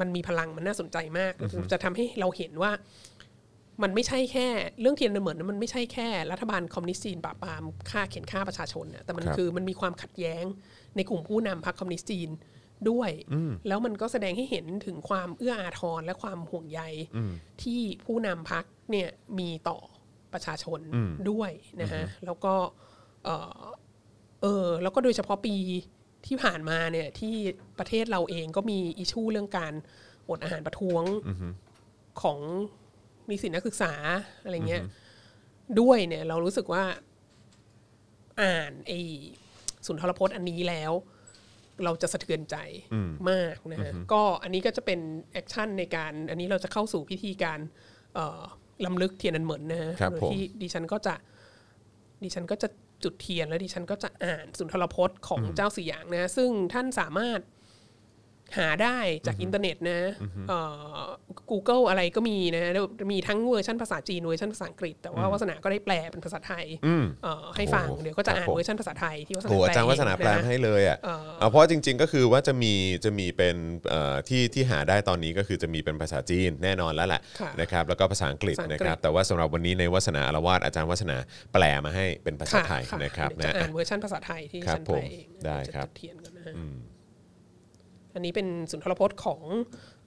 [SPEAKER 3] มันมีพลังมันน่าสนใจมาก จะทำให้เราเห็นว่า มันไม่ใช่แค่ เรื่องเทียนเหมือนมันไม่ใช่แค่รัฐบาลคอมมิวนิสต์จีนปราบปรามฆ่าเข็นฆ่าประชาชนนะแต่มัน
[SPEAKER 2] ครับ
[SPEAKER 3] คือมันมีความขัดแย้งในกลุ่มผู้นำพรรคคอมมิวนิสต์จีนด้วย แล้วมันก็แสดงให้เห็นถึงความเอื้ออาทรและความห่วงใยที่ผู้นำพรรคเนี่ยมีต่อประชาชนด้วยนะฮะแล้วก็เอ่อ เออแล้วก็โดยเฉพาะปีที่ผ่านมาเนี่ยที่ประเทศเราเองก็มีอิชูเรื่องการอดอาหารประท้วงของนิสิตนักศึกษาอะไรเงี้ยด้วยเนี่ยเรารู้สึกว่าอ่านไอสุนทรพจน์อันนี้แล้ว เราจะสะเทือนใจมากนะฮะก็อันนี้ก็จะเป็นแอคชั่นในการ อันนี้เราจะเข้าสู่พิธีการเอ่อลำลึกเทียนอันเหมือนนะฮะ
[SPEAKER 2] ครับ
[SPEAKER 3] โดย
[SPEAKER 2] ผม
[SPEAKER 3] ที่ดิฉันก็จะ ดิฉันก็จะจุดเทียนแล้วดิฉันก็จะอ่านสุนทรพจน์ของเจ้าสี่อย่างนะ ซึ่งท่านสามารถหาได้จากอินเทอร์เน็ตนะเอ่อ Google อะไรก็มีนะแล้วมีทั้งเวอร์ชันภาษาจีนเวอร์ชันภาษาอังกฤษ แต่ว่าวัสนาก็ได้แปลเป็นภาษาไทยเอ่อให้ฟัง
[SPEAKER 2] โอ้โห
[SPEAKER 3] เดี๋ยวก็จะอ่าน
[SPEAKER 2] ครับผม
[SPEAKER 3] เวอร์ชันภาษาไทยที่วัสนา
[SPEAKER 2] โอ้โห
[SPEAKER 3] แปล
[SPEAKER 2] อาจารย์วัฒนาแปล
[SPEAKER 3] เองะ
[SPEAKER 2] ให้เลยอ่ะเอาเพราะจริง ๆ ก็คือว่าจะมีจะมีเป็นเอ่อที่ที่หาได้ตอนนี้ก็คือจะมีเป็นภาษาจีนแน่นอนแล้วแหละ
[SPEAKER 3] ค่ะ
[SPEAKER 2] นะครับแล้วก็ภาษาอังกฤษ
[SPEAKER 3] ภาษาอังกฤษ
[SPEAKER 2] นะครับแต่ว่าสำหรับวันนี้ในวัฒนาอารวาสอาจารย์วัฒนาแปลมาให้เป็นภาษาไทย
[SPEAKER 3] ค่ะ
[SPEAKER 2] นะครับ
[SPEAKER 3] เดี๋ยว
[SPEAKER 2] นะ
[SPEAKER 3] จะอ่า
[SPEAKER 2] อ่ะ
[SPEAKER 3] นเวอร์ชันภาษาไทยที่
[SPEAKER 2] ครับ
[SPEAKER 3] ฉันไปเอง
[SPEAKER 2] ผม
[SPEAKER 3] นะ
[SPEAKER 2] ได้
[SPEAKER 3] เยว
[SPEAKER 2] ครั
[SPEAKER 3] จะ
[SPEAKER 2] บ
[SPEAKER 3] จุดเทียนกันนะฮะอันนี้เป็นสุนทรพจน์ของ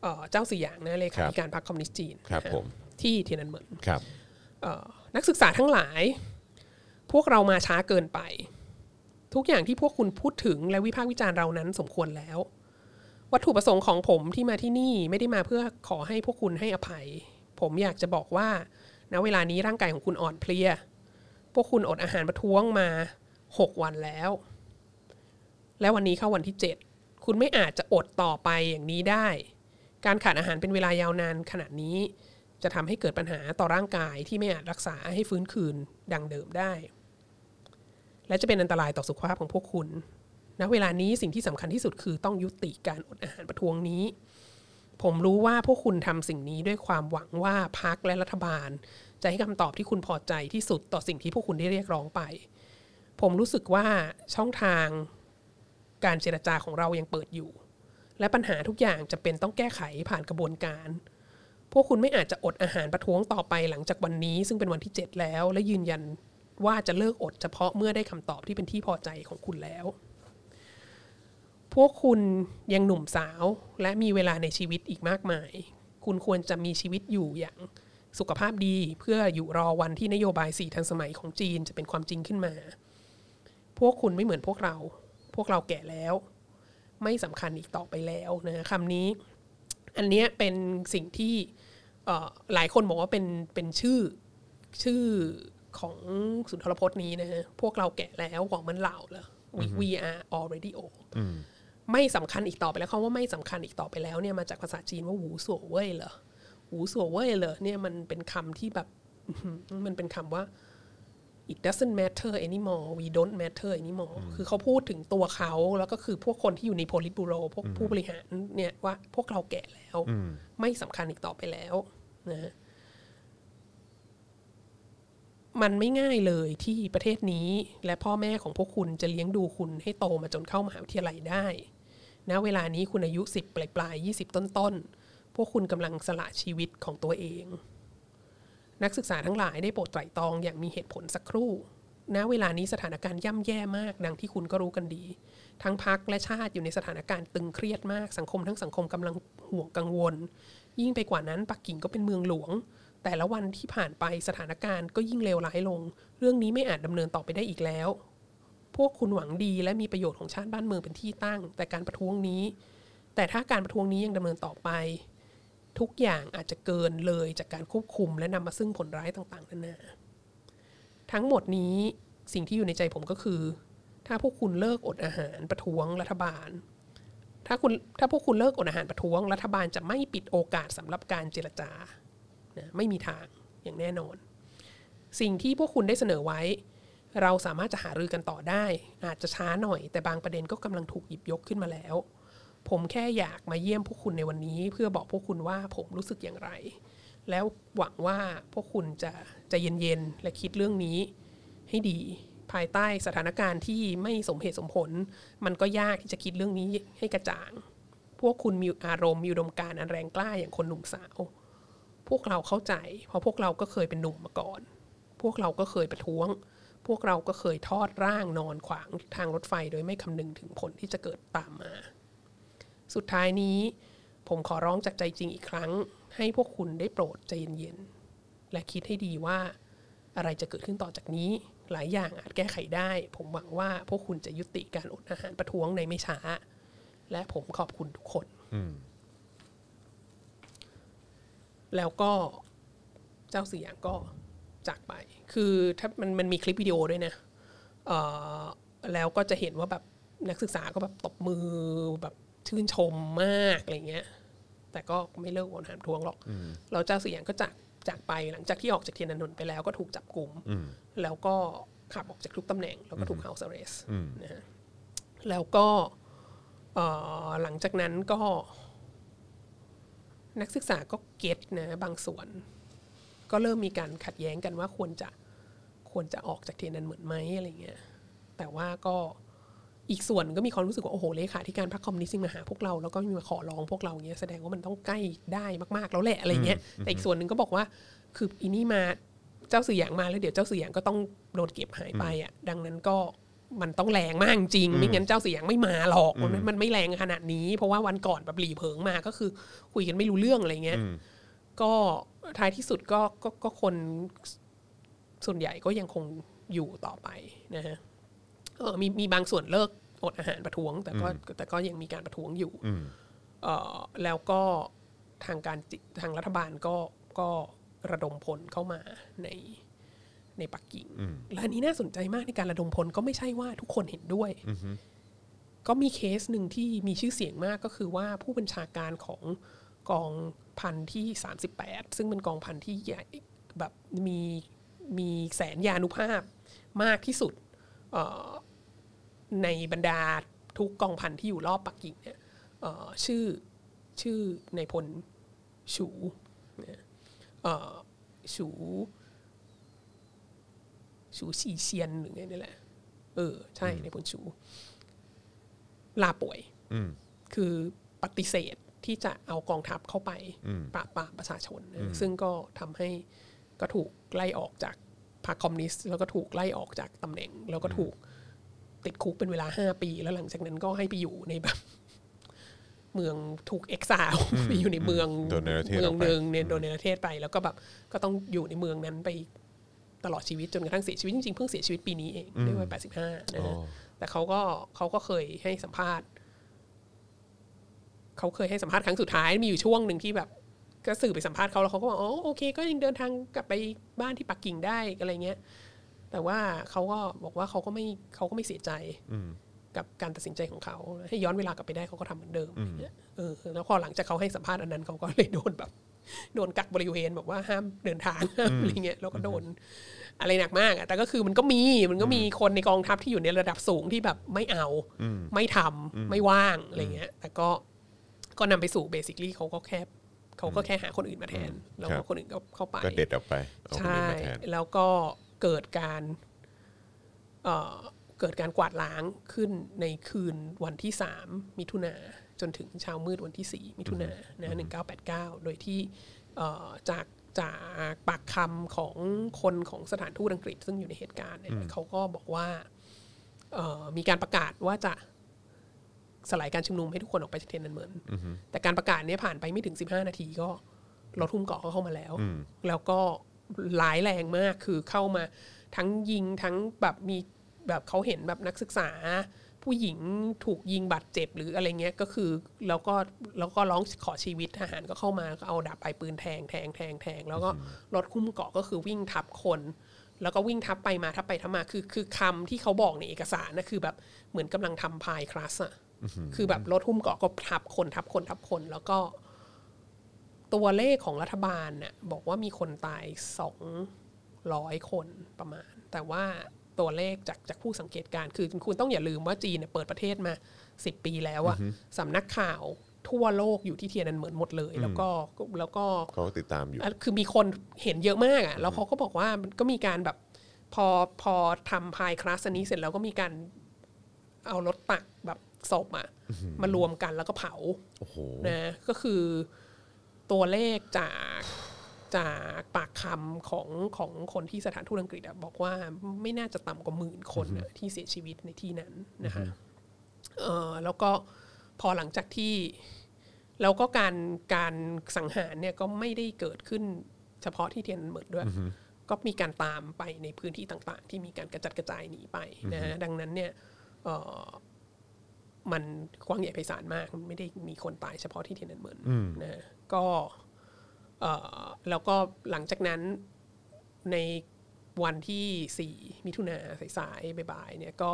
[SPEAKER 3] เอ่อเจ้าสี่อย่างนะเลขาธิการพรรคคอมมิวนิสต์จีน
[SPEAKER 2] ครับ
[SPEAKER 3] นะฮะ
[SPEAKER 2] ผม
[SPEAKER 3] ที่เทียนอันเหมิน
[SPEAKER 2] ครับ
[SPEAKER 3] เอ่อนักศึกษาทั้งหลาย พวกเรามาช้าเกินไป ทุกอย่างที่พวกคุณพูดถึงและวิพากษ์วิจารณ์เรานั้นสมควรแล้ว วัตถุประสงค์ของผมที่มาที่นี่ไม่ได้มาเพื่อขอให้พวกคุณให้อภัย ผมอยากจะบอกว่าณเวลานี้ร่างกายของคุณอ่อนเพลีย พวกคุณอดอาหารประท้วงมาหกวันแล้ว และวันนี้เข้าวันที่เจ็ด คุณไม่อาจจะอดต่อไปอย่างนี้ได้ การขาดอาหารเป็นเวลายาวนานขนาดนี้ จะทำให้เกิดปัญหาต่อร่างกายที่ไม่อาจรักษาให้ฟื้นคืนดังเดิมได้ และจะเป็นอันตรายต่อสุขภาพของพวกคุณณเวลานี้สิ่งที่สำคัญที่สุดคือต้องยุติการอดอาหารประท้วงนี้ ผมรู้ว่าพวกคุณทำสิ่งนี้ด้วยความหวังว่าพักและรัฐบาล จะให้คำตอบที่คุณพอใจที่สุดต่อสิ่งที่พวกคุณได้เรียกร้องไป ผมรู้สึกว่าช่องทางการเจรจาของเรายังเปิดอยู่ และปัญหาทุกอย่างจะเป็นต้องแก้ไขผ่านกระบวนการ พวกคุณไม่อาจจะอดอาหารประท้วงต่อไปหลังจากวันนี้ ซึ่งเป็นวันที่ 7 แล้ว และยืนยันว่าจะเลิกอดเฉพาะเมื่อได้คำตอบที่เป็นที่พอใจของคุณแล้ว พวกคุณยังหนุ่มสาวและมีเวลาในชีวิตอีกมากมาย คุณควรจะมีชีวิตอยู่อย่างสุขภาพดี เพื่ออยู่รอวันที่นโยบายสีทันสมัยของจีนจะเป็นความจริงขึ้นมา พวกคุณไม่เหมือนพวกเรา พวกเราแก่แล้ว ไม่สำคัญอีกต่อไปแล้วนะคำนี้ อันเนี้ยเป็นสิ่งที่เอ่อหลายคนบอกว่าเป็นเป็นชื่อชื่อของสุนทรพจน์นี้นะฮะพวกเราแก่แล้วของมันเหล่าเหรอ we we are already old ไม่สำคัญอีกต่อไปแล้วคำว่าไม่สำคัญอีกต่อไปแล้วเนี่ยมาจากภาษาจีนว่าหูสัวเว่ยเหรอหูสัวเว่ยเหรอเนี่ยมันเป็นคำที่แบบ มันเป็นคำว่า it doesn't matter anymore we don't matter anymore คือเขาพูดถึงตัวเขาแล้วก็คือพวกคนที่อยู่ใน p o l i t b u r o พวกผู้บริหารเนี่ยว่าพวกเราแก่แล้ว ไม่สำคัญอีกต่อไปแล้วนะฮะมันไม่ง่ายเลยที่ประเทศนี้ และพ่อแม่ของพวกคุณจะเลี้ยงดูคุณให้โตมาจนเข้ามหาวิทยาลัยได้ ณ เวลานี้คุณอายุ 10 ปลายปลายยี่สิบต้นต้นๆ พวกคุณกำลังสละชีวิตของตัวเอง นักศึกษาทั้งหลายได้โปรดไตร่ตรองอย่างมีเหตุผลสักครู่ ณ เวลานี้สถานการณ์ย่ำแย่มาก ดังที่คุณก็รู้กันดี ทั้งพักและชาติอยู่ในสถานการณ์ตึงเครียดมาก สังคมทั้งสังคมกำลังห่วงกังวล ยิ่งไปกว่านั้นปักกิ่งก็เป็นเมืองหลวง แต่ละวันที่ผ่านไปสถานการณ์ก็ยิ่งเลวร้ายลง เรื่องนี้ไม่อาจดำเนินต่อไปได้อีกแล้ว พวกคุณหวังดีและมีประโยชน์ของชาติบ้านเมืองเป็นที่ตั้ง แต่การประท้วงนี้ แต่ถ้าการประท้วงนี้ยังดำเนินต่อไป ทุกอย่างอาจจะเกินเลยจากการควบคุม และนำมาซึ่งผลร้ายต่างๆนานาทั้งหมดนี้สิ่งที่อยู่ในใจผมก็คือ ถ้าพวกคุณเลิกอดอาหารประท้วงรัฐบาล ถ้าคุณถ้าพวกคุณเลิกอดอาหารประท้วงรัฐบาลจะไม่ปิดโอกาสสำหรับการเจรจานะไม่มีทางอย่างแน่นอน สิ่งที่พวกคุณได้เสนอไว้ เราสามารถจะหารือกันต่อได้ อาจจะช้าหน่อย แต่บางประเด็นก็กำลังถูกหยิบยกขึ้นมาแล้ว ผมแค่อยากมาเยี่ยมพวกคุณในวันนี้ เพื่อบอกพวกคุณว่าผมรู้สึกอย่างไร แล้วหวังว่าพวกคุณจะใจะเย็นๆและคิดเรื่องนี้ให้ดี ภายใต้สถานการณ์ที่ไม่สมเหตุสมผล มันก็ยากที่จะคิดเรื่องนี้ให้กระจ่าง พวกคุณมีอารมณ์มีอุดมการณ์อันแรงกล้าอย่างคนหนุ่มสาว พวกเราเข้าใจ เพราะพวกเราก็เคยเป็นหนุ่มมาก่อน พวกเราก็เคยประท้วง พวกเราก็เคยทอดร่างนอนขวางทางรถไฟโดยไม่คำนึงถึงผลที่จะเกิดตามมา สุดท้ายนี้ ผมขอร้องจากใจจริงอีกครั้ง ให้พวกคุณได้โปรดใจเย็นๆ และคิดให้ดีว่าอะไรจะเกิดขึ้นต่อจากนี้ หลายอย่างอาจแก้ไขได้ ผมหวังว่าพวกคุณจะยุติการอดอาหารประท้วงในไม่ช้า และผมขอบคุณทุกคน แล้วก็เจ้าสี่อย่างก็จากไป คือถ้ามันมันมีคลิปวิดีโอด้วยนะเอ่อแล้วก็จะเห็นว่าแบบนักศึกษาก็แบบตบมือแบบชื่นชมมากอะไรเงี้ย แต่ก็ไม่เลิกวนหารทวงหรอก เราเจ้าสี่อย่างก็จากจากไปหลังจากที่ออกจากเทียนนนท์ไปแล้วก็ถูกจับกลุ่ม แล้วก็ขับออกจากทุกตำแหน่ง แล้วก็ถูกเฮาส์เรสนะฮะแล้วก็เอ่อหลังจากนั้นก็ นักศึกษาก็เก็ตนะบางส่วน ก็เริ่มมีการขัดแย้งกันว่าควรจะควรจะออกจากเทียนนันเหมือนไหมอะไรเงี้ยแต่ว่าก็อีกส่วนก็มีความรู้สึกว่า โอ้โหเลขาธิการพรรคคอมมิวนิสต์ยังมาหาพวกเรา แล้วก็มีมาขอร้องพวกเราเงี้ยแสดงว่ามันต้องใกล้ได้มากๆแล้วแหละอะไรเงี้ยแต่อีกส่วนหนึ่งก็บอกว่า คืออีนี่มาเจ้าสื่ออย่างมาแล้วเดี๋ยวเจ้าสื่ออย่างก็ต้องโดนเก็บหายไปอ่ะดังนั้นก็มันต้องแรงมากจริงไม่งั้นเจ้าสื่ออย่างไม่มาหรอกมันมันไม่แรงขนาดนี้ เพราะว่าวันก่อนแบบหลีเพิงมาก็คือคุยกันไม่รู้เรื่องอะไรเงี้ย ก็ท้ายที่สุดก็ก็ก็คนส่วนใหญ่ก็ยังคงอยู่ต่อไปนะฮะเออมีมีบางส่วนเลิกอดอาหารประท้วง แต่ก็แต่ก็ยังมีการประท้วงอยู่เออแล้วก็ทางการจิทางรัฐบาลก็ก็ระดมพลเข้ามาในในปักกิ่งและอันนี้น่าสนใจมากในการระดมพลก็ไม่ใช่ว่าทุกคนเห็นด้วย ก็มีเคสหนึ่งที่มีชื่อเสียงมากก็คือว่าผู้บัญชาการของกองพันที่ 38 ซึ่งเป็นกองพันที่ใหญ่แบบมีมีแสนยานุภาพมากที่สุดเอ่อในบรรดาทุกกองพันที่อยู่รอบปักกิ่งเนี่ยเอ่อชื่อชื่อในายพลฉูเนี่ยเอ่อฉู ชูฉีเชียนหรือไงนี่แหละ เออ ใช่ในผลชู ลาป่วยคือปฏิเสธที่จะเอากองทัพเข้าไปปราบปรามประชาชนนะซึ่งก็ทำให้ก็ถูกไล่ออกจากพรรคคอมมิวนิสต์แล้วก็ถูกไล่ออกจากตำแหน่ง แล้วก็ถูกติดคุกเป็นเวลาห้าปี แล้วหลังจากนั้นก็ให้ไปอยู่ในแบบ เมืองถูกเอ็กซาวไปอยู่ในเมือง
[SPEAKER 2] โดนเนรเทศ
[SPEAKER 3] เมื
[SPEAKER 2] ออง กไป
[SPEAKER 3] อหนึ่งเนี่ยโดนเนรเทศไป แล้วก็แบบก็ต้องอยู่ในเมืองนั้นไป ตลอดชีวิตจนกระทั่งเสียชีวิตจริงๆเพิ่งเสียชีวิตปีนี้เองด้วยวัย 85 นะฮะแต่เขาก็เขาก็เคยให้สัมภาษณ์ เขาเคยให้สัมภาษณ์ครั้งสุดท้ายมีอยู่ช่วงหนึ่งที่แบบ ก็สื่อไปสัมภาษณ์เขาแล้วเขาก็บอกอ๋อโอเค ก็ยังเดินทางกลับไปบ้านที่ปักกิ่งได้อะไรเงี้ย แต่ว่าเขาก็บอกว่าเขาก็ไม่เขาก็ไม่เสียใจกับการตัดสินใจของเขาให้ย้อนเวลากลับไปได้เขาก็ทำเหมือนเดิมอะไรเงี้ยเออแล้วพอหลังจากเขาให้สัมภาษณ์อันนั้นเขาก็เลยโดนแบบ โดนกักบริเวณบอกว่าห้ามเดินทาง ห้ามอะไรเงี้ยแล้วก็โดน อะไรหนักมากอะแต่ก็คือมันก็มีมันก็มีคนในกองทัพที่อยู่ในระดับสูงที่แบบไม่เอา ไม่ทำไม่ว่างอะไรเงี้ย แต่ก็ก็นำไปสู่เบสิคลี่เขาก็แค่เขาก็แค่หาคนอื่นมาแทน แล้ว
[SPEAKER 2] ครั
[SPEAKER 3] ก็
[SPEAKER 2] บ
[SPEAKER 3] คนอื่นก็เข้าไป
[SPEAKER 2] ก็เด็ดออกไปเอาคน
[SPEAKER 3] ใช่
[SPEAKER 2] อื่นมาแทน
[SPEAKER 3] แล้วก็เกิดการเอ่อเกิดการกวาดล้างขึ้นในคืนวันที่ 3 มิถุนาจนถึงเช้ามืดวันที่ 4 มิถุนานะ1989 โดยที่เอ่อจากจากปากคำของคนของสถานทูตอังกฤษซึ่งอยู่ในเหตุการณ์เนี่ยเขาก็บอกว่าเอ่อมีการประกาศว่าจะสลายการชุมนุมให้ทุกคนออกไปจากเทยนนันเหมือน แต่การประกาศเนี้ผ่านไปไม่ถึง 15 นาทีก็รถทุ่มเกาะก็เข้ามาแล้ว แล้วก็หลายแรงมากคือเข้ามาทั้งยิงทั้งแบบมีแบบเขาเห็นแบบนักศึกษา ผู้หญิงถูกยิงบาดเจ็บหรืออะไรเงี้ยก็คือแล้วก็แล้วก็ร้องขอชีวิตทหารก็เข้ามาก็เอาดาบปลายปืนแทงแทงแทงแทง แล้วก็รถคุ้มเกาะก็คือวิ่งทับคน แล้วก็วิ่งทับไปมาทับไปทับมาคือคือคำที่เขาบอกในเอกสารนะคือแบบเหมือนกำลังทำพายคลาสอะคือแบบรถหุ้มเกาะก็ทับคนทับคนทับคนแล้วก็ ตัวเลขของรัฐบาลน่ะบอกว่ามีคนตาย 200 คนประมาณ แต่ว่าตัวเลขจากจากผู้สังเกตการณ์คือคุณต้องอย่าลืมว่าจีนเนี่ยเปิดประเทศมา 10 ปีแล้วอะสำนักข่าวทั่วโลกอยู่ที่เทียนอันเหมือนหมดเลย แล้วก็แล้วก็
[SPEAKER 2] เขาก็ติดตามอยู่
[SPEAKER 3] อ่ะคือมีคนเห็นเยอะมากอ่ะ แล้วเขาก็บอกว่ามันก็มีการแบบพอพอทำพายคลาสอันนี้เสร็จแล้วก็มีการเอารถตักแบบศพอ่ะมารวมกันแล้วก็เผา
[SPEAKER 2] โอ้โห
[SPEAKER 3] นะก็คือตัวเลขจากจากปากคำของของคนที่สถานทูตอังกฤษอะบอกว่าไม่น่าจะต่ำกว่าหมื่นคนอะที่เสียชีวิตในที่นั้นนะคะเออแล้วก็พอหลังจากที่ แล้วก็การการสังหารเนี่ยก็ไม่ได้เกิดขึ้นเฉพาะที่เทียนเหมิดด้วย ก็มีการตามไปในพื้นที่ต่างๆ ที่มีการกระจัดกระจายหนีไปนะฮะดังนั้นเนี่ยเอ่อมันกว้างใหญ่ไพศาลมากมันไม่ได้มีคนตายเฉพาะที่เทียนเหมิดนะฮะก็เอ่อแล้วก็หลังจากนั้นในวันที่ 4 มิถุนาสายๆบ่ายๆเนี่ยก็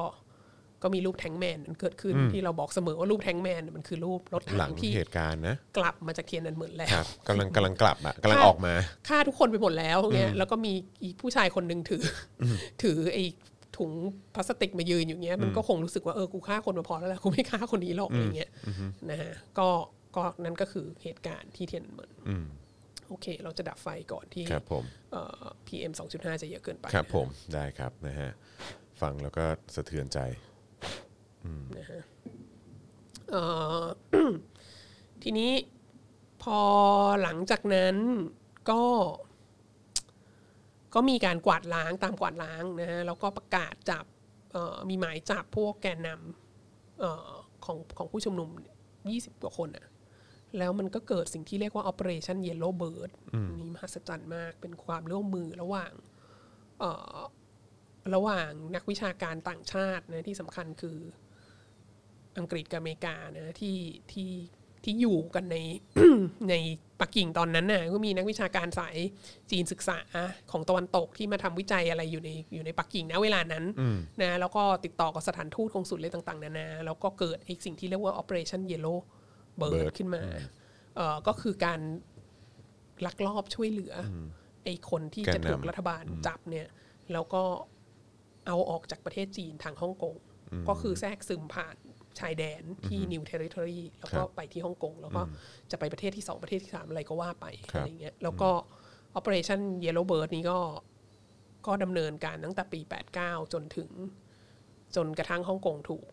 [SPEAKER 3] ก็มีรูปแทงก์แมนเกิดขึ้นที่เราบอกเสมอว่ารูปแทงก์แมนมันคือรูปรถถั
[SPEAKER 2] หลัง
[SPEAKER 3] งที่
[SPEAKER 2] เหตุการณ์นะ
[SPEAKER 3] กลับมาจากเทียนนันเหมือนแล้
[SPEAKER 2] คว รับกำลังกำลังกลับอ่ะกำลังออกมา
[SPEAKER 3] ฆ่าทุกคนไปหมดแล้วเนี่ยแล้วก็มีอีผู้ชายคนหนึ่งถืออถือไอ้ถุงพลาสติกมายืนอยู่เนี้ยมันก็คงรู้สึกว่าเออกูฆ่าคนมาพอแล้วแหละกูไม่ฆ่าคนนี้หรอกอะไรเงี้ยนะฮะก็ก็นั่นก็คือเหตุการณ์ที่เทียนนันเหมือนโอเค เราจะดับไฟก่อนที่
[SPEAKER 2] ครับผม
[SPEAKER 3] เอ่อ PM 2.5 จะเยอะเกินไป
[SPEAKER 2] ครับผมได้ครับนะฮะฟังแล้วก็สะเทือนใจ
[SPEAKER 3] เอ่อ ทีนี้พอหลังจากนั้นก็ ก็มีการกวาดล้างตามกวาดล้างนะฮะแล้วก็ประกาศจับเอ่อมีหมายจับพวกแกนนำเอ่อของของผู้ชุมนุม 20 กว่าคนอะแล้วมันก็เกิดสิ่งที่เรียกว่า Operation Yellow Bird นี่มหัศจรรย์มากเป็นความร่วมมือระหว่างเอ่อระหว่างนักวิชาการต่างชาตินะที่สำคัญคืออังกฤษกับอเมริกานะที่ที่ ที่อยู่กัน ใน ในปักกิ่งตอนนั้นน่ะก็มีนักวิชาการสายจีนศึกษาของตะวันตกที่มาทำวิจัยอะไรอยู่ในอยู่ในปักกิ่งนะเวลานั้นนะแล้วก็ติดต่อกับสถานทูตกงสุลอะไรต่างๆนานาแล้วก็เกิดไอ้สิ่งที่เรียกว่า Operation Yellow Bird
[SPEAKER 2] Bird
[SPEAKER 3] ขึ้นมาเอ่อก็คือการ ลักลอบช่วยเหลืออไอ้คนที่จะ
[SPEAKER 2] แกนนำ
[SPEAKER 3] ถูกรัฐบาลจับเนี่ย แล้วก็เอาออกจากประเทศจีนทางฮ่องกง ก็คือแทรกซึมผ่านชายแดนที่นิวเท r r ทอรีแล้วก็ไปที่ฮ่องกง แล้วก็จะไปประเทศที่สองประเทศที่สามอะไรก็ว่าไป
[SPEAKER 2] ครับ
[SPEAKER 3] อะไรเงี้ยแล้วก็ Operation Yellow Bird นี้ก็ก็ดำเนินการตั้งแต่ปี 89 จนถึง จนกระทั่งฮ่องกงถูก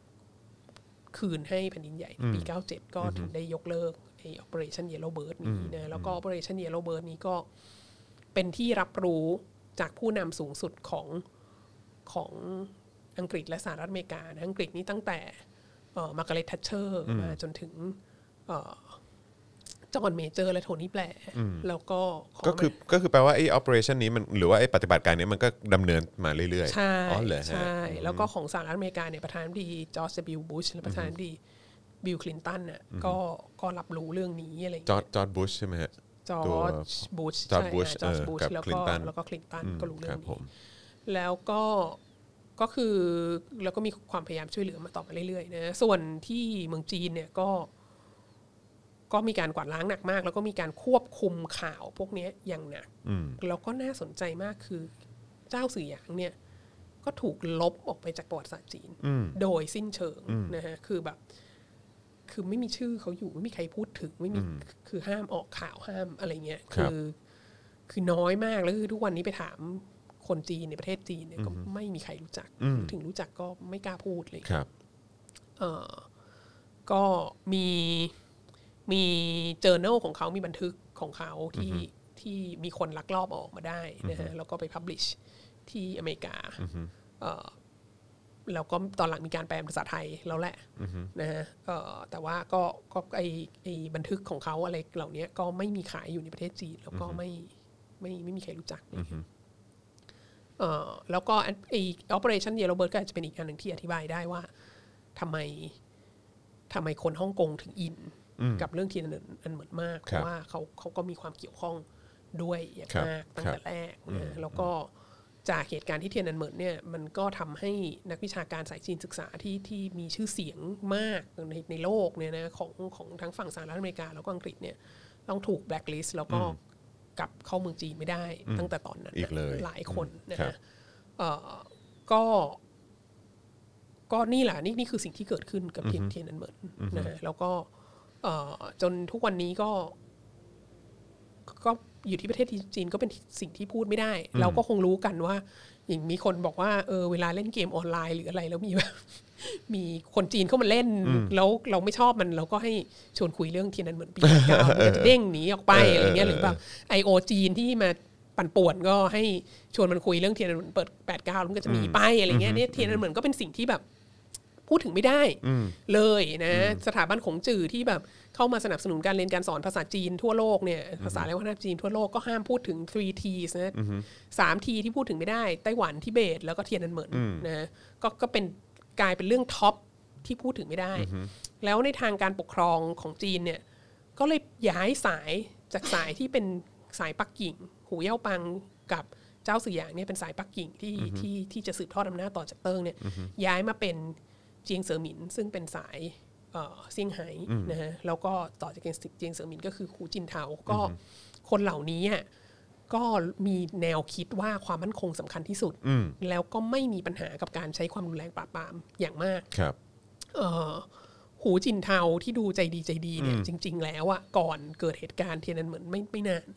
[SPEAKER 3] คืนให้แผ่นดินใหญ่ในปี 97 ก็ถึงได้ยกเลิกไอ้ Operation Yellow Bird นี้นะ แล้วก็ Operation Yellow Bird นี้ก็เป็นที่รับรู้จากผู้นำสูงสุดของของอังกฤษและสหรัฐอเมริกานะอังกฤษนี่ตั้งแต่มาร์กาเร็ตทัชเชอร์มาจนถึงจอห์นเมเจอร์และโทนี่แปรแล้วก็ของ
[SPEAKER 2] ก็คือก็คือแปลว่าไอ้ operation นี้มันหรือว่าไอ้ปฏิบัติการเนี้ยมันก็ดำเนินมาเรื่อยๆ
[SPEAKER 3] ใช่
[SPEAKER 2] อ๋อเหรอฮะ
[SPEAKER 3] ใช่แล้วก็ของสหรัฐอเมริกาเนี่ยประธานาธิบดีจอร์จบิลบุชและประธานาธิบดีบิลคลินตันน่ะก็ก็รับรู้เรื่องนี้อะไรอย่าง
[SPEAKER 2] จอ
[SPEAKER 3] เงี้ย
[SPEAKER 2] ร์ดจอร์ดบุชใช่ไหมฮะ
[SPEAKER 3] จอ
[SPEAKER 2] ตัว
[SPEAKER 3] ร์จบุช
[SPEAKER 2] จอร์จ
[SPEAKER 3] ใช่
[SPEAKER 2] บุช
[SPEAKER 3] อ่ะจอร์จ
[SPEAKER 2] เออ
[SPEAKER 3] บุช
[SPEAKER 2] กับ
[SPEAKER 3] แล้ว
[SPEAKER 2] คลิ
[SPEAKER 3] ก็
[SPEAKER 2] นตัน
[SPEAKER 3] แล้วก็คลินตันก็รู้เรื่
[SPEAKER 2] ค
[SPEAKER 3] อ
[SPEAKER 2] รั
[SPEAKER 3] ง
[SPEAKER 2] บผ
[SPEAKER 3] นี้
[SPEAKER 2] ม
[SPEAKER 3] แล้วก็ก็คือแล้วก็มีความพยายามช่วยเหลือมาต่อมาเรื่อยๆนะส่วนที่เมืองจีนเนี่ยก็ ก็มีการกวาดล้างหนักมาก แล้วก็มีการควบคุมข่าวพวกเนี้ยอย่างหนัก
[SPEAKER 2] อืม
[SPEAKER 3] แล้วก็น่าสนใจมากคือเจ้าสื่อหยางเนี่ย ก็ถูกลบออกไปจากประวัติศาสตร์จีน
[SPEAKER 2] อืม
[SPEAKER 3] โดยสิ้นเชิงนะฮะคือแบบ คือไม่มีชื่อเขาอยู่ไม่มีใครพูดถึงไม่มีคือห้ามออกข่าวห้ามอะไรเงี้ย
[SPEAKER 2] ครับ
[SPEAKER 3] อคือน้อยมากแล้วคือทุกวันนี้ไปถามคนจีนในประเทศจีนเนี่ยก็ไม่มีใครรู้จักหรือถึงรู้จักก็ไม่กล้าพูดเลย
[SPEAKER 2] ครับ
[SPEAKER 3] เอ่อก็มีมีเจอ r n น l ของเขามีบันทึกของเขาที่ที่มีคนลักลอบเอาออกมาได้นะฮะแล้วก็ไปพับลิชที่อเมริกาเอ่อแล้วก็ตอนหลังมีการแปลเป็นภาษาไทยแล้วแหละนะฮะเอ่อแต่ว่าก็ก็ไอไอบันทึกของเขาอะไรเหล่านี้ก็ไม่มีขายอยู่ในประเทศจีน แล้วก็ไม่ไม่ไม่มีใครรู้จักเลย เอ่อแล้วก็อันไอ operation yellow bird ก็อาจจะเป็นอีกอันหนึ่งที่อธิบายได้ว่าทำไมทำไมคนฮ่องกงถึงอิน กับเรื่องทีนอันอันเหมือนมากเพ
[SPEAKER 2] ครับ
[SPEAKER 3] ราะว่าเขาเขาก็มีความเกี่ยวข้องด้วยอย่าง
[SPEAKER 2] ครับ
[SPEAKER 3] มากตั้ง
[SPEAKER 2] ครับ
[SPEAKER 3] แต่แรกนะแล้วก็จากเหตุการณ์ที่เทียนอันเหมินเนี่ยมันก็ทำให้นักวิชาการสายจีนศึกษาที่ที่มีชื่อเสียงมากในในโลกเนี่ยนะของของทั้งฝั่งสหรัฐอเมริกาแล้วก็อังกฤษเนี่ยต้องถูกแบล็คลิสต์แล้วก็กลับเข้าเมืองจีนไม่ได้ตั้งแต่ตอนนั้น
[SPEAKER 2] อีกเลย
[SPEAKER 3] หลายคนนะ
[SPEAKER 2] ครั
[SPEAKER 3] ฮะ
[SPEAKER 2] บ
[SPEAKER 3] เอ่อก็ ก็นี่แหละนี่นี่คือสิ่งที่เกิดขึ้นกับเทียนเทียนอันเหมินนะฮะแล้วก็เอ่อจนทุกวันนี้ก็ ก็อยู่ที่ประเทศจีนก็เป็นสิ่งที่พูดไม่ได้ เราก็คงรู้กันว่า อย่างมีคนบอกว่าเออเวลาเล่นเกมออนไลน์หรืออะไร แล้วมีแบบ มีคนจีนเข้ามาเล่น แล้วเราไม่ชอบมันเราก็ให้ชวนคุยเรื่องเทียนอันเหมือนปีเก้ ามันก็จะเด้งหนีออกไปอะไรเงี้ยหรือแบบไอโอจีนที่มาปั่นป่วนก็ให้ชวนมันคุยเรื่องเทียนอันเหมือนเปิดแปดเก้ามันก็จะหนีไปอะไรเงี้ยเนี่ยเทียนอันเหมือนก็เป็นสิ่งที่แบบ พูดถึงไม่ได้เลยนะสถาบันของจื่อที่แบบเข้ามาสนับสนุนการเรียนการสอนภาษาจีนทั่วโลกเนี่ยภาษาและวัฒนธรรมจีนทั่วโลกก็ห้ามพูดถึง 3T นะสามทีที่พูดถึงไม่ได้ไต้หวันทิเบต แล้วก็เทียนอันเหมินนะก็ก็เป็นกลายเป็นเรื่องท็อปที่พูดถึงไม่ได้ แล้วในทางการปกครองของจีนเนี่ยก็เลยย้ายสายจากสายที่เป็นสายปักกิ่ง หูเย่าปังกับเจ้าสื่อหยางเนี่ยเป็นสายปักกิ่งที่ที่ที่จะสืบทอดอำนาจต่อจากเติ้งเนี่ยย้ายมาเป็น เจียงเสือหมินซึ่งเป็นสายเอ่อเซี่ยงไฮ้นะฮะแล้วก็ต่อจากเจียงเสือหมินก็คือคูจินเทาก็คนเหล่านี้อ่ะก็มีแนวคิดว่าความมั่นคงสำคัญที่สุด แล้วก็ไม่มีปัญหากับการใช้ความรุนแรงปราบปรามอย่างมาก
[SPEAKER 2] ครับ
[SPEAKER 3] เอ่อหูจินเทาที่ดูใจดีใจดีเนี่ยจริง ๆ แล้วอะก่อนเกิดเหตุการณ์เทียนอันเหมือนไม่ไม่นาน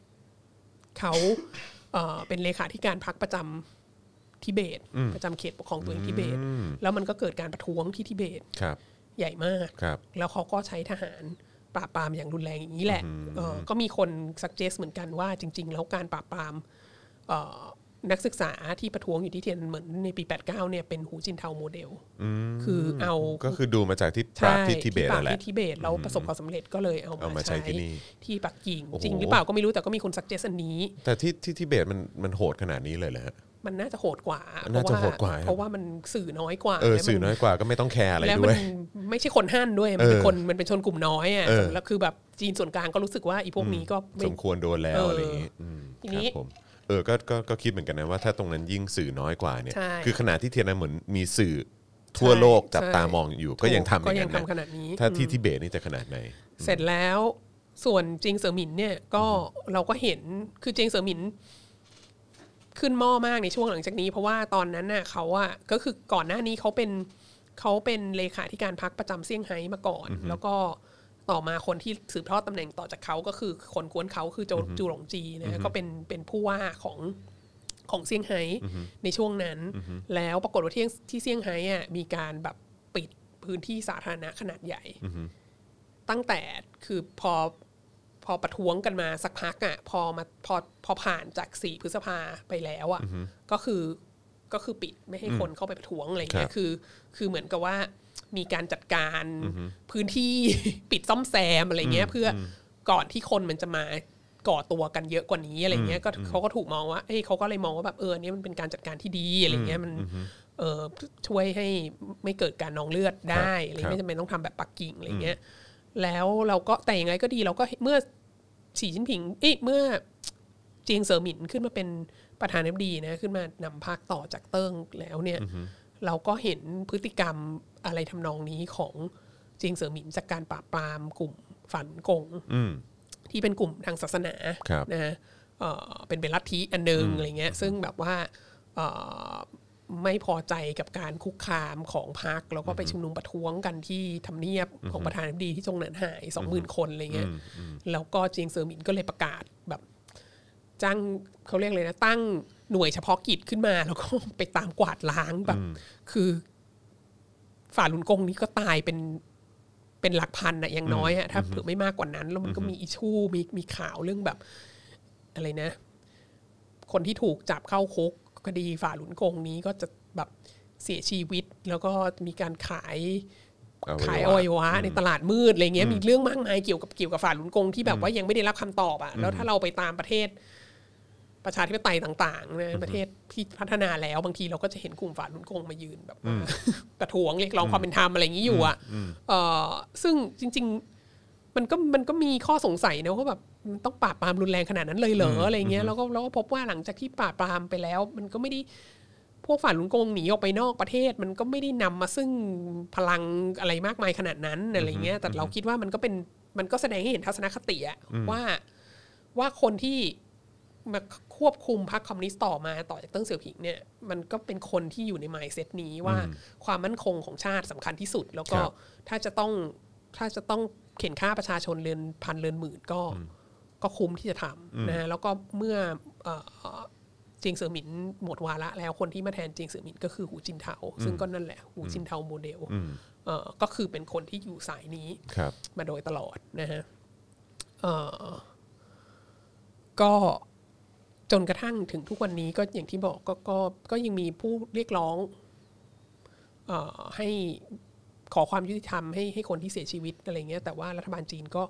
[SPEAKER 3] เขาเอ่อเป็นเลขาธิการพรรคประจำทิเบต ประจำเขตปกครองตัวเองทิเบต แล้วมันก็เกิดการประท้วงที่ทิเบต
[SPEAKER 2] ครับ
[SPEAKER 3] ใหญ่มาก
[SPEAKER 2] ครับ
[SPEAKER 3] แล้วเขาก็ใช้ทหารปราบปรามอย่างรุนแรงอย่างนี้แหละเอ่อก็มีคนสักเจสเหมือนกันว่าจริง ๆ แล้วการปราบปรามเอ่อนักศึกษาที่ประท้วงอยู่ที่เทียนอันเหมือนในปี 89เนี่ยเป็นหูจินเทาโมเดลคือเอา
[SPEAKER 2] ก็คือดูมาจากที่ปราบที่ทิเบต
[SPEAKER 3] ปรา
[SPEAKER 2] นั่นแหละ
[SPEAKER 3] ที่ทิเบตแล้วประสบความสำเร็จก็เลยเอา
[SPEAKER 2] เอา
[SPEAKER 3] มา
[SPEAKER 2] มาใช้
[SPEAKER 3] ใช้
[SPEAKER 2] ที่นี่
[SPEAKER 3] ที่ปักกิ่ง
[SPEAKER 2] โอ้โห
[SPEAKER 3] จริงหรือเปล่าก็ไม่รู้แต่ก็มีคนสักเจสอันนี้
[SPEAKER 2] แต่ที่ที่ทิเบตมันมันโหดขนาดนี้เลยเหรอฮะ
[SPEAKER 3] มันน่าจะโหดกว่า
[SPEAKER 2] น่าจะโหดกว่า
[SPEAKER 3] เพราะว่ามันสื่อน้อยกว่า
[SPEAKER 2] เออ
[SPEAKER 3] และมั
[SPEAKER 2] สื่อน้อยกว่าก็ไม่ต้องแคร์อะไร
[SPEAKER 3] แล้ว
[SPEAKER 2] ด้
[SPEAKER 3] มั
[SPEAKER 2] วย
[SPEAKER 3] นไม่ใช่คนห้านด้วย มันเป็น
[SPEAKER 2] เออ
[SPEAKER 3] คนมันเป็นชนกลุ่มน้อยอ่ะ
[SPEAKER 2] เออ
[SPEAKER 3] แล้วคือแบบจีนส่วนกลางก็รู้สึกว่าไอีพวกนี้ก็ไม่
[SPEAKER 2] สมควรโดนแล้ว
[SPEAKER 3] เอออ
[SPEAKER 2] อะไรอย่างนี้อืม
[SPEAKER 3] ทีนี้
[SPEAKER 2] ครับผมเออก็ก็ก็คิดเหมือนกันนะว่าถ้าตรงนั้นยิ่งสื่อน้อยกว่าเนี่ย
[SPEAKER 3] ใช่
[SPEAKER 2] คือขนาดที่เทียนอันเหมือนมีสื่อทั่วโลกจับ
[SPEAKER 3] ใช่
[SPEAKER 2] ตามองอยู่ก็ยังทำอ
[SPEAKER 3] ก็
[SPEAKER 2] ย่าง
[SPEAKER 3] ยั
[SPEAKER 2] นั้น
[SPEAKER 3] งทำข
[SPEAKER 2] นะ
[SPEAKER 3] นาดนี้
[SPEAKER 2] ถ้าที่
[SPEAKER 3] อืม
[SPEAKER 2] ทิเบตนี่จะขนาดไหน
[SPEAKER 3] เสร็จแล้วส่วนเจยงเสือหมินเนี่ยก็เราก็เห็นคือเจยงเสือหมิน ขึ้นหม้อมากในช่วงหลังจากนี้ เพราะว่าตอนนั้นน่ะเขาอ่ะก็คือก่อนหน้านี้เขาเป็นเขาเป็นเลขาธิการพักประจำเซี่ยงไฮ้มาก่อน แล้วก็ต่อมาคนที่สืบทอดตำแหน่งต่อจากเขาก็คือคนกวนเขาคือโจจูหลงจีนะก็เป็นเป็นผู้ว่าของ ของเซี่ยงไฮ้ในช่วงนั้น แล้วปรากฏว่าที่ที่เซี่ยงไฮ้อะมีการแบบปิดพื้นที่สาธารณะขนาดใหญ่ ตั้งแต่คือพอพอประท้วงกันมาสักพักอ่ะพอมาพอพอผ่านจากสี่พฤษภาไปแล้วอ่ะก็คือก็คือปิดไม่ให้คนเข้าไปประท้วงอะไร
[SPEAKER 2] ครั
[SPEAKER 3] เงี้ย
[SPEAKER 2] บ
[SPEAKER 3] คือ คือเหมือนกับว่ามีการจัดการพื้นที่ ปิดซ่อมแซมอะไรเงี้ยเพื่ออก่อนที่คนมันจะมาก่อตัวกันเยอะกว่านี้อะไรเงี้ยก็เขาก็ถูกมองว่าเอ้ยเขาก็เลยมองว่าแบบเอออนนี่มันเป็นการจัดการที่ดีอะไรเงี้ยมันเออช่วยให้ไม่เกิดการนองเลือดได้อะไร
[SPEAKER 2] ครับ
[SPEAKER 3] ไม่จำเป็นต้องทำแบบปักกิ่งอะไรเงี้ย แล้วเราก็แต่ยังไงก็ดีเราก็เมื่อสีชิ้นผิงเอ้ยเมื่อเจียงเสอหมินขึ้นมาเป็นประธานาธิบดีนะขึ้นมานำพรรคต่อจากเติ้งแล้วเนี่ย เราก็เห็นพฤติกรรมอะไรทำนองนี้ของเจียงเสอหมินจากการปราบปรามกลุ่มฝันกง
[SPEAKER 2] อืม
[SPEAKER 3] ที่เป็นกลุ่มทางศาสนา
[SPEAKER 2] ครับ
[SPEAKER 3] นะฮะเอ่อเป็นเป็นลัทธิอันหนึ่งอะไรเงี้ย ซึ่งแบบว่าเอ่อไม่พอใจกับการคุกคามของพรรคแล้วก็ไปชุมนุมประท้วงกันที่ทำเนียบของประธานาธิบดีที่จงเหนินหายสองหมื่นคนอะไรเงี้ย แล้วก็เจียงเซอร์หมินก็เลยประกาศแบบ จ้างเขาเรียกเลยนะ ตั้งหน่วยเฉพาะกิจขึ้นมา แล้วก็ ไปตามกวาดล้างแบบ คือ ฝ่าลุนกงนี้ก็ตายเป็นเป็นหลักพันอะอย่างน้อยอะถ้าเผื่อไม่มากกว่านั้น แล้วมันก็มีอิชชูมีมีข่าวเรื่องแบบ อะไรนะ คนที่ถูกจับเข้าคุกคดีฝ่าหลุนกงนี้ก็จะแบบเสียชีวิต แล้วก็มีการขาย
[SPEAKER 2] เอาไว้
[SPEAKER 3] ขายอ
[SPEAKER 2] ว่า
[SPEAKER 3] วัยวะในตลาดมืดอะไรเงี้ยมีเรื่องมากมายเกี่ยวกับเกี่ยวกับฝ่าหลุนกงที่แบบว่ายังไม่ได้รับคำตอบอ่ะแล้วถ้าเราไปตามประเทศ ประชาธิปไตยต่างๆนะประเทศที่พัฒนาแล้วบางทีเราก็จะเห็นกลุ่มฝ่าหลุนกงมายืนแบบว่า ประท้วงเรียกร้องความเป็นธรรมอะไรอย่างนี้อยู่อ่ะเออซึ่งจริง ๆ มันก็มันก็มีข้อสงสัยนะว่าแบบมันต้องปราบปรามรุนแรงขนาดนั้นเลยเหรออะไรเงี้ยแล้วก็แล้วก็พบว่าหลังจากที่ปราบปรามไปแล้ว มันก็ไม่ได้ พวกฝ่ายหลุนกงหนีออกไปนอกประเทศ มันก็ไม่ได้นำมาซึ่งพลังอะไรมากมายขนาดนั้นอะไรเงี้ยแต่เราคิดว่ามันก็เป็นมันก็แสดงให้เห็นทัศนคติอะว่าว่าคนที่มาควบคุมพรรคคอมมิวนิสต์ต่อมาต่อจากเติ้งเสี่ยวผิงเนี่ยมันก็เป็นคนที่อยู่ในมายเซตนี้ว่าความมั่นคงของชาติสำคัญที่สุด แล้ว
[SPEAKER 2] ค
[SPEAKER 3] ก็
[SPEAKER 2] รับ
[SPEAKER 3] ถ้าจะต้องถ้าจะต้องเข็นฆ่าประชาชนเรือนพันเรือนหมื่นก็ก็คุ้มที่จะทำนะฮะแล้วก็เมื่อเอ่อ เจียงเสือหมินหมดวาระแล้วคนที่มาแทนเจียงเสือหมินก็คือหูจินเทาซึ่งก็นั่นแหละหูจินเทาโมเดลเอ่อก็คือเป็นคนที่อยู่สายนี้
[SPEAKER 2] ครับ
[SPEAKER 3] มาโดยตลอดนะฮะเอ่อก็จนกระทั่งถึงทุกวันนี้ก็อย่างที่บอกก็ก็ก็ยังมีผู้เรียกร้องเอ่อให้ขอความยุติธรรมให้ให้คนที่เสียชีวิตอะไรเงี้ยแต่ว่ารัฐบาลจีนก็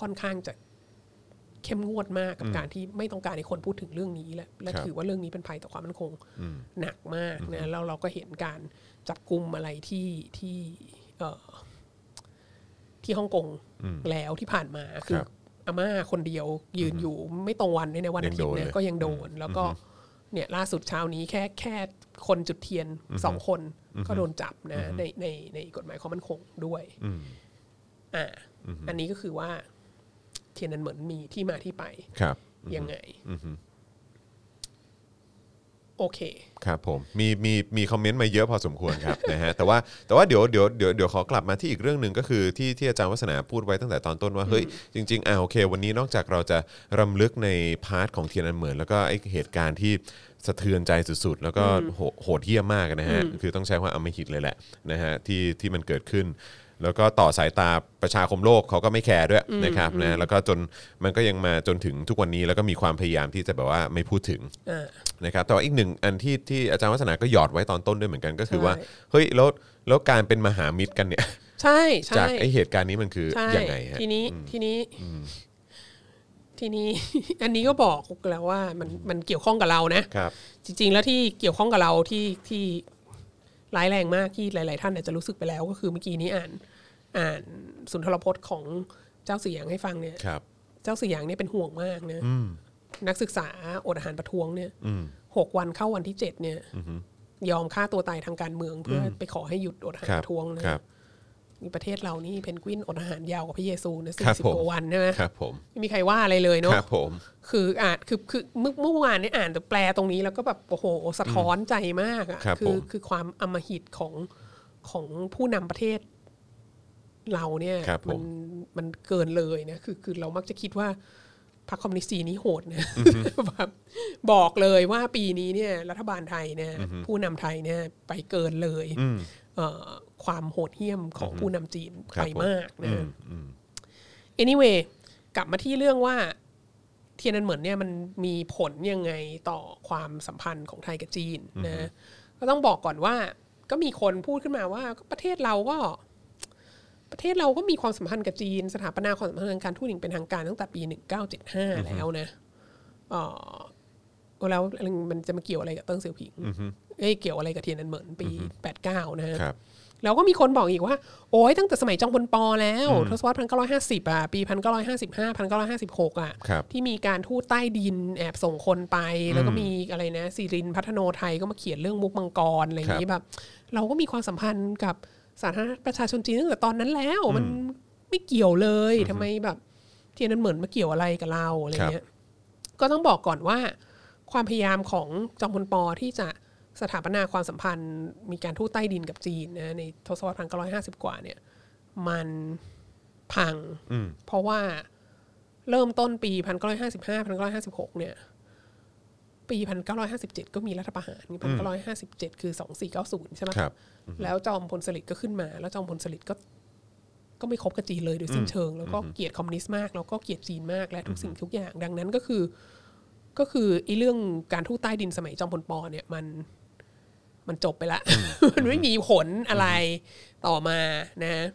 [SPEAKER 3] ค่อนข้างจะ เข้มงวดมากกับการที่ไม่ต้องการให้คนพูดถึงเรื่องนี้และและ
[SPEAKER 2] ครับ
[SPEAKER 3] ถือว่าเรื่องนี้เป็นภัยต่อความมั่นคงหนักมากนะแล้วเราก็เห็นการจับกลุ่มอะไรที่ที่เอ่อที่ฮ่องกงแล้วที่ผ่านมาคืออาม่าคนเดียวยืนอยู่ไม่ตรงวันด้วยในะวันอาทิตย์เนี่ยก็ยังโดน แล้วก็เนี่ยล่าสุดเช้านี้แค่แค่คนจุดเทียนสองคนก็โดนจับนะในในในกฎหมายความมั่นคงด้วยอ่าอันนี้ก็คือว่า เทียนนันเหมือนมีที่มาที่ไป
[SPEAKER 2] ครับ
[SPEAKER 3] ยังไงโอเค
[SPEAKER 2] ครับผมมีมีมีคอมเมนต์มาเยอะพอสมควรครับ นะฮะแต่ว่าแต่ว่าเดี๋ยวเดี๋ยวเดี๋ยวเดี๋ยวขอกลับมาที่อีกเรื่องหนึ่งก็คือที่ที่อาจารย์วัฒนาพูดไว้ตั้งแต่ตอนต้นว่าเฮ้ยจริงๆอ่าโอเค วันนี้นอกจากเราจะรำลึกในพาร์ทของเทียนอันเหมือนแล้วก็ไอเหตุการณ์ที่สะเทือนใจสุดๆ แล้วก็โหโหดเหี้ยมมากนะฮะคือต้องใช้คำว่าอำมหิตเลยแหละนะฮะที่ที่มันเกิดขึ้น แล้วก็ต่อสายตาประชาคมโลกเขาก็ไม่แคร์ด้วยนะครับนะแล้วก็จนมันก็ยังมาจนถึงทุกวันนี้แล้วก็มีความพยายามที่จะแบบว่าไม่พูดถึง
[SPEAKER 3] เอ่า
[SPEAKER 2] นะครับแต่ว่าอีกหนึ่งอันที่ที่อาจารย์วัฒนาก็หยอดไว้ตอนต้นด้วยเหมือนกันก็คือ
[SPEAKER 3] ใช่
[SPEAKER 2] ว่าเฮ้ยแล้วแล้วการเป็นมหามิตรกันเนี่ย
[SPEAKER 3] ใช่
[SPEAKER 2] จาก
[SPEAKER 3] ใช่
[SPEAKER 2] ไอเหตุการณ์นี้มันคือ
[SPEAKER 3] ใช่
[SPEAKER 2] ยังไงฮะ
[SPEAKER 3] ทีนี้ทีนี้ ท ทีนี้ อันนี้ก็บอกแล้วว่ามันมันเกี่ยวข้องกับเรานะ
[SPEAKER 2] ครับ
[SPEAKER 3] จริง ๆ แล้วที่เกี่ยวข้องกับเราที่ที่ร้ายแรงมากที่หลาย ๆ ท่านอาจจะรู้สึกไปแล้วก็คือเมื่อกี้นี้อ่าน อ่านสุนทรพจน์ของเจ้าเสียงให้ฟังเนี่ย
[SPEAKER 2] ครับ
[SPEAKER 3] เจ้าเสียงเนี่ยเป็นห่วงมากนะนักศึกษาอดอาหารประท้วงเนี่ยหกวันเข้าวันที่เจ็ดเนี่ยยอมฆ่าตัวตายทางการเมืองเพื่ออไปขอให้หยุดอดอาหาร
[SPEAKER 2] ครั
[SPEAKER 3] ป
[SPEAKER 2] บ
[SPEAKER 3] ระท้วงนะครับ มีประเทศเรานี่เพนกวินอดอาหารยาวกว่าพระเยซูนะ
[SPEAKER 2] ค
[SPEAKER 3] สี่
[SPEAKER 2] รับ
[SPEAKER 3] สิบ
[SPEAKER 2] ผม
[SPEAKER 3] กว่าวันใช่ไหม
[SPEAKER 2] ครับผม
[SPEAKER 3] ไม่มีใครว่าอะไรเลยเนาะ
[SPEAKER 2] ครับผม
[SPEAKER 3] คืออ่านคือคือเมื่อเมื่อวานเนี่ยอ่านแต่แปลตรงนี้แล้วก็แบบโอ้โหสะท้อนใจมาก
[SPEAKER 2] ครั
[SPEAKER 3] อะ่ะ
[SPEAKER 2] บผ
[SPEAKER 3] อ
[SPEAKER 2] ม
[SPEAKER 3] คือความอำมหิตของของผู้นำประเทศเราเนี่ย
[SPEAKER 2] ครับผม
[SPEAKER 3] นมันเกินเลยนะคือคือเรามักจะคิดว่าพรรคคอมมิวนิสต์จีนนี้โหดนะแบบบอกเลยว่าปีนี้เนี่ยรัฐบาลไทยเนี่ยผู้นำไทยเนี่ยไปเกินเลยเอ่อความโหดเหี้ยมของผู้นำจีน
[SPEAKER 2] ครับ
[SPEAKER 3] ไป
[SPEAKER 2] ผม
[SPEAKER 3] มากนะ
[SPEAKER 2] อืมอืม
[SPEAKER 3] anyway กลับมาที่เรื่องว่า เทียนอันเหมือนเนี่ยมันมีผลยังไงต่อความสัมพันธ์ของไทยกับจีนนะก็ต้องบอกก่อนว่าก็มีคนพูดขึ้นมาว่าก็ประเทศเราก็ ประเทศเราก็มีความสัมพันธ์กับจีน สถาปนาความสัมพันธ์ทางการทูตอย่างเป็นทางการตั้งแต่ปี 1975 แล้วนะเออแล้วมันจะมาเกี่ยวอะไรกับเติ้งเสี่ยวผิงเอ้ยเกี่ยวอะไรกับเทียนอันเหมือนปี 89 นะฮะ
[SPEAKER 2] ครับ
[SPEAKER 3] แล้วก็มีคนบอกอีกว่า โอ้ยตั้งแต่สมัยจองพลปอแล้วทศวรรษพันเก้าร้อยห้าสิบอ่ะ ปีพันเก้าร้อยห้าสิบห้าพันเก้าร้อยห้าสิบหกอ่ะ
[SPEAKER 2] ครับ
[SPEAKER 3] ที่มีการทูตใต้ดินแอบส่งคนไป แล้วก็มีอะไรนะสิรินพัฒโนไทยก็มาเขียนเรื่องมุกมังกรอะไรอย่างนี้แบบ เราก็มีความสัมพันธ์กับสาธารณรัฐประชาชนจีนตั้งแต่ตอนนั้นแล้ว มันไม่เกี่ยวเลยทำไมแบบ เทียนนันเหมือนมาเกี่ยวอะไรกับเราอะไรเงี้ย ก็ต้องบอกก่อนว่า ความพยายามของจอมพลปอที่จะสถาปนาความสัมพันธ์ มีการทูตใต้ดินกับจีนนะในทศวรรษพันเก้าร้อยห้าสิบกว่าเนี่ย มันพัง เพราะว่าเริ่มต้นปีพันเก้าร้อยห้าสิบห้าพันเก้าร้อยห้าสิบหกเนี่ย ปีพันเก้าร้อยห้าสิบเจ็ดก็มีรัฐประหารพันเก้าร้อยห้าสิบเจ็ดคือสองสี่เก้าศูนย์ใช่ไหม
[SPEAKER 2] ครับ
[SPEAKER 3] แล้วจอมพลสฤษดิ์ก็ขึ้นมา แล้วจอมพลสฤษดิ์ก็ ก็ไม่คบกับจีนเลยโดยสิ้นเชิง แล้วก็เกลียดคอมมิวนิสต์มาก แล้วก็เกลียดจีนมากและทุกสิ่งทุกอย่าง ดังนั้นก็คือ ก็คือไอ้เรื่องการทูตใต้ดินสมัยจอมพลปอเนี่ยมัน มันจบไปละ มันไม่มีผลอะไรต่อมานะ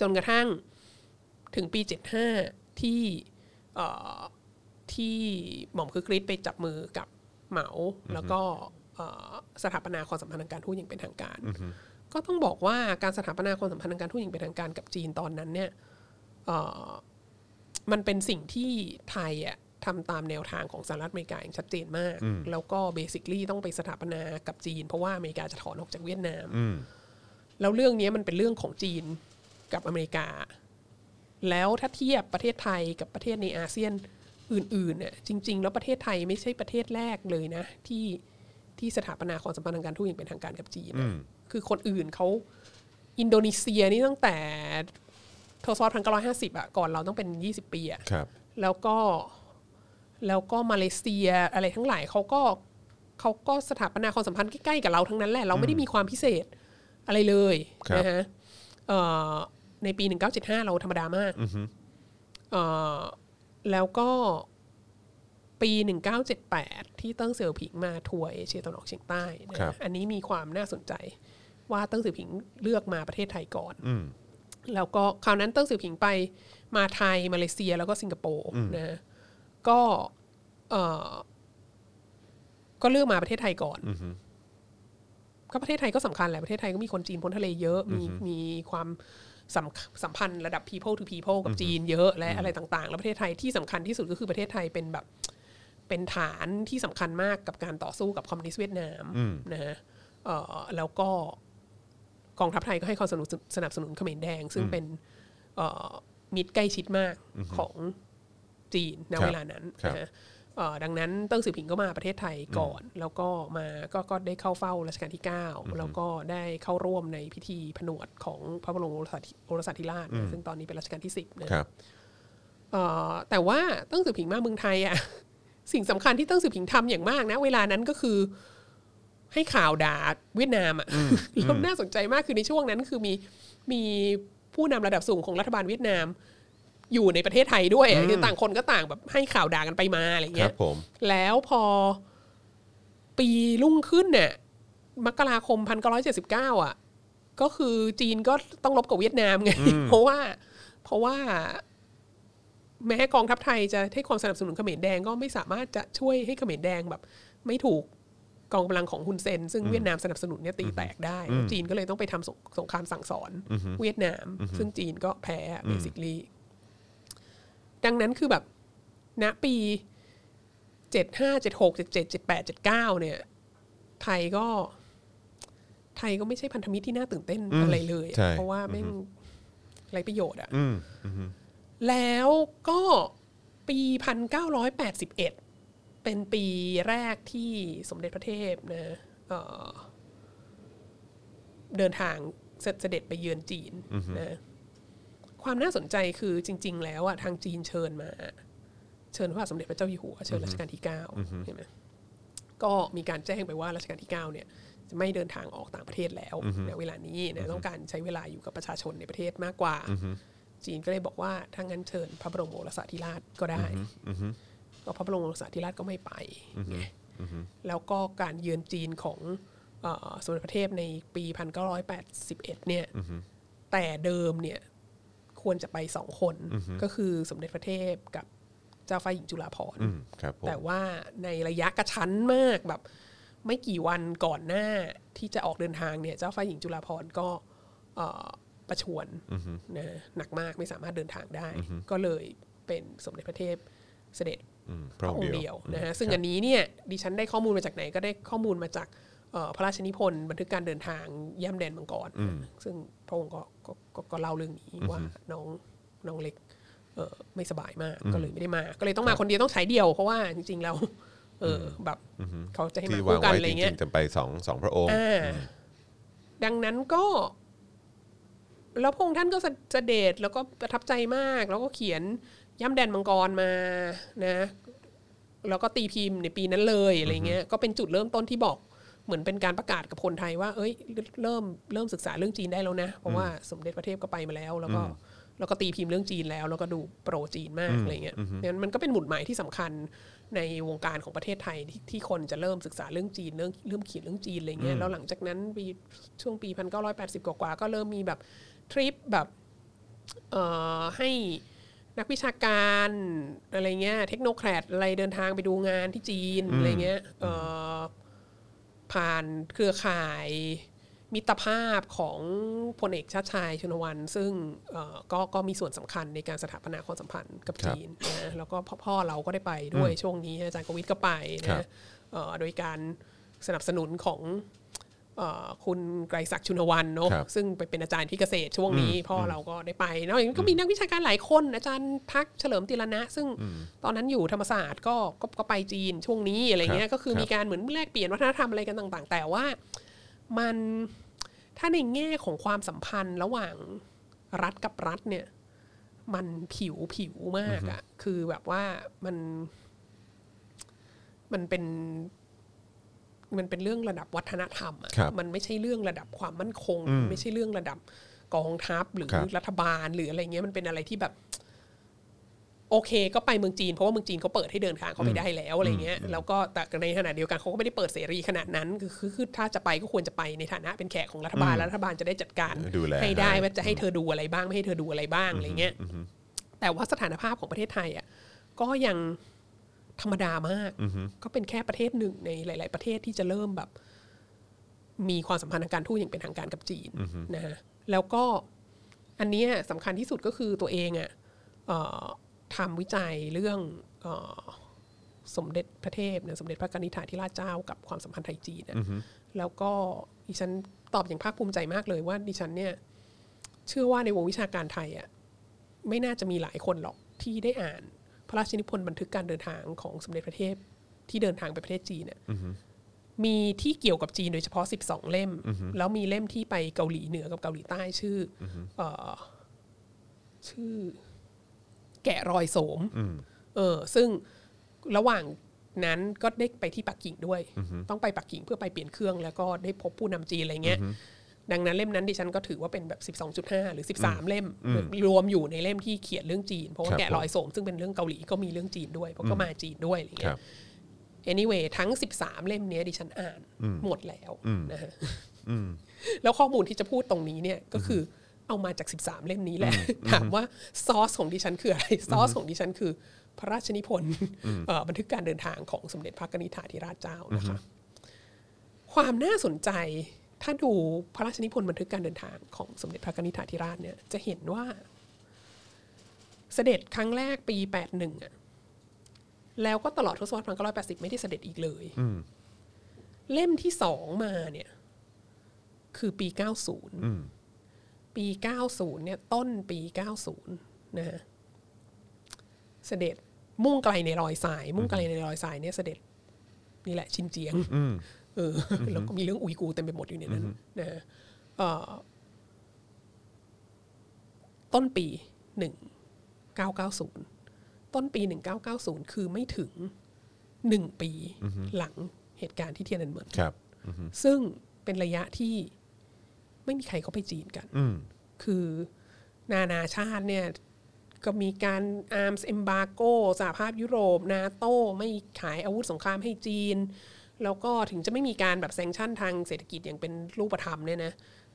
[SPEAKER 3] จนกระทั่งถึงปีเจ็ดห้าที่เอ่อที่หม่อมคือกริชไปจับมือกับเหมาแล้วก็เอ่อสถาปนาความสัมพันธ์ทางการทูตอย่างเป็นทางการ ก็ต้องบอกว่าการสถาปนาความสัมพันธ์ทางการทูตอย่างเป็นทางการกับจีนตอนนั้นเนี่ยเอ่อมันเป็นสิ่งที่ไทยอ่ะทำตามแนวทางของสหรัฐอเมริกาอย่างชัดเจนมาก แล้วก็เบสิคลี่ต้องไปสถาปนากับจีน เพราะว่าอเมริกาจะถอนออกจากเวียดนาม แล้วเรื่องนี้มันเป็นเรื่องของจีนกับอเมริกา แล้วถ้าเทียบประเทศไทยกับประเทศในอาเซียนอื่นๆเนี่ยจริง ๆ แล้วประเทศไทยไม่ใช่ประเทศแรกเลยนะ ที่ที่สถาปนาความสัมพันธ์ทางการทูตอย่างเป็นทางการกับจีนนะคือคนอื่นเขาอินโดนีเซียนี่ตั้งแต่ทศวรรษพันเก้าร้อยห้าสิบอะก่อนเราต้องเป็นยี่สิบปีอะ
[SPEAKER 2] ครับ
[SPEAKER 3] แล้วก็แล้วก็มาเลเซียอะไรทั้งหลายเขาก็เขาก็สถาปนาความสัมพันธ์ใกล้ๆกับเราทั้งนั้นแหละ เราไม่ได้มีความพิเศษอะไรเลยนะฮะเอ่อในปี 1975 เราธรรมดามากเอ่อแล้วก็ปี 1978 ที่เตั้งเสี่ยวผิงมาทัวร์เอเชียตะวันออกเฉียงใต้นะอันนี้มีความน่าสนใจว่าเตั้งเสี่ยวผิงเลือกมาประเทศไทยก่อน แล้วก็คราวนั้นเติ้งสือผิงไปมาไทย มาเลเซียแล้วก็สิงคโปร์นะก็เออก็เลือกมาประเทศไทยก่อนก็ประเทศไทยก็สำคัญแหละประเทศไทยก็มีคนจีนพ้นทะเลเยอะ มีมีความสำสัมพันธ์ระดับ people to people กับจีนเยอะและอะไรต่างๆ แล้วประเทศไทยที่สำคัญที่สุดก็คือประเทศไทยเป็นแบบ เป็นฐานที่สำคัญมากกับการต่อสู้กับคอมมิวนิสต์เวียดนามนะฮะเอ่อแล้วก็กองทัพไทยก็ให้ความสนับสนุนสนับสนุนเขมรแดง ซึ่งเป็นเอ่อมิตรใกล้ชิดมากของจีนในเวลานั้นนะฮะเอ่อดังนั้นเติ้งสือผิงก็มาประเทศไทยก่อน แล้วก็มาก็ก็ได้เข้าเฝ้ารัชกาลที่ 9 แล้วก็ได้เข้าร่วมในพิธีผนวดของพระบรมโอรสาธิโอรสาธิราชนะซึ่งตอนนี้เป็นรัชกาลที่ 10นะ
[SPEAKER 2] ครับ
[SPEAKER 3] เอ่อแต่ว่าเตั้งสือผิงมาเมืองไทยอะ สิ่งสำคัญที่เตั้งสือผิงทำอย่างมากนะ เวลานั้นก็คือให้ข่าวด่าเวียดนามอะ แล้วน่าสนใจมากคือในช่วงนั้นคือมีมีผู้นำระดับสูงของรัฐบาลเวียดนาม อยู่ในประเทศไทยด้วยอะคือต่างคนก็ต่างแบบให้ข่าวด่ากันไปมาอะไร
[SPEAKER 2] ค
[SPEAKER 3] เงี้
[SPEAKER 2] รั
[SPEAKER 3] ย
[SPEAKER 2] บผม
[SPEAKER 3] แล้วพอปีรุ่งขึ้นเนี่ยมกราคมพันเก้าร้อยเจ็ดสิบเก้าอ่ะ ก็ คือจีนก็ต้องรบกับเวียดนามไง เพราะว่า เพราะว่า แม้กองทัพไทยจะให้ความสนับสนุนเขมรแดงก็ไม่สามารถจะช่วยให้เขมรแดงแบบ ไม่ถูกกองกำลังของฮุนเซน ซึ่งเวียดนามสนับสนุนเนี่ยตีแตกได้ จีนก็เลยต้องไปทำสงสงครามสั่งสอนเวียดนาม ซึ่งจีนก็แพ้เบสิคลีดังนั้นคือแบบณปี เจ็ดห้าเจ็ดหกเจ็ดเจ็ดเจ็ดแปดเจ็ดเก้าเนี่ย ไทยก็ ไทยก็ไม่ใช่พันธมิตรที่น่าตื่นเต้นอะไรเลยอะ
[SPEAKER 2] ใช่
[SPEAKER 3] เพราะว่าไม่งไรประโยชน์อะ
[SPEAKER 2] อืม
[SPEAKER 3] แล้วก็ปีพันเก้าร้อยแปดสิบเอ็ดเป็นปีแรกที่สมเด็จพระเทพนะเอ่อเดินทางเสเสด็จไปเยือนจีนนะความน่าสนใจคือจริง ๆ แล้วอะทางจีนเชิญมา เชิญพระบาทสมเด็จพระเจ้าอยู่หัวเชิญรัชกาลที่เก้าใช่ไหมก็มีการแจ้งไปว่ารัชกาลที่เก้าเนี่ยจะไม่เดินทางออกต่างประเทศแล้วในเวลานี้นะต้องการใช้เวลาอยู่กับประชาชนในประเทศมากกว่า จีนก็เลยบอกว่าถ้างั้นเชิญพระบรมโอรสาธิราชก็ได้ก็พระบรมโอรสาธิราชก็ไม่ไปไงแล้วก็การเยือนจีนของเอ่อสมเด็จพระเทพในปี 1981เนี่ยแต่เดิมเนี่ย ควรจะไปสองคนก็คือสมเด็จพระเทพกับเจ้าฟ้าหญิงจุฬาภรณ์
[SPEAKER 2] อืมครับผม
[SPEAKER 3] แต่ว่าในระยะกระชั้นมากแบบ ไม่กี่วันก่อนหน้าที่จะออกเดินทางเนี่ยเจ้าฟ้าหญิงจุฬาภรณ์ก็เอ่อประชวนนะหนักมากไม่สามารถเดินทางได้ ก็เลยเป็นสมเด็จพระเทพเสด็จ
[SPEAKER 2] อืมพ
[SPEAKER 3] พ
[SPEAKER 2] ระ
[SPEAKER 3] ระ
[SPEAKER 2] อ
[SPEAKER 3] อง ง
[SPEAKER 2] ค์
[SPEAKER 3] ค์
[SPEAKER 2] เดี
[SPEAKER 3] เดี
[SPEAKER 2] ย
[SPEAKER 3] ยว วนะฮะซึ่งอันนี้เนี่ยดิฉันได้ข้อมูลมาจากไหนก็ได้ข้อมูลมาจากเอ่อพระราชนิพนธ์บันทึกการเดินทางย่ำแดนมังกรซึ่งพระองค์ก็ก็ก็ก็เล่าเรื่องนี้ว่าน้องน้องเล็กเอ่อไม่สบายมากก็เลยไม่ได้มา ก็เลยต้องมาคนเดียวต้องฉายเดียว เพราะว่าจริง ๆ แล้วเอออแบบเขาจะให้มา
[SPEAKER 2] ที่วา
[SPEAKER 3] คู่
[SPEAKER 2] ง
[SPEAKER 3] กัน
[SPEAKER 2] ไว้
[SPEAKER 3] อะไร
[SPEAKER 2] จ
[SPEAKER 3] เงี้
[SPEAKER 2] ริ
[SPEAKER 3] ย
[SPEAKER 2] งๆจะไปสองสองพระองค์
[SPEAKER 3] อ่าดังนั้นก็ แล้วพระองค์ท่านก็เสเสด็จแล้วก็ประทับใจมาก แล้วก็เขียนย่ำแดนมังกรมานะ แล้วก็ตีพิมพ์ในปีนั้นเลยอะไรเงี้ยก็เป็นจุดเริ่มต้นที่บอกเหมือนเป็นการประกาศกับคนไทยว่า เอ้ย เริ่มเริ่มศึกษาเรื่องจีนได้แล้วนะ เพราะว่าสมเด็จพระเทพก็ไปมาแล้ว แล้วก็แล้วก็ตีพิมพ์เรื่องจีนแล้ว แล้วก็ดูโปรจีนมากอะไรเงี้ยดังนั้นมันก็เป็นหมุดหมายที่สำคัญในวงการของประเทศไทยที่ที่คนจะเริ่มศึกษาเรื่องจีนเรื่องเริ่มเขียนเรื่องจีนอะไรเงี้ยแล้วหลังจากนั้นปีช่วงปี 1980 กว่าๆก็เริ่มมีแบบทริปแบบ เอ่อให้นักวิชาการอะไรเงี้ยเทคโนแครดอะไรเดินทางไปดูงานที่จีนอะไรเงี้ยเอ่อผ่านเครือข่ายมิตรภาพของพลเอกชาติชายชุนวัน ซึ่งเอ่อก็ก็มีส่วนสำคัญในการสถาปนาความสัมพันธ์กับ
[SPEAKER 2] ครับ
[SPEAKER 3] จีนนะแล้วก็พ่อพ่อเราก็ได้ไปด้วยช่วงนี้อาจารย์กวิทย์ก็ไป
[SPEAKER 2] ครับ
[SPEAKER 3] นะเอ่อโดยการสนับสนุนของ เอ่อคุณไกรศักดิ์ชุนวันเนอะ
[SPEAKER 2] ครับ
[SPEAKER 3] ซึ่งไปเป็นอาจารย์ที่เกษตรช่วงนี้พ่ออเราก็ได้ไปเนอะอย่างนั้นก็มีนักวิชาการหลายคนอาจารย์ทักษ์เฉลิมติรนะ ซึ่งตอนนั้นอยู่ธรรมศาสตร์ก็ก็ก็ไปจีนช่วงนี้อะไรเงี้ยก็คือมีการเหมือนแลกเปลี่ยนวัฒนธรรมอะไรกันต่าง ๆ แต่ว่ามันถ้าในแง่ของความสัมพันธ์ระหว่างรัฐกับรัฐเนี่ย มันผิวผิวมากอะคือแบบว่ามันมันเป็น มันเป็นเรื่องระดับวัฒนธรรมอะ
[SPEAKER 2] ครับ
[SPEAKER 3] มันไม่ใช่เรื่องระดับความมั่นคง ไม่ใช่เรื่องระดับกองทัพหรือ
[SPEAKER 2] ครับ
[SPEAKER 3] รัฐบาลหรืออะไรเงี้ยมันเป็นอะไรที่แบบ โอเค ก็ไปเมืองจีนเพราะว่าเมืองจีนเขาเปิดให้เดินทางเขาไปได้แล้วอะไรเงี้ยแล้วก็แต่ในขณะเดียวกันเขาก็ไม่ได้เปิดเสรีขนาดนั้นคือคือคือถ้าจะไปก็ควรจะไปในฐานะเป็นแขกของรัฐบาลแล้วรัฐบาลจะได้จัดการ
[SPEAKER 2] ดูแล
[SPEAKER 3] ให้ได้
[SPEAKER 2] ให้
[SPEAKER 3] ว่าจะให้เธอดูอะไรบ้างไม่ให้เธอดูอะไรบ้างอะไรเงี้ยแต่ว่าสถานภาพของประเทศไทยอ่ะก็ยังธรรมดามากก็เป็นแค่ประเทศหนึ่งในหลาย ๆ ประเทศที่จะเริ่มแบบ มีความสัมพันธ์ทางการทูตอย่างเป็นทางการกับจีนนะฮะแล้วก็อันเนี้ยสำคัญที่สุดก็คือตัวเองอ่ะเอ่อทำวิจัยเรื่องเออสมเด็จพระเทพเนี่ยสมเด็จพระกนิษฐาธิราชเจ้ากับความสัมพันธ์ไทยจีนนะแล้วก็ดิฉันตอบอย่างภาคภูมิใจมากเลยว่าดิฉันเนี่ย เชื่อว่าในวงวิชาการไทยอ่ะไม่น่าจะมีหลายคนหรอกที่ได้อ่าน พระราชนิพนธ์บันทึกการเดินทางของสมเด็จพระเทพที่เดินทางไปประเทศจีนเนี่ยมีที่เกี่ยวกับจีนโดยเฉพาะ 12 เล่ม แล้วมีเล่มที่ไปเกาหลีเหนือกับเกาหลีใต้ชื่ออเอ่อชื่อ แกะรอยโสมเออ ซึ่งระหว่างนั้นก็ได้ไปที่ปักกิ่งด้วย ต้องไปปักกิ่งเพื่อไปเปลี่ยนเครื่อง แล้วก็ได้พบผู้นำจีนอะไรเงี้ย ดังนั้นเล่มนั้นดิฉันก็ถือว่าเป็นแบบ 12.5 หรือ 13 เล่ม รวมอยู่ในเล่มที่เขียนเรื่องจีน เพราะว่า
[SPEAKER 2] ครับ
[SPEAKER 3] แกะรอยโสมซึ่งเป็นเรื่องเกาหลีก็มีเรื่องจีนด้วย เพราะก็มาจีนด้วยอะไร
[SPEAKER 2] ค
[SPEAKER 3] เงี้
[SPEAKER 2] รั
[SPEAKER 3] ย
[SPEAKER 2] บ
[SPEAKER 3] anyway ทั้ง 13 เล่มเนี้ยดิฉันอ่านหมดแล้วนะฮะแล้วข้อมูลที่จะพูดตรงนี้เนี่ยก็คืออ เอามาจาก 13 เล่มนี้แหละ ถามว่าซอสของดิฉันคืออะไร ซอสของดิฉันคือ พระราชนิพนธ์เอ่อบันทึกการเดินทางของสมเด็จพระกนิษฐาธิราชเจ้านะคะ ความน่าสนใจถ้าดูพระราชนิพนธ์บันทึกการเดินทางของสมเด็จพระกนิษฐาธิราชเนี่ยจะเห็นว่า เสด็จครั้งแรกปี 81อ่ะแล้วก็ตลอดทศวรรษ1980 ไม่ได้เสด็จอีกเลย เล่มที่สองมาเนี่ย คือปี 90 ปี 90 เนี่ย ต้นปี 90 นะฮะเสด็จมุ่งไกลในรอยสาย มุ่งไกลในรอยสายเนี่ยเสด็จนี่แหละชินเจียงเอออแล้วก็มีเรื่องอุยกูเต็มไปหมดอยู่ในนั้นนะฮะเอ่อต้นปีหนึ่ง 990 ต้นปี 1990 คือไม่ถึง 1 ปีหลังเหตุการณ์ที่เทียนอันเหมือน
[SPEAKER 2] ครับ
[SPEAKER 3] ซึ่งเป็นระยะที่ไม่มีใครเขาไปจีนกัน คือนานาชาติเนี่ย ก็มีการอาร์มส์เอมบาโกสหภาพยุโรป นาโตไม่ขายอาวุธสงครามให้จีน แล้วก็ถึงจะไม่มีการแบบแซงชั่นทางเศรษฐกิจอย่างเป็นรูปธรรมเนี่ยนะ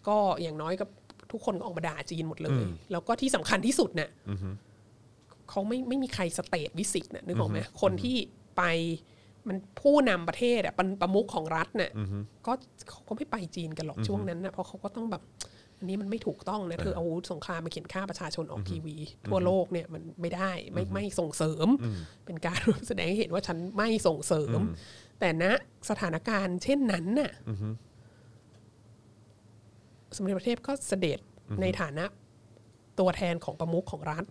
[SPEAKER 3] ก็อย่างน้อยก็ทุกคนก็ออกมาด่าจีนหมดเลย แล้วก็ที่สำคัญที่สุดเนี่ยเขาไม่ไม่มีใครสเตทวิสิตเนี่ยนึกออกไหมคนที่ไปมันผู้นำประเทศอ่ะเป็นประมุขของรัฐเนี่ยก็เขาก็ไม่ไปจีนกันหรอกช่วงนั้นนะเพราะเขาก็ต้องแบบ อันนี้มันไม่ถูกต้องนะเธอเอาอาวุธสงครามมาเขียนฆ่าประชาชนออกทีวี ทั่วโลกเนี่ยมันไม่ได้ไม่ไม่ส่งเสริม เป็นการ แสดงให้เห็นว่าฉันไม่ส่งเสริม แต่ณสถานการณ์เช่นนั้นน่ะสมเด็จพระเทพก็เสด็จในฐานะตัวแทนของประมุขของรัฐ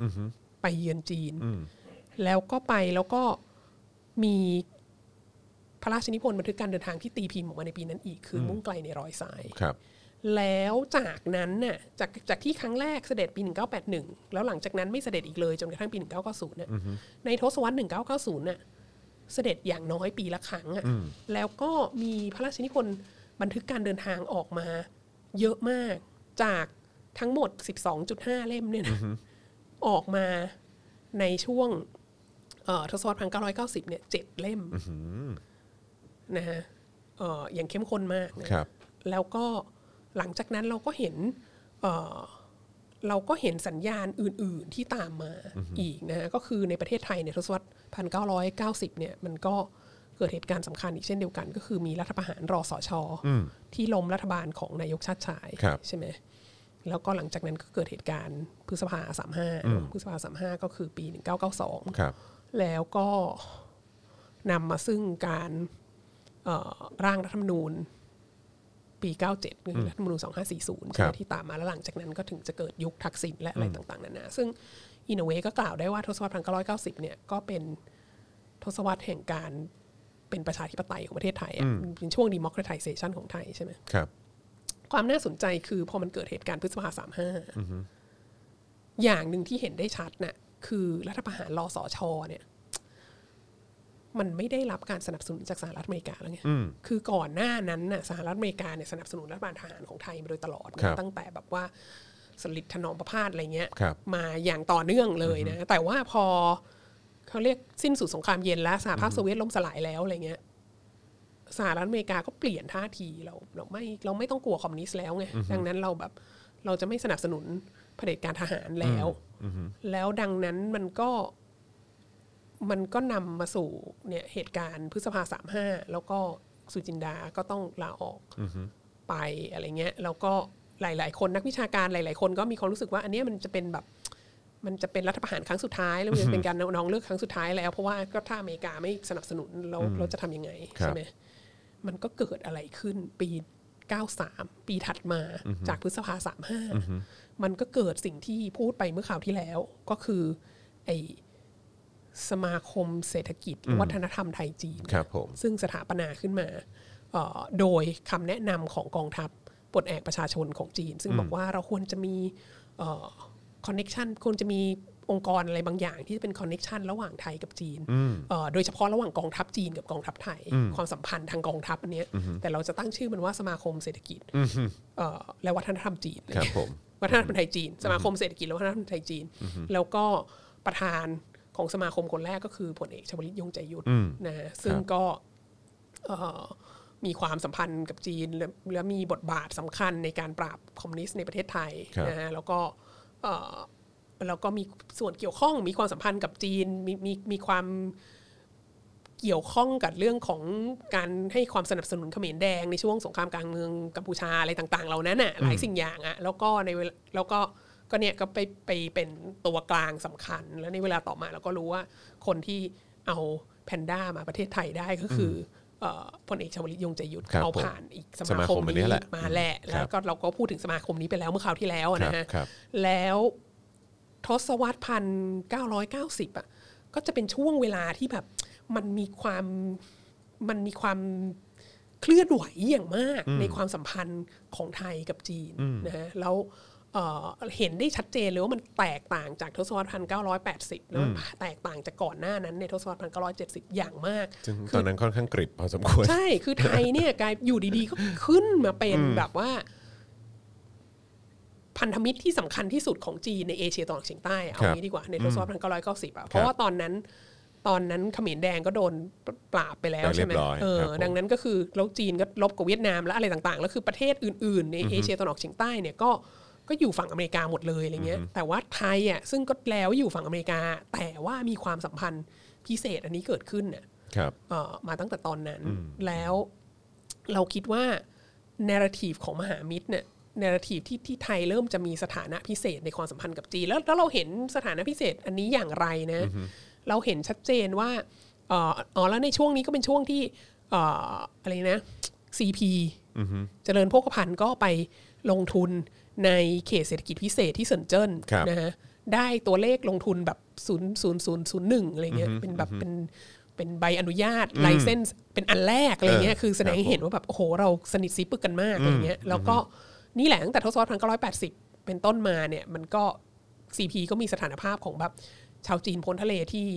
[SPEAKER 3] ไปเยือนจีน แล้วก็ไปแล้วก็มีพระราชนิพนธ์บันทึกการเดินทางที่ตีพิมพ์ออกมาในปีนั้นอีกคืออมุ่งไกลในรอยสาย
[SPEAKER 2] ครับ
[SPEAKER 3] แล้วจากนั้นน่ะจากจากที่ครั้งแรกเสด็จปี 1981 แล้วหลังจากนั้นไม่เสด็จอีกเลยจนกระทั่งปี 1990น่ะในทศวรรษ 1990 น่ะเสด็จอย่างน้อยปีละครั้งอ่ะแล้วก็มีพระราชนิพนธ์บันทึกการเดินทางออกมา เยอะมากจากทั้งหมด 12.5 เล่มเนี่ยนะออกมาในช่วงเอ่อทศวรรษ 1990 เนี่ยเจ็ดเล่มนะฮะเอ่ออย่างเข้มข้นมากนะ
[SPEAKER 2] ครับ
[SPEAKER 3] แล้วก็หลังจากนั้นเราก็เห็นเอ่อเราก็เห็นสัญญาณอื่น ๆที่ตามมาอีกนะฮะก็คือในประเทศไทยเนี่ยทศวรรษพันเก้าร้อยเก้าสิบเนี่ยมันก็เกิดเหตุการณ์สำคัญอีกเช่นเดียวกัน ก็คือมีรัฐประหารรอสอชอที่ล้มรัฐบาลของนายกชาติชาย
[SPEAKER 2] ครับ
[SPEAKER 3] ใช่ไหมแล้วก็หลังจากนั้นก็เกิดเหตุการณ์พฤษภาสามห้าพฤษภาสามห้าก็คือปีหนึ่งเก้าเก้าสอง
[SPEAKER 2] ครับ
[SPEAKER 3] แล้วก็นำมาซึ่งการเอ่อร่างรัฐธรรมนูญปี 97คือรัฐธรรมนูญ2540
[SPEAKER 2] ครั
[SPEAKER 3] ใช่ไห
[SPEAKER 2] บ
[SPEAKER 3] มที่ตามมาแล้วหลังจากนั้นก็ถึงจะเกิดยุคทักษิณและอะไรต่างๆนานาซึ่งอินเวก็กล่าวได้ว่าทศวรรษ1990เนี่ยก็เป็นทศวรรษแห่งการเป็นประชาธิปไตยของประเทศไทยอะเป็นช่วง democratization ของไทยใช่ไหม
[SPEAKER 2] ครับ
[SPEAKER 3] ความน่าสนใจคือพอมันเกิดเหตุการณ์พฤษภาสามห้าอย่างหนึ่งที่เห็นได้ชัดน่ะ คือรัฐประหารรอสอชอเนี่ย มันไม่ได้รับการสนับสนุนจากสหรัฐอเมริกาแล้วไงคือก่อนหน้านั้นน่ะสหรัฐอเมริกาเนี่ยสนับสนุนรัฐบาลทหารของไทยมาโดยตลอดนะครับ ตั้งแต่แบบว่าสลิดถนอมประพาสอะไรเงี้ย
[SPEAKER 2] ครับ
[SPEAKER 3] มาอย่างต่อเนื่องเลยนะ แต่ว่าพอเขาเรียกสิ้นสุดสงครามเย็นแล้วสหภาพโซเวียตล่มสลายแล้วอะไรเงี้ย สหรัฐอเมริกาก็เปลี่ยนท่าทีเราเราไม่เราไม่ต้องกลัวคอมมิวนิสต์แล้วไงดังนั้นเราแบบเราจะไม่สนับสนุนเผด็จการทหารแล้ว แล้วดังนั้นมันก็มันก็นำมาสู่เนี่ยเหตุการณ์พฤษภาสามห้าแล้วก็สุจินดาก็ต้องลาออกไปอะไรเงี้ยแล้วก็หลาย ๆ คนนักวิชาการหลาย ๆ คนก็มีความรู้สึกว่า อันเนี้ยมันจะเป็นแบบ มันจะเป็นรัฐประหารครั้งสุดท้ายแล้วมันจะเป็นการน้องเลือกครั้งสุดท้ายแล้ว เพราะว่าก็ถ้าอเมริกาไม่สนับสนุนเราเราจะทำยังไง
[SPEAKER 2] ครับ
[SPEAKER 3] ใช่ไหม มันก็เกิดอะไรขึ้นปี 93 ปีถัดมาจากพฤษภา 35 มันก็เกิดสิ่งที่พูดไปเมื่อข่าวที่แล้ว ก็คือไอสมาคมเศรษฐกิจและวัฒนธรรมไทยจีน
[SPEAKER 2] ครับผม
[SPEAKER 3] ซึ่งสถาปนาขึ้นมาเอ่อโดยคำแนะนำของกองทัพปลดแอกประชาชนของจีน ซึ่งบอกว่าเราควรจะมีคอนเน็ชันควรจะมีองค์กรอะไรบางอย่างที่จะเป็นคอนเน็ชันระหว่างไทยกับจีนเอ่อโดยเฉพาะระหว่างกองทัพจีนกับกองทัพไทย ความสัมพันธ์ทางกองทัพอันเนี้ยแต่เราจะตั้งชื่อมันว่าสมาคมเศรษฐกิจเอ่อและวัฒนธรรมจีน
[SPEAKER 2] ครับผม
[SPEAKER 3] วัฒนธรรมไทยจีน สมาคมเศรษฐกิจและวัฒนธรรมไทยจีน แล้วก็ประธานของสมาคมคนแรกก็คือผลเอกชวลิตยงใจยุทธนะฮะซึ่งก็เอ่อ มีความสัมพันธ์กับจีน และและมีบทบาทสำคัญในการปราบคอมมิวนิสต์ในประเทศไทย
[SPEAKER 2] ครับ
[SPEAKER 3] นะฮะแล้วก็เอ่อแล้วก็มีส่วนเกี่ยวข้องมีความสัมพันธ์กับจีนมีมีมีความ เกี่ยวข้องกับเรื่องของการให้ความสนับสนุนเขมรแดงในช่วงสงครามกลางเมืองกัมพูชาอะไรต่าง ๆ เหล่านั้นน่ะหลายสิ่งอย่างอะแล้วก็ในเวลาแล้วก็ก็เนี่ยก็ไปไปเป็นตัวกลางสำคัญ แล้วในเวลาต่อมาเราก็รู้ว่าคนที่เอาแพนด้ามาประเทศไทยได้ก็คือเอ่อพลเอกชวลิตยงใจยุทธ
[SPEAKER 2] ครับ
[SPEAKER 3] เอาผ่านอีกส
[SPEAKER 2] สมา
[SPEAKER 3] มา
[SPEAKER 2] ค
[SPEAKER 3] ค
[SPEAKER 2] ม
[SPEAKER 3] ม
[SPEAKER 2] อันนี้
[SPEAKER 3] นี้
[SPEAKER 2] แหละ
[SPEAKER 3] มาแหละ
[SPEAKER 2] ครั
[SPEAKER 3] แล้
[SPEAKER 2] บ
[SPEAKER 3] วก็เราก็พูดถึงสมาคมนี้ไปแล้วเมื่อคราวที่แล้ว อะนะฮะ
[SPEAKER 2] ครับ
[SPEAKER 3] แล้ว ทศวรรษพันเก้าร้อยเก้าสิบอ่ะก็จะเป็นช่วงเวลาที่แบบมันมีความมันมีความเคลื่อนไหวอย่างมากในความสัมพันธ์ของไทยกับจีนนะฮะแล้วเอ่อเห็นได้ชัดเจนเลยว่ามันแตกต่างจากทศวรรษพันเก้าร้อยแปดสิบแล้วมันแตกต่างจากก่อนหน้านั้นในทศวรรษพันเก้าร้อยเจ็ดสิบอย่างมาก
[SPEAKER 2] ซึ่งตอนนั้นค่อนข้างกริบพอสมควร
[SPEAKER 3] ใช่ คือไทยเนี่ยกลายอยู่ดีๆ ก็ขึ้นมาเป็นแบบว่า พันธมิตรที่สำคัญที่สุดของจีนในเอเชียตะวันออกเฉียงใต้อะเอา
[SPEAKER 2] ครับ
[SPEAKER 3] งี้ดีกว่า ในทศวรรษพันเก้าร้อยเก้าสิบอะเพราะว่าตอนนั้น ตอนนั้นเขมรแดงก็โดนปราบไปแล้ว
[SPEAKER 2] ไปเรี
[SPEAKER 3] ใช่
[SPEAKER 2] ย
[SPEAKER 3] ไหม
[SPEAKER 2] บร้อย
[SPEAKER 3] เออ
[SPEAKER 2] ครับผม
[SPEAKER 3] ดังนั้นก็คือแล้วจีนก็ลบกับเวียดนามและอะไรต่างๆ แล้วคือประเทศอื่นๆ ในเอเชียตะวันออกเฉียงใต้เนี่ยก็ก็อยู่ฝั่งอเมริกาหมดเลยอะไรเงี้ย แต่ว่าไทยอ่ะซึ่งก็แล้วอยู่ฝั่งอเมริกา แต่ว่ามีความสัมพันธ์พิเศษอันนี้เกิดขึ้นน่ะ
[SPEAKER 2] ครับ
[SPEAKER 3] เอ่อมาตั้งแต่ตอนนั้นแล้วเราคิดว่า narrative ของมหามิตรเนี่ย narrative ที่ที่ไทยเริ่มจะมีสถานะพิเศษในความสัมพันธ์กับจีนแล้วแล้วเราเห็นสถานะพิเศษอันนี้อย่างไรนะ เราเห็นชัดเจนว่าเอ่ออ๋อแล้วในช่วงนี้ก็เป็นช่วงที่เอ่ออะไรนะ CP เจริญโภคภัณฑ์ก็ไปลงทุนในเขตเศรษฐกิจพิเศษที่เซินเจิ้น
[SPEAKER 2] ครับ
[SPEAKER 3] นะฮะได้ตัวเลขลงทุนแบบศูนย์ศูนย์ศูนย์ศูนย์หนึ่งอะไรเงี้ยเป็นแบบเป็นเป็นใบอนุญาตไลเซนส์เป็นอันแรกอะไรเงี้ย
[SPEAKER 2] เออ
[SPEAKER 3] คือแสดงให้
[SPEAKER 2] ครับผม
[SPEAKER 3] เห็นว่าแบบโอ้โหเราสนิทซีปึกกันมากอะไรเงี้ยแล้วก็นี่แหละตั้งแต่ทศวรรษพันเก้าร้อยแปดสิบเป็นต้นมาเนี่ยมันก็ CP ก็มีสถานภาพของแบบชาวจีนพ้นทะเลที่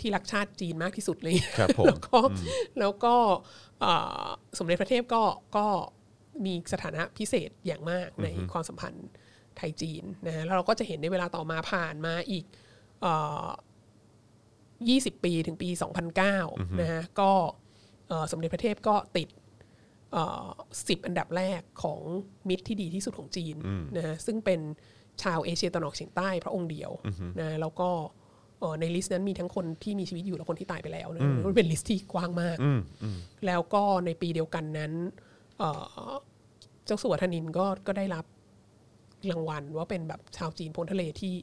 [SPEAKER 3] ที่รักชาติจีนมากที่สุดเลย
[SPEAKER 2] ครับผม
[SPEAKER 3] แล้วก็แล้วก็เอ่อสมเด็จพระเทพก็ก็มีสถานะพิเศษอย่างมากในความสัมพันธ์ไทยจีนนะฮะแล้วเราก็จะเห็นในเวลาต่อมาผ่านมาอีกเอ่อ20 ปีถึงปี 2009นะฮะก็เอ่อสมเด็จพระเทพก็ติด สิบอันดับแรกของมิตรที่ดีที่สุดของจีนนะฮะซึ่งเป็นชาวเอเชียตะวันออกเฉียงใต้พระองค์เดียวนะแล้วก็เอ่อในลิสต์นั้นมีทั้งคนที่มีชีวิตอยู่และคนที่ตายไปแล้วนะมันเป็นลิสต์ที่กว้างมาก แล้วก็ในปีเดียวกันนั้นเอ่อเจ้าสัวธนินก็ก็ได้รับรางวัลว่าเป็นแบบชาวจีนพ้นทะเลที่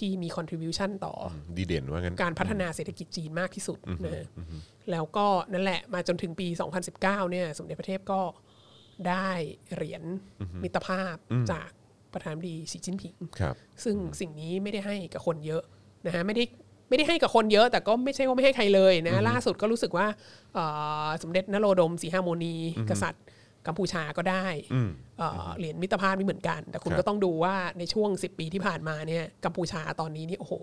[SPEAKER 3] ที่มี contribution ต่ออ
[SPEAKER 2] ดีเด่นว่างั้น
[SPEAKER 3] การพัฒนาเศรษฐกิจจีนมากที่สุดนะฮะแล้วก็นั่นแหละมาจนถึงปี 2019 เนี่ยสมเด็จพระเทพก็ได้เหรียญมิตรภาพจากประธานาธิบดีสีจิ้นผิง
[SPEAKER 2] ครับ
[SPEAKER 3] ซึ่งสิ่งนี้ไม่ได้ให้กับคนเยอะนะฮะไม่ได้ไม่ได้ให้กับคนเยอะ แต่ก็ไม่ใช่ว่าไม่ให้ใครเลยนะล่าสุดก็รู้สึกว่าเอ่อสมเด็จนโรดมสีหาโมนี กษัตริย์กัมพูชาก็ได้เอ่ออเหรียญมิตรภาพนี่เหมือนกัน แต่คุณ
[SPEAKER 2] ครับ
[SPEAKER 3] ก็ต้องดูว่าในช่วง 10 ปีที่ผ่านมาเนี่ยกัมพูชาตอนนี้นี่โอ้โห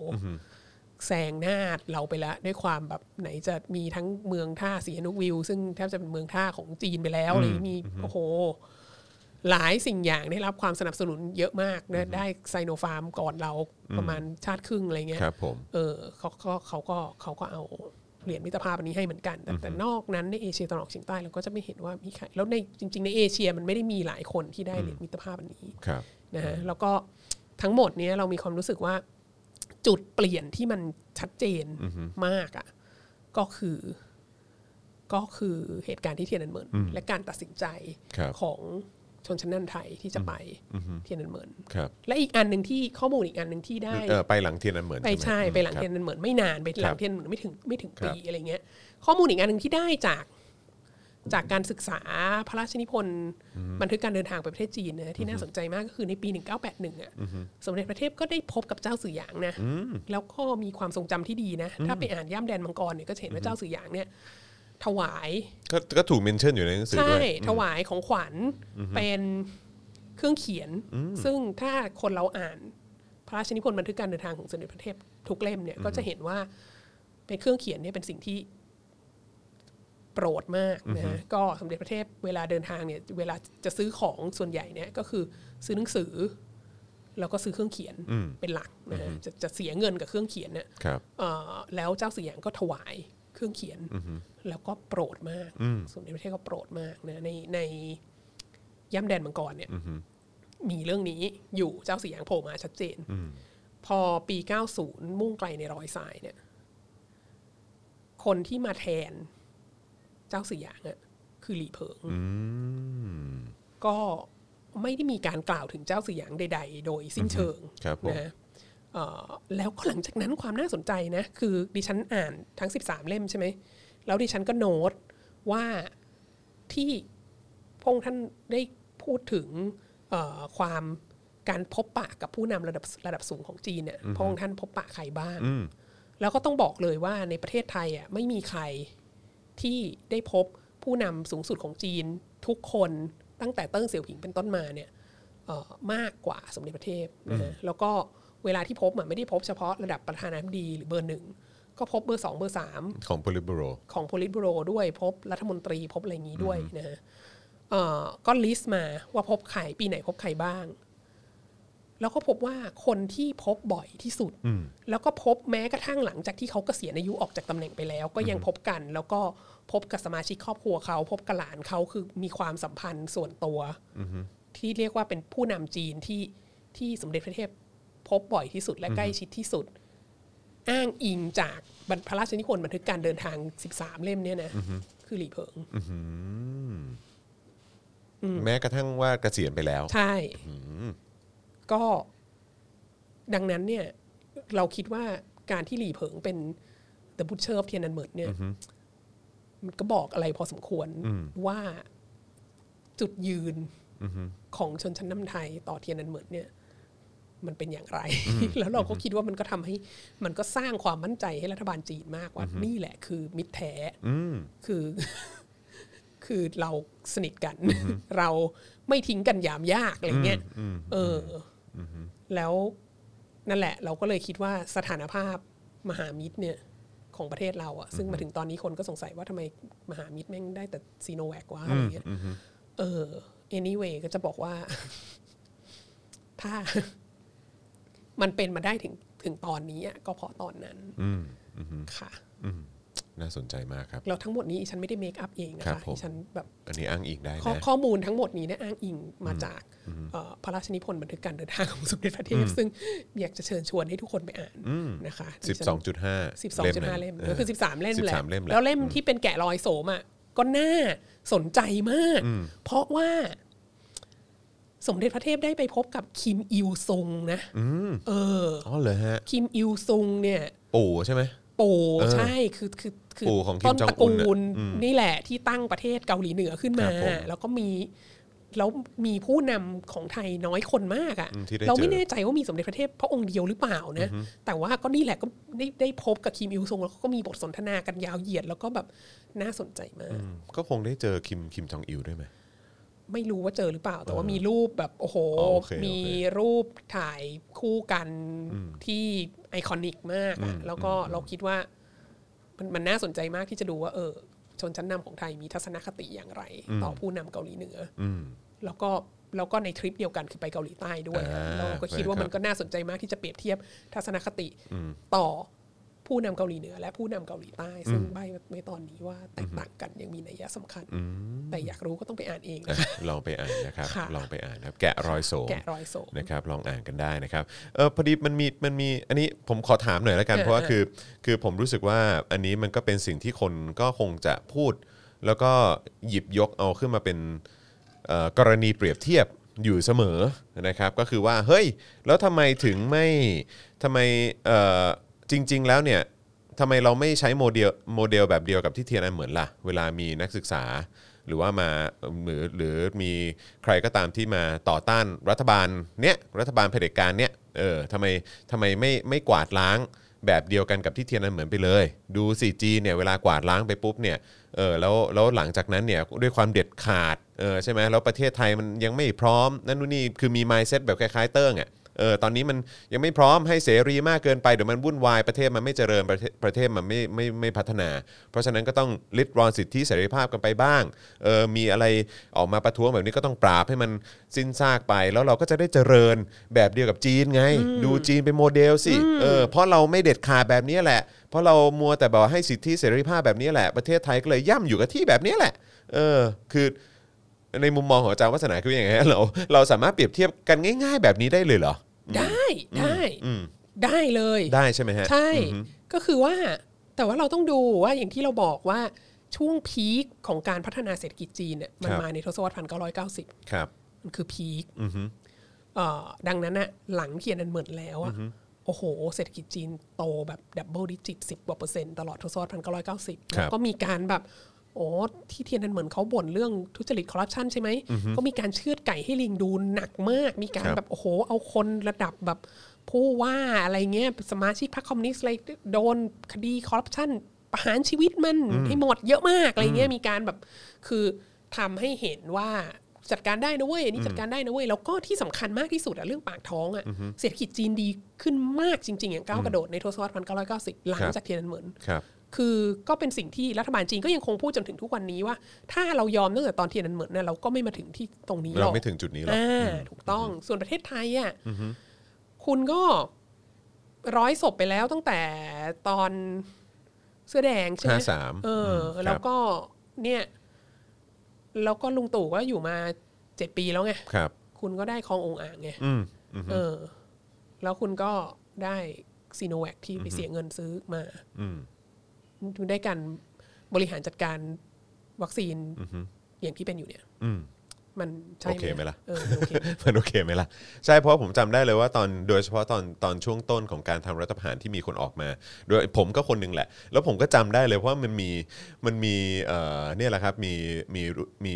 [SPEAKER 3] แซงหน้าเราไปแล้วด้วยความแบบไหนจะมีทั้งเมืองท่าสีนุกวิว ซึ่งแทบจะเป็นเมืองท่าของจีนไปแล้วอะไรมีโอ้โห หลายสิ่งอย่างได้รับความสนับสนุนเยอะมากนะได้ไซโนฟาร์มก่อนเราประมาณชาติครึ่งอะไรเงี้ย
[SPEAKER 2] ครับผม
[SPEAKER 3] เออเขาก็เขาก็เขาก็เอาเหรียญมิตรภาพอันนี้ให้เหมือนกัน แต่แต่นอกนั้นในเอเชียตะวันออกเฉียงใต้เราก็จะไม่เห็นว่ามีใครแล้วในจริง ๆ ในเอเชียมันไม่ได้มีหลายคนที่ได้เหรียญมิตรภาพอันนี้
[SPEAKER 2] ครับ
[SPEAKER 3] นะฮะแล้วก็ทั้งหมดเนี้ยเรามีความรู้สึกว่าจุดเปลี่ยนที่มันชัดเจนมากอะ่ะก็คือก็คือเหตุการณ์ที่เทียนอันเหมินและการตัดสินใจ
[SPEAKER 2] ครับ
[SPEAKER 3] ของชนชั้นนันไทยที่จะไปเทียนอันเหมิน
[SPEAKER 2] ครับ
[SPEAKER 3] และอีกอันหนึ่งที่ข้อมูลอีกอันหนึ่งที่ได้
[SPEAKER 2] เออไปหลังเทียนอันเหมือน
[SPEAKER 3] ไปใช่
[SPEAKER 2] หม
[SPEAKER 3] ไปหลัง
[SPEAKER 2] ครับ
[SPEAKER 3] เทียนมันเหมือนไม่นานไปหลั
[SPEAKER 2] ครั
[SPEAKER 3] ง
[SPEAKER 2] บ
[SPEAKER 3] เทียนมันไม่ถึงไม่ถึง
[SPEAKER 2] ครับ
[SPEAKER 3] ปีอะไรเงี้ยข้อมูลอีกอันหนึ่งที่ได้จากจากการศึกษาพระราชนิพนธ์บันทึกการเดินทางไปประเทศจีนนะที่น่าสนใจมากก็คือในปี 1981อ่ะสมเด็จพระเทพก็ได้พบกับเจ้าสื่อหยางนะแล้วก็มีความทรงจำที่ดีนะ ถ้าไปอ่านย่ามแดนมังกรเนี่ยก็จะเห็นว่าเจ้าสื่อหยางเนี่ยถวาย
[SPEAKER 2] ก็ก็ถูกเมนชั่นอยู่ในหนังสือ
[SPEAKER 3] ใช่
[SPEAKER 2] ด้วย
[SPEAKER 3] ถวายของขวัญเป็นเครื่องเขียน ซึ่งถ้าคนเราอ่านพระราชนิพนธ์บันทึกการเดินทางของสมเด็จพระเทพทุกเล่มเนี่ยก็จะเห็นว่าเป็นเครื่องเขียนเนี่ยเป็นสิ่งที่โปรดมากนะฮะก็สมเด็จพระเทพเวลาเดินทางเนี่ยเวลาจะซื้อของส่วนใหญ่เนี่ยก็คือซื้อหนังสือ แล้วก็ซื้อเครื่องเขียนเป็นหลักนะฮะจะจะเสียเงินกับเครื่องเขียนเนี่ย
[SPEAKER 2] ครับ
[SPEAKER 3] เอ่อแล้วเจ้าเสียงก็ถวายเครื่องเขียน แล้วก็โปรดมาก สมเด็จพระเทพก็โปรดมากนะในในย่ำแดนมังกรเนี่ยมีเรื่องนี้อยู่เจ้าสีหางโผล่มาชัดเจน พอปี 90 มุ่งไกลในรอยสายเนี่ย คนที่มาแทนเจ้าสีหางอะคือหลีเพิง ก็ไม่ได้มีการกล่าวถึงเจ้าสีหยางใด ๆ โดยสิ้นเชิง
[SPEAKER 2] ครับผม
[SPEAKER 3] นะฮะเอ่อแล้วก็หลังจากนั้นความน่าสนใจนะ คือดิฉันอ่านทั้ง 13 เล่มใช่ไหม แล้วดิฉันก็โน้ตว่าที่พระองค์ท่านได้พูดถึงเอ่อความการพบปะกับผู้นำระดับระดับสูงของจีนเนี่ยพระองค์ท่านพบปะใครบ้าง แล้วก็ต้องบอกเลยว่าในประเทศไทยอ่ะไม่มีใคร ที่ได้พบผู้นำสูงสุดของจีนทุกคนตั้งแต่เติ้งเสี่ยวผิงเป็นต้นมาเนี่ยเอ่อมากกว่าสมเด็จพระเทพนะฮะแล้วก็เวลาที่พบอะไม่ได้พบเฉพาะระดับประธานาธิบดีหรือเบอร์หนึ่งก็พบเบอร์สองเบอร์สาม
[SPEAKER 2] ของ p o l i t b u r o
[SPEAKER 3] ของ p o l i t b u r o ด้วยพบรัฐมนตรีพบอะไรอย่างนี้ด้วยนะฮะเอ่อก็ลิสต์มาว่าพบใครปีไหนพบใครบ้าง แล้วก็พบว่าคนที่พบบ่อยที่สุด แล้วก็พบแม้กระทั่งหลังจากที่เขาเกษียณอายุออกจากตำแหน่งไปแล้ว ก็ยังพบกัน แล้วก็พบกับสมาชิกครอบครัวเขา พบกับหลานเขาคือมีความสัมพันธ์ส่วนตัวที่เรียกว่าเป็นผู้นำจีนที่ที่สมเด็จพระเทพพบบ่อยที่สุดและใกล้ชิดที่สุด อ้างอิงจากบรรพระราชนิพนธ์บันทึกการเดินทาง 13 เล่มเนี่ยนะคือหลีเพิง
[SPEAKER 2] แม้กระทั่งว่าเกษียณไปแล้ว
[SPEAKER 3] ใช่ ก็ดังนั้นเนี่ย เราคิดว่าการที่หลีเผิงเป็น The Butcher of Tiananmen เนี่ย มันก็บอกอะไรพอสมควรว่าจุดยืนของชนชั้นนำไทยต่อเทียนนันเหมือนเนี่ย มันเป็นอย่างไร แล้วเราก็คิดว่ามันก็ทำให้มันก็สร้างความมั่นใจให้รัฐบาลจีนมากว่านี่แหละคือมิตรแท้คือ คือเราสนิทกัน เราไม่ทิ้งกันยามยากอะไรเงี้ยเอออแล้วนั่นแหละ เราก็เลยคิดว่าสถานภาพมหามิตรเนี่ย ของประเทศเราอะซึ่งมาถึงตอนนี้คนก็สงสัยว่าทำไมมหามิตรแม่งได้แต่ซีโนแวควะอะไรเงี้ยเออ anyway ก็จะบอกว่า ถ้า มันเป็นมาได้ถึงถึงตอนนี้อะก็เพราะตอนนั้นค่ะ
[SPEAKER 2] น่าสนใจมากครับ
[SPEAKER 3] แล้วทั้งหมดนี้อีฉันไม่ได้เมคอัพเองนะครับคะ
[SPEAKER 2] ผม
[SPEAKER 3] อีฉันแบบ
[SPEAKER 2] อันนี้อ้างอิงได้
[SPEAKER 3] ข้อ
[SPEAKER 2] นะ
[SPEAKER 3] ข้อมูลทั้งหมดนี้เนี่ยอ้างอิงมาจากเอ่อพระราชนิพนธ์บันทึกการเดินทางของสมเด็จพระเทพ ซึ่งอยากจะเชิญชวนให้ทุกคนไปอ่านนะคะ
[SPEAKER 2] 12.5
[SPEAKER 3] สิบสองจุดห้าเล่มก็คือสิบสามเล่มแหละ
[SPEAKER 2] 13เล่มแหละ
[SPEAKER 3] แล้วเล่มที่เป็นแกะรอยโสมอ่ะก็น่าสนใจมาก เพราะว่า สมเด็จพระเทพได้ไปพบกับคิมอิวซงนะเออ
[SPEAKER 2] อ๋อเหรอฮะ
[SPEAKER 3] คิมอิวซงเนี่ย
[SPEAKER 2] ปู่ใช่ไหม
[SPEAKER 3] ปู่
[SPEAKER 2] เออ
[SPEAKER 3] ใช่คือคือคื
[SPEAKER 2] ปู่ของคิม
[SPEAKER 3] ต้น
[SPEAKER 2] จอง
[SPEAKER 3] ตระ
[SPEAKER 2] อุ
[SPEAKER 3] กู
[SPEAKER 2] นน่ะ
[SPEAKER 3] ลนี่แหละที่ตั้งประเทศเกาหลีเหนือขึ้นมา
[SPEAKER 2] ครับผม
[SPEAKER 3] แล้วก็มีแล้วมีผู้นำของไทยน้อยคนมากอะ
[SPEAKER 2] อืมที่ได้
[SPEAKER 3] ่ะ เราไม่
[SPEAKER 2] เจอ
[SPEAKER 3] แน่ใจว่ามีสมเด็จพระเทพพระองค์เดียวหรือเปล่านะ แต่ว่าก็นี่แหละก็ได้ได้พบกับคิมอิลซงแล้วก็มีบทสนทนากันยาวเหยียด แล้วก็แบบน่าสนใจมาก
[SPEAKER 2] ก็คงได้เจอคิมคิมจองอิลด้วยไหม
[SPEAKER 3] ไม่รู้ว่าเจอหรือเปล่า แต่ว่ามีรูปแบบโอ้โห
[SPEAKER 2] อ๋อโอเคโอเค
[SPEAKER 3] มีรูปถ่ายคู่กันที่ไอคอนิกมากอะแล้วก็เราคิดว่า มันมันน่าสนใจมากที่จะดูว่า เออ ชนชั้นนำของไทยมีทัศนคติอย่างไร ต่อผู้นำเกาหลีเหนืออแล้วก็แล้วก็ในทริปเดียวกันคือไปเกาหลีใต้ด้วย
[SPEAKER 2] อ่า
[SPEAKER 3] เราก็คิดว่ามันก็น่าสนใจมากที่จะเปรียบเทียบทัศนคติต่อผู้นำเกาหลีเหนือ และผู้นำเกาหลีใต้ ซึ่งใบไว้ตอนนี้ว่าแตกต่างกันยังมีนัยยะสำคัญ แต่อยากรู้ก็ต้องไปอ่านเองนะ
[SPEAKER 2] ะลองไปอ่านนะครับ
[SPEAKER 3] ค่ะ
[SPEAKER 2] ลองไปอ่านนะครับ แกะรอยโสม
[SPEAKER 3] แกะรอยโสม
[SPEAKER 2] นะครับลองอ่านกันได้นะครับเออพอดีมันมีมันมีอันนี้ผมขอถามหน่อยละกัน
[SPEAKER 3] เออ
[SPEAKER 2] เพราะว่า
[SPEAKER 3] เออ
[SPEAKER 2] คือคือผมรู้สึกว่าอันนี้มันก็เป็นสิ่งที่คนก็คงจะพูด แล้วก็หยิบยกเอาขึ้นมาเป็นเอ่อกรณีเปรียบเทียบอยู่เสมอนะครับ ก็คือว่าเฮ้ยแล้วทำไมถึงไม่ทำไมเอ่อจริง ๆ แล้วเนี่ยทำไมเราไม่ใช้โมเดลโมเดลแบบเดียวกับที่เทียนอันเหมือนล่ะ เวลามีนักศึกษา หรือว่ามาหรือหรือมีใครก็ตามที่มาต่อต้านรัฐบาลเนี้ยรัฐบาลเผด็จการเนี้ยเออทำไมทำไมไม่ไม่กวาดล้างแบบเดียวกันกับที่เทียนอันเหมือนไปเลย ดูสิจีนเนี่ยเวลากวาดล้างไปปุ๊บเนี่ยเออแล้วแล้วหลังจากนั้นเนี่ยด้วยความเด็ดขาดเออใช่ไหมแล้วประเทศไทยมันยังไม่พร้อมนั่นนู่นนี่คือมี mindset แบบคล้ายๆเติ้งอ่ะ เออตอนนี้มันยังไม่พร้อมให้เสรีมากเกินไปเดี๋ยวมันวุ่นวายประเทศมันไม่เจริญประเทศประเทศมันไม่ไม่ไม่พัฒนา เพราะฉะนั้นก็ต้องลิดรอนสิทธิเสรีภาพกันไปบ้างเออมีอะไรออกมาประท้วงแบบนี้ก็ต้องปราบให้มันสิ้นซากไป แล้วเราก็จะได้เจริญแบบเดียวกับจีนไง ดูจีนเป็นโมเดลสิเออเพราะเราไม่เด็ดขาดแบบนี้แหละ เพราะเรามัวแต่แบบว่าให้สิทธิเสรีภาพแบบนี้แหละประเทศไทยก็เลยย่ำอยู่กับที่แบบนี้แหละเออคือ ในมุมมองของอาจารย์วัฒนาคือยังไงฮะเราเราสามารถเปรียบเทียบกันง่าย ๆ แบบนี้ได้เลยเหรอ
[SPEAKER 3] ได้ได้
[SPEAKER 2] อืม
[SPEAKER 3] ได้เลย
[SPEAKER 2] ได้ใช่ไหมฮะ
[SPEAKER 3] ใช่ ก็คือว่า แต่ว่าเราต้องดูว่าอย่างที่เราบอกว่าช่วงพีคของการพัฒนาเศรษฐกิจจีนเนี่ยมัน
[SPEAKER 2] ครับ
[SPEAKER 3] มาในทศวรรษพันเก้าร้อยเก้าสิบ
[SPEAKER 2] ครับ
[SPEAKER 3] มันคือพีค
[SPEAKER 2] อือฮึ
[SPEAKER 3] เอ่อดังนั้นอะหลังเทียนอันเหมือนแล้วอะโอ้โห เศรษฐกิจจีนโตแบบดับเบิลดิจิตสิบกว่าเปอร์เซ็นต์ตลอดทศวรรษพันเก้าร้อยเก้าสิบ
[SPEAKER 2] ครับ
[SPEAKER 3] ก็มีการแบบ โอ้ที่เทียนอันเหมือนเขาบ่นเรื่องทุจริตคอร์รัปชันใช่ไหมก็มีการเชือดไก่ให้ลิงดูหนักมาก มีการ
[SPEAKER 2] ครับ
[SPEAKER 3] แบบโอ้โห เอาคนระดับแบบผู้ว่าอะไรเงี้ยสมาชิกพรรคคอมมิวนิสต์อะไรโดนคดีคอร์รัปชันประหารชีวิตมันให้หมดเยอะมากอะไรเงี้ยมีการแบบคือทำให้เห็นว่าจัดการได้นะเว้ยอันนี้จัดการได้นะเว้ยแล้วก็ที่สำคัญมากที่สุดอะเรื่องปากท้องอะเศรษฐกิจจีนดีขึ้นมากจริง ๆ อย่างก้าวกระโดดในทศวรรษพันเก้าร้อยเก้าสิบหลังจากเทียนอันเหมือน
[SPEAKER 2] ครับ
[SPEAKER 3] คือก็เป็นสิ่งที่รัฐบาลจีนก็ยังคงพูดจนถึงทุกวันนี้ว่า ถ้าเรายอมตั้งแต่ตอนเทียนอันเหมือนเนี่ยเราก็ไม่มาถึงที่ตรงนี้หร
[SPEAKER 2] เรา
[SPEAKER 3] อก
[SPEAKER 2] ไม่ถึงจุดนี้หรอก
[SPEAKER 3] อ่าถูกต้องส่วนประเทศไทยอ่ะคุณก็ร้อยศพไปแล้วตั้งแต่ตอนเสื้อแดงใช่ไห
[SPEAKER 2] ห้าม สาม
[SPEAKER 3] เออ แล้วก็เนี่ย แล้วก็ลุงตู่ก็อยู่มาเจ็ดปีแล้วไง
[SPEAKER 2] ครับ
[SPEAKER 3] คุณก็ได้คลององอ่างไง
[SPEAKER 2] อืมอืม
[SPEAKER 3] เออ แล้วคุณก็ได้ซีโนแวคที่ไปเสียเงินซื้อมา
[SPEAKER 2] อืม
[SPEAKER 3] คุณได้การบริหารจัดการวัคซีนอย่างที่เป็นอยู่เนี่ย
[SPEAKER 2] อืม
[SPEAKER 3] มันใช่
[SPEAKER 2] โอเคไหมล่ะ
[SPEAKER 3] เออมันโอเค
[SPEAKER 2] มันโอเคไหมล่ะ ใช่เพราะผมจำได้เลยว่าตอนโดยเฉพาะตอนตอนช่วงต้นของการทำรัฐประหารที่มีคนออกมา โดยผมก็คนหนึงแหละ แล้วผมก็จำได้เลยเพราะว่ามันมีมันมีเอ่อเนี่ยแหละครับมีมีมี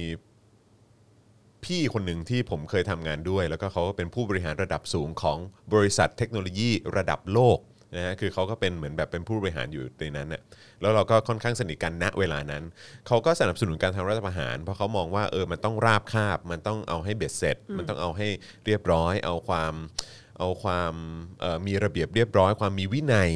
[SPEAKER 2] พี่คนหนึ่งที่ผมเคยทำงานด้วย แล้วก็เขาก็เป็นผู้บริหารระดับสูงของบริษัทเทคโนโลยีระดับโลกนะฮะคือเขาก็เป็นเหมือนแบบเป็นผู้บริหารอยู่ในนั้นน่ะแล้วเราก็ค่อนข้างสนิทกันณเวลานั้น เขาก็สนับสนุนการทำรัฐประหาร เพราะเขามองว่าเออมันต้องราบคาบ มันต้องเอาให้เบ็ดเสร็จ มันต้องเอาให้เรียบร้อย เอาความเอาความเอ่อมีระเบียบเรียบร้อย ความมีวินัย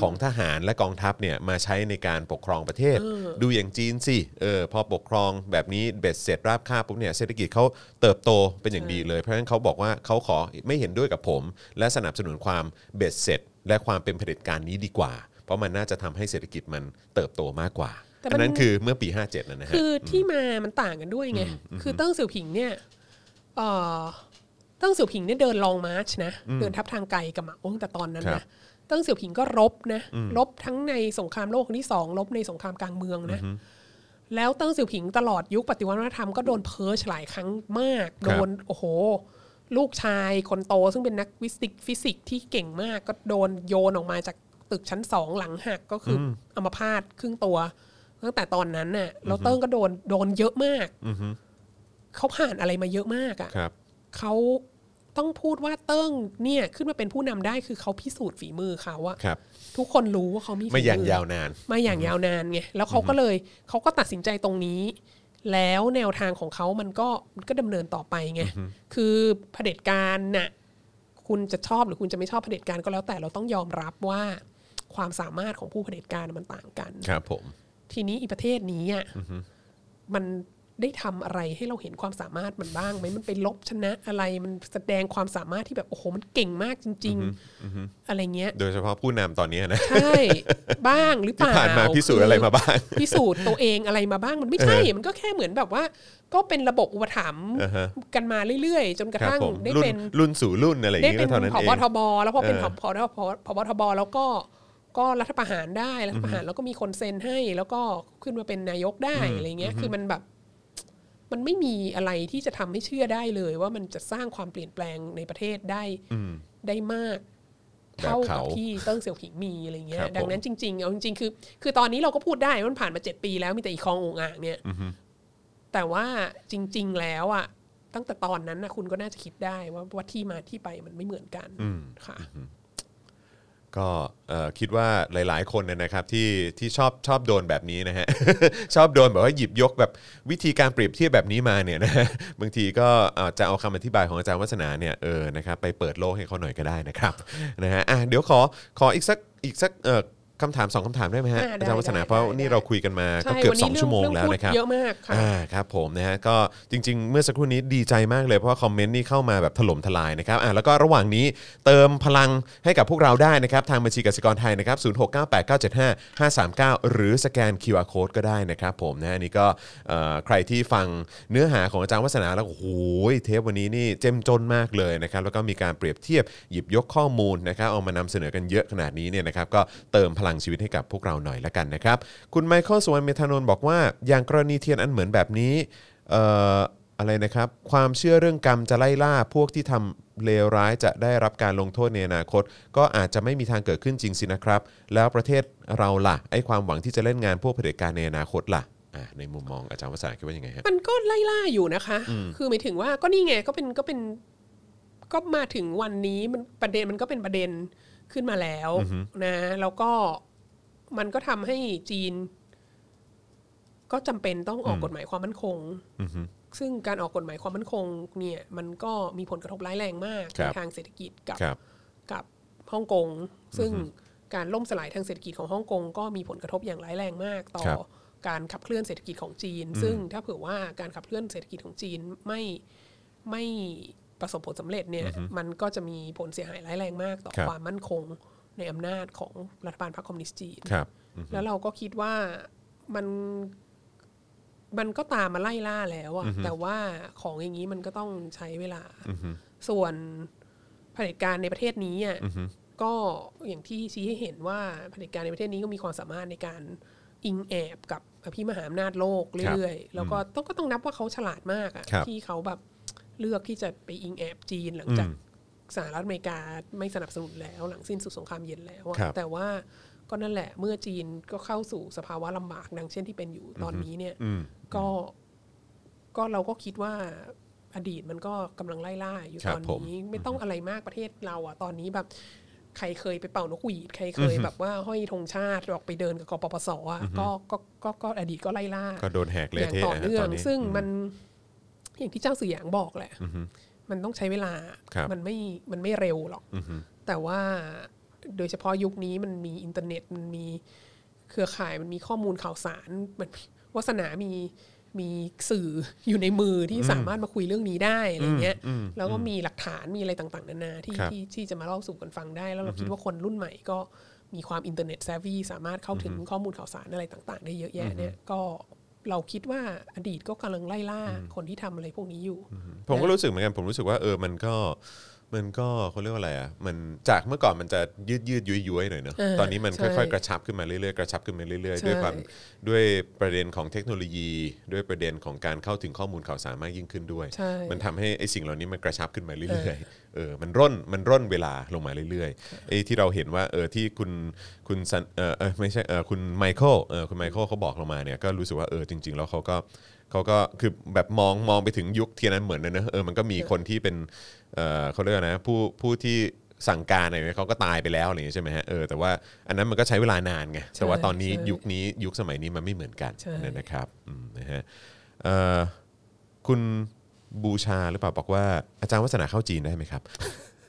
[SPEAKER 2] ของทหารและกองทัพเนี่ยมาใช้ในการปกครองประเทศ ดูอย่างจีนสิเออพอปกครองแบบนี้เบ็ดเสร็จราบคาบปุ๊บเนี่ยเศรษฐกิจเขาเติบโตเป็นอย่างดีเลย เพราะฉะนั้นเขาบอกว่าเขาขอไม่เห็นด้วยกับผม และสนับสนุนความเบ็ดเสร็จ และความเป็นเผด็จการนี้ดีกว่า เพราะมันน่าจะทำให้เศรษฐกิจมันเติบโตมากกว่า
[SPEAKER 3] แต่มัน
[SPEAKER 2] อันนั้นคือเมื่อปี 57นั่นนะฮะ
[SPEAKER 3] คือที่มามันต่างกันด้วยไง คือเติ้งเสี่ยวผิงเนี่ยเอ่อเติ้งเสี่ยวผิงเนี่ยเดินลองมาร์ชนะ เดินทัพทางไกลกับหมาอ้งแต่ตอนนั้น
[SPEAKER 2] ครั
[SPEAKER 3] นะ
[SPEAKER 2] บ
[SPEAKER 3] เติ้งเสี่ยวผิงก็รบนะ รบทั้งในสงครามโลกครั้งที่สองรบในสงครามกลางเมืองนะ แล้วเติ้งเสี่ยวผิงตลอดยุคปฏิวัติวัฒนธรรมก็โดนเพิร์ชหลายครั้งมาก
[SPEAKER 2] ครั
[SPEAKER 3] โด
[SPEAKER 2] บ
[SPEAKER 3] นโอ้โห ลูกชายคนโตซึ่งเป็นนักวิสิกฟิสิกส์ที่เก่งมากก็โดนโยนออกมาจากตึกชั้นสองหลังหักก็คือออัมพาตครึ่งตัว ตั้งแต่ตอนนั้นน่ะแล้วเติ้งก็โดนโดนเยอะมาก เขาผ่านอะไรมาเยอะมากอ่ะ
[SPEAKER 2] ครับ
[SPEAKER 3] เขาต้องพูดว่าเติ้งเนี่ยขึ้นมาเป็นผู้นำได้คือเขาพิสูจน์ฝีมือเขาอะ
[SPEAKER 2] ครับ
[SPEAKER 3] ทุกคนรู้ว่าเขามีฝี
[SPEAKER 2] ไม่อย่าง
[SPEAKER 3] มือ
[SPEAKER 2] ยาวนาน
[SPEAKER 3] มาอย่างยาวนานไงแล้วเขาก็เลยเขาก็ตัดสินใจตรงนี้ แล้วแนวทางของเขามันก็มันก็ดำเนินต่อไปไงคือเผด็จการน่ะคุณจะชอบหรือคุณจะไม่ชอบเผด็จการก็แล้วแต่เราต้องยอมรับว่าความสามารถของผู้เผด็จการมันต่างกัน
[SPEAKER 2] ครับผม
[SPEAKER 3] ทีนี้อีประเทศนี้อ่ะมันได้ทำอะไรให้เราเห็นความสามารถมันบ้างไหมมันไปลบชนะอะไรมันแสดงความสามารถที่แบบโอ้โหมันเก่งมากจริง ๆ อะไรเงี้ย
[SPEAKER 2] โดยเฉพาะผู้นำตอนนี้นะ
[SPEAKER 3] ใช่บ้างหรือเป
[SPEAKER 2] ที่
[SPEAKER 3] ล่า
[SPEAKER 2] ผ่านมาพิสูจน์อะไรมาบ้าง
[SPEAKER 3] คือพิสูจน์ตัวเองอะไรมาบ้างมันไม่ใช่ มันก็แค่เหมือนแบบว่า ก็เป็นระบบอุปถัมภ์
[SPEAKER 2] อ่าฮะ
[SPEAKER 3] กันมาเรื่อยๆ จนกระ
[SPEAKER 2] ครับ
[SPEAKER 3] ทั่ง
[SPEAKER 2] ผม
[SPEAKER 3] ได้
[SPEAKER 2] รุ่น
[SPEAKER 3] เป็น
[SPEAKER 2] รุ่นสู่รุ่นอะไรอย่าง
[SPEAKER 3] ได้
[SPEAKER 2] เงี้ยก็
[SPEAKER 3] เป็น
[SPEAKER 2] เท่านั้น
[SPEAKER 3] ผ
[SPEAKER 2] เอบ ง
[SPEAKER 3] ทบแล้วพอเป็น
[SPEAKER 2] เอ
[SPEAKER 3] ผ
[SPEAKER 2] อ
[SPEAKER 3] บพบทบแล้วก็ก็รัฐประหารได้รัฐประหารแล้วก็มีคนเซ็นให้ แล้วก็ขึ้นมาเป็นนายกได้อะไรเงี้ยคือมันแบบ มันไม่มีอะไรที่จะทำให้เชื่อได้เลย ว่ามันจะสร้างความเปลี่ยนแปลงในประเทศได้
[SPEAKER 2] อืม
[SPEAKER 3] ได้มาก
[SPEAKER 2] แบบ
[SPEAKER 3] เท่ากับ
[SPEAKER 2] เขา
[SPEAKER 3] ที่เติ้งเสี่ยวผิงมีอะไรเงี้
[SPEAKER 2] ครั
[SPEAKER 3] ย
[SPEAKER 2] บ
[SPEAKER 3] ดังนั้นจริงๆเอาจริงๆคือ คือตอนนี้เราก็พูดได้ว่ามันผ่านมาเจ็ดปีแล้วมีแต่อีคององอ่างเนี่ยแต่ว่าจริง ๆ แล้วอ่ะตั้งแต่ตอนนั้นนะคุณก็น่าจะคิดได้ว่าว่าที่มาที่ไปมันไม่เหมือนกัน
[SPEAKER 2] อืม
[SPEAKER 3] ค่ะ
[SPEAKER 2] ก็เอ่อคิดว่าหลาย ๆ คนเนยนะครับที่ที่ชอบชอบโดนแบบนี้นะฮะ ชอบโดนแบบว่าหยิบยกแบบวิธีการเปรียบเทียบแบบนี้มาเนี่ยนะ บางทีก็อาจจะเอาคำอธิบายของอาจารย์วัฒนาเนี่ยเออนะครับไปเปิดโลกให้เขาหน่อยก็ได้นะครับ นะฮะอ่ะเดี๋ยวขอขออีกสักอีกสักเอ่อคำถามสองคำถามได้ไหมฮะ
[SPEAKER 3] อ่าได้
[SPEAKER 2] อาจารย์วัฒนา
[SPEAKER 3] ได้
[SPEAKER 2] เพราะ
[SPEAKER 3] ได้
[SPEAKER 2] นี่
[SPEAKER 3] ได้
[SPEAKER 2] เราคุยกันมาก็เกือบสองชั่วโมงแล้วนะครับ
[SPEAKER 3] เยอะมากค่ะ
[SPEAKER 2] อ่าครับผมนะฮะก็จริง ๆ เมื่อสักครู่นี้ดีใจมากเลยเพราะว่าคอมเมนต์นี่เข้ามาแบบถล่มทลายนะครับอ่าแล้วก็ระหว่างนี้เติมพลังให้กับพวกเราได้นะครับ ทางบัญชีกสิกรไทยนะครับศูนย์หกเก้หรือสแกน QR Code ก็ได้นะครับผมนะฮะอันนี่ก็เอ่อใครที่ฟังเนื้อหาของอาจารย์วัฒนาแล้วโอ้โหเทปวันนี้นี่เจ้มจนมากเลยนะครับแล้วก็มีการเปรียบเทียบหยิบยกข้อมูลนะครับเอามานำเสนอกันเยอะขนาดนี้เนี่ยนะครับก็เติมพลังชีวิตให้กับพวกเราหน่อยละกันนะครับ คุณไมเคิลสุวรรณเมธานนท์บอกว่า อย่างกรณีเทียนอันเหมือนแบบนี้เอ่ออะไรนะครับ ความเชื่อเรื่องกรรมจะไล่ล่าพวกที่ทำเลวร้ายจะได้รับการลงโทษในอนาคต ก็อาจจะไม่มีทางเกิดขึ้นจริงสินะครับ แล้วประเทศเราล่ะไอ้ความหวังที่จะเล่นงานพวกเผด็จการในอนาคตล่ะอ่ะในมุมมองอาจารย์ภาษาคิดว่ายังไงฮะ
[SPEAKER 3] มันก็ไล่ล่าอยู่นะคะ คือหมายถึงว่าก็นี่ไงก็เป็นก็เป็นก็มาถึงวันนี้มันประเด็นมันก็เป็นประเด็นขึ้นมาแล้วนะ แล้วก็มันก็ทำให้จีน ก็จำเป็นต้องออกกฎหมายความมั่นคง ซึ่งการออกกฎหมายความมั่นคง เนี่ย มันก็มีผลกระทบร้ายแรงมาก
[SPEAKER 2] ครับ
[SPEAKER 3] ในทางเศรษฐกิจกับ
[SPEAKER 2] ครับ
[SPEAKER 3] กับฮ่องกงซึ่งการล่มสลายทางเศรษฐกิจของฮ่องกงก็มีผลกระทบอย่างร้ายแรงมาก ต่อ
[SPEAKER 2] ครับ
[SPEAKER 3] การขับเคลื่อนเศรษฐกิจของจีน ซึ่งถ้าเผื่อว่าการขับเคลื่อนเศรษฐกิจของจีนไม่ไม่ประสบผลสำเร็จเนี่ยมันก็จะมีผลเสียหายร้ายแรงมากต่อ
[SPEAKER 2] ครับ
[SPEAKER 3] ความมั่นคงในอำนาจของรัฐบาลพรรคคอมมิวนิสต์จีน
[SPEAKER 2] ครับ
[SPEAKER 3] แล้วเราก็คิดว่ามันมันก็ตามมาไล่ล่าแล้วอะแต่ว่าของอย่างนี้มันก็ต้องใช้เวลา ส่วนเผด็จการในประเทศนี้อะก็อย่างที่ชี้ให้เห็นว่าเผด็จการในประเทศนี้ก็มีความสามารถในการอิงแอบกับอภิมหาอำนาจโลกเรื่อยๆแล้วก็ต้องก็ต้องนับว่าเขาฉลาดมากอะ
[SPEAKER 2] ครับ
[SPEAKER 3] ที่เขาแบบเลือกที่จะไปอิงแอบจีนหลังจาก สหรัฐอเมริกาไม่สนับสนุนแล้วหลังสิ้นสุดสงครามเย็นแล้วอะ
[SPEAKER 2] ครับ
[SPEAKER 3] แต่ว่าก็นั่นแหละเมื่อจีนก็เข้าสู่สภาวะลำบากดังเช่นที่เป็นอยู่ตอนนี้เนี่ยก็ก็เราก็คิดว่าอดีตมันก็กำลังไล่ล่าอยู่
[SPEAKER 2] ครับ
[SPEAKER 3] ตอน
[SPEAKER 2] ผม
[SPEAKER 3] นี้ไม่ต้องอะไรมากประเทศเราอะตอนนี้แบบ ใครเคยไปเป่านกหวีดใครเคยแบบว่าห้อยธงชาติออกไปเดินกับกปปสอะก็ก็ก็ก็อดีตก็ไล่ล่า
[SPEAKER 2] ก็โดนแหก
[SPEAKER 3] อ
[SPEAKER 2] เละ
[SPEAKER 3] ย่าง
[SPEAKER 2] เทะ
[SPEAKER 3] ต่อ
[SPEAKER 2] นะฮะ
[SPEAKER 3] เนื่อ
[SPEAKER 2] ตอง นนี้
[SPEAKER 3] ซึ่งมันอย่างที่เจ้าสื่อหยางบอกแหละมันต้องใช้เวลา
[SPEAKER 2] ครับ
[SPEAKER 3] มันไม่มันไม่เร็วหรอกแต่ว่าโดยเฉพาะยุคนี้มันมีอินเทอร์เน็ตมันมีเครือข่ายมันมีข้อมูลข่าวสาร มันวาสนามีมีสื่ออยู่ในมือที่สามารถมาคุยเรื่องนี้ได้อะไรเงี้ยแล้วก็มีหลักฐานมีอะไรต่างๆนานาที่
[SPEAKER 2] ครับ
[SPEAKER 3] ที่ที่จะมาเล่าสู่กันฟังได้ แล้วเราคิดว่าคนรุ่นใหม่ก็มีความอินเทอร์เน็ตแซฟีสามารถเข้าถึงข้อมูลข่าวสารอะไรต่าง ๆ ได้เยอะแยะเนี่ยก็เราคิดว่าอดีตก็กำลังไล่ล่าคนที่ทำอะไรพวกนี้อยู่
[SPEAKER 2] ผมก็รู้สึกเหมือนกันผมรู้สึกว่าเออมันก็มันก็เขาเรียกว่าอะไรอ่ะมันจากเมื่อก่อนมันจะยืดยืดๆยุ้ยยุ้ยๆหน่อยเนอะ
[SPEAKER 3] เออ
[SPEAKER 2] ตอนนี้มัน
[SPEAKER 3] ใช่
[SPEAKER 2] ค่อยๆกระชับขึ้นมาเรื่อยๆกระชับขึ้นมาเรื่อยๆ
[SPEAKER 3] ใช่
[SPEAKER 2] ด้วยความด้วยประเด็นของเทคโนโลยี ด้วยประเด็นของการเข้าถึงข้อมูลข่าวสารมากยิ่งขึ้นด้วย
[SPEAKER 3] ใช่
[SPEAKER 2] มันทำให้ไอ้สิ่งเหล่านี้มันกระชับขึ้นมาเรื่อยๆ เออ มันร่น มันร่นเวลาลงมาเรื่อยๆ ไอ้ที่เราเห็นว่า เออ ที่คุณ คุณซันเออเออไม่ใช่ เออ คุณไมเคิล เออ คุณไมเคิลเขาบอกลงมาเนี่ย ก็รู้สึกว่า เออ จริง ๆ แล้วเขาก็เขาก็ คือแบบมอง มองไปถึงยุคเทียนนั้นเหมือนนะเนอะเออ มันก็มีคนที่เป็น เออเขาเรียกว่านะ ผู้ ผู้ที่สั่งการอะไรเนี่ยเขาก็ตายไปแล้วอะไรอย่างเงี้ยใช่ไหมฮะ เออ แต่ว่าอันนั้นมันก็ใช้เวลานานไง แต่ว่าตอนนี้
[SPEAKER 3] ใช่
[SPEAKER 2] ยุคนี้ยุคสมัยนี้มันไม่เหมือนกัน
[SPEAKER 3] ใช่
[SPEAKER 2] นั่นนะครับ อืม นะฮะ เออ คุณบูชาหรือเปล่าบอกว่าอาจารย์วัฒนาเข้าจีนได้ไหม ครับ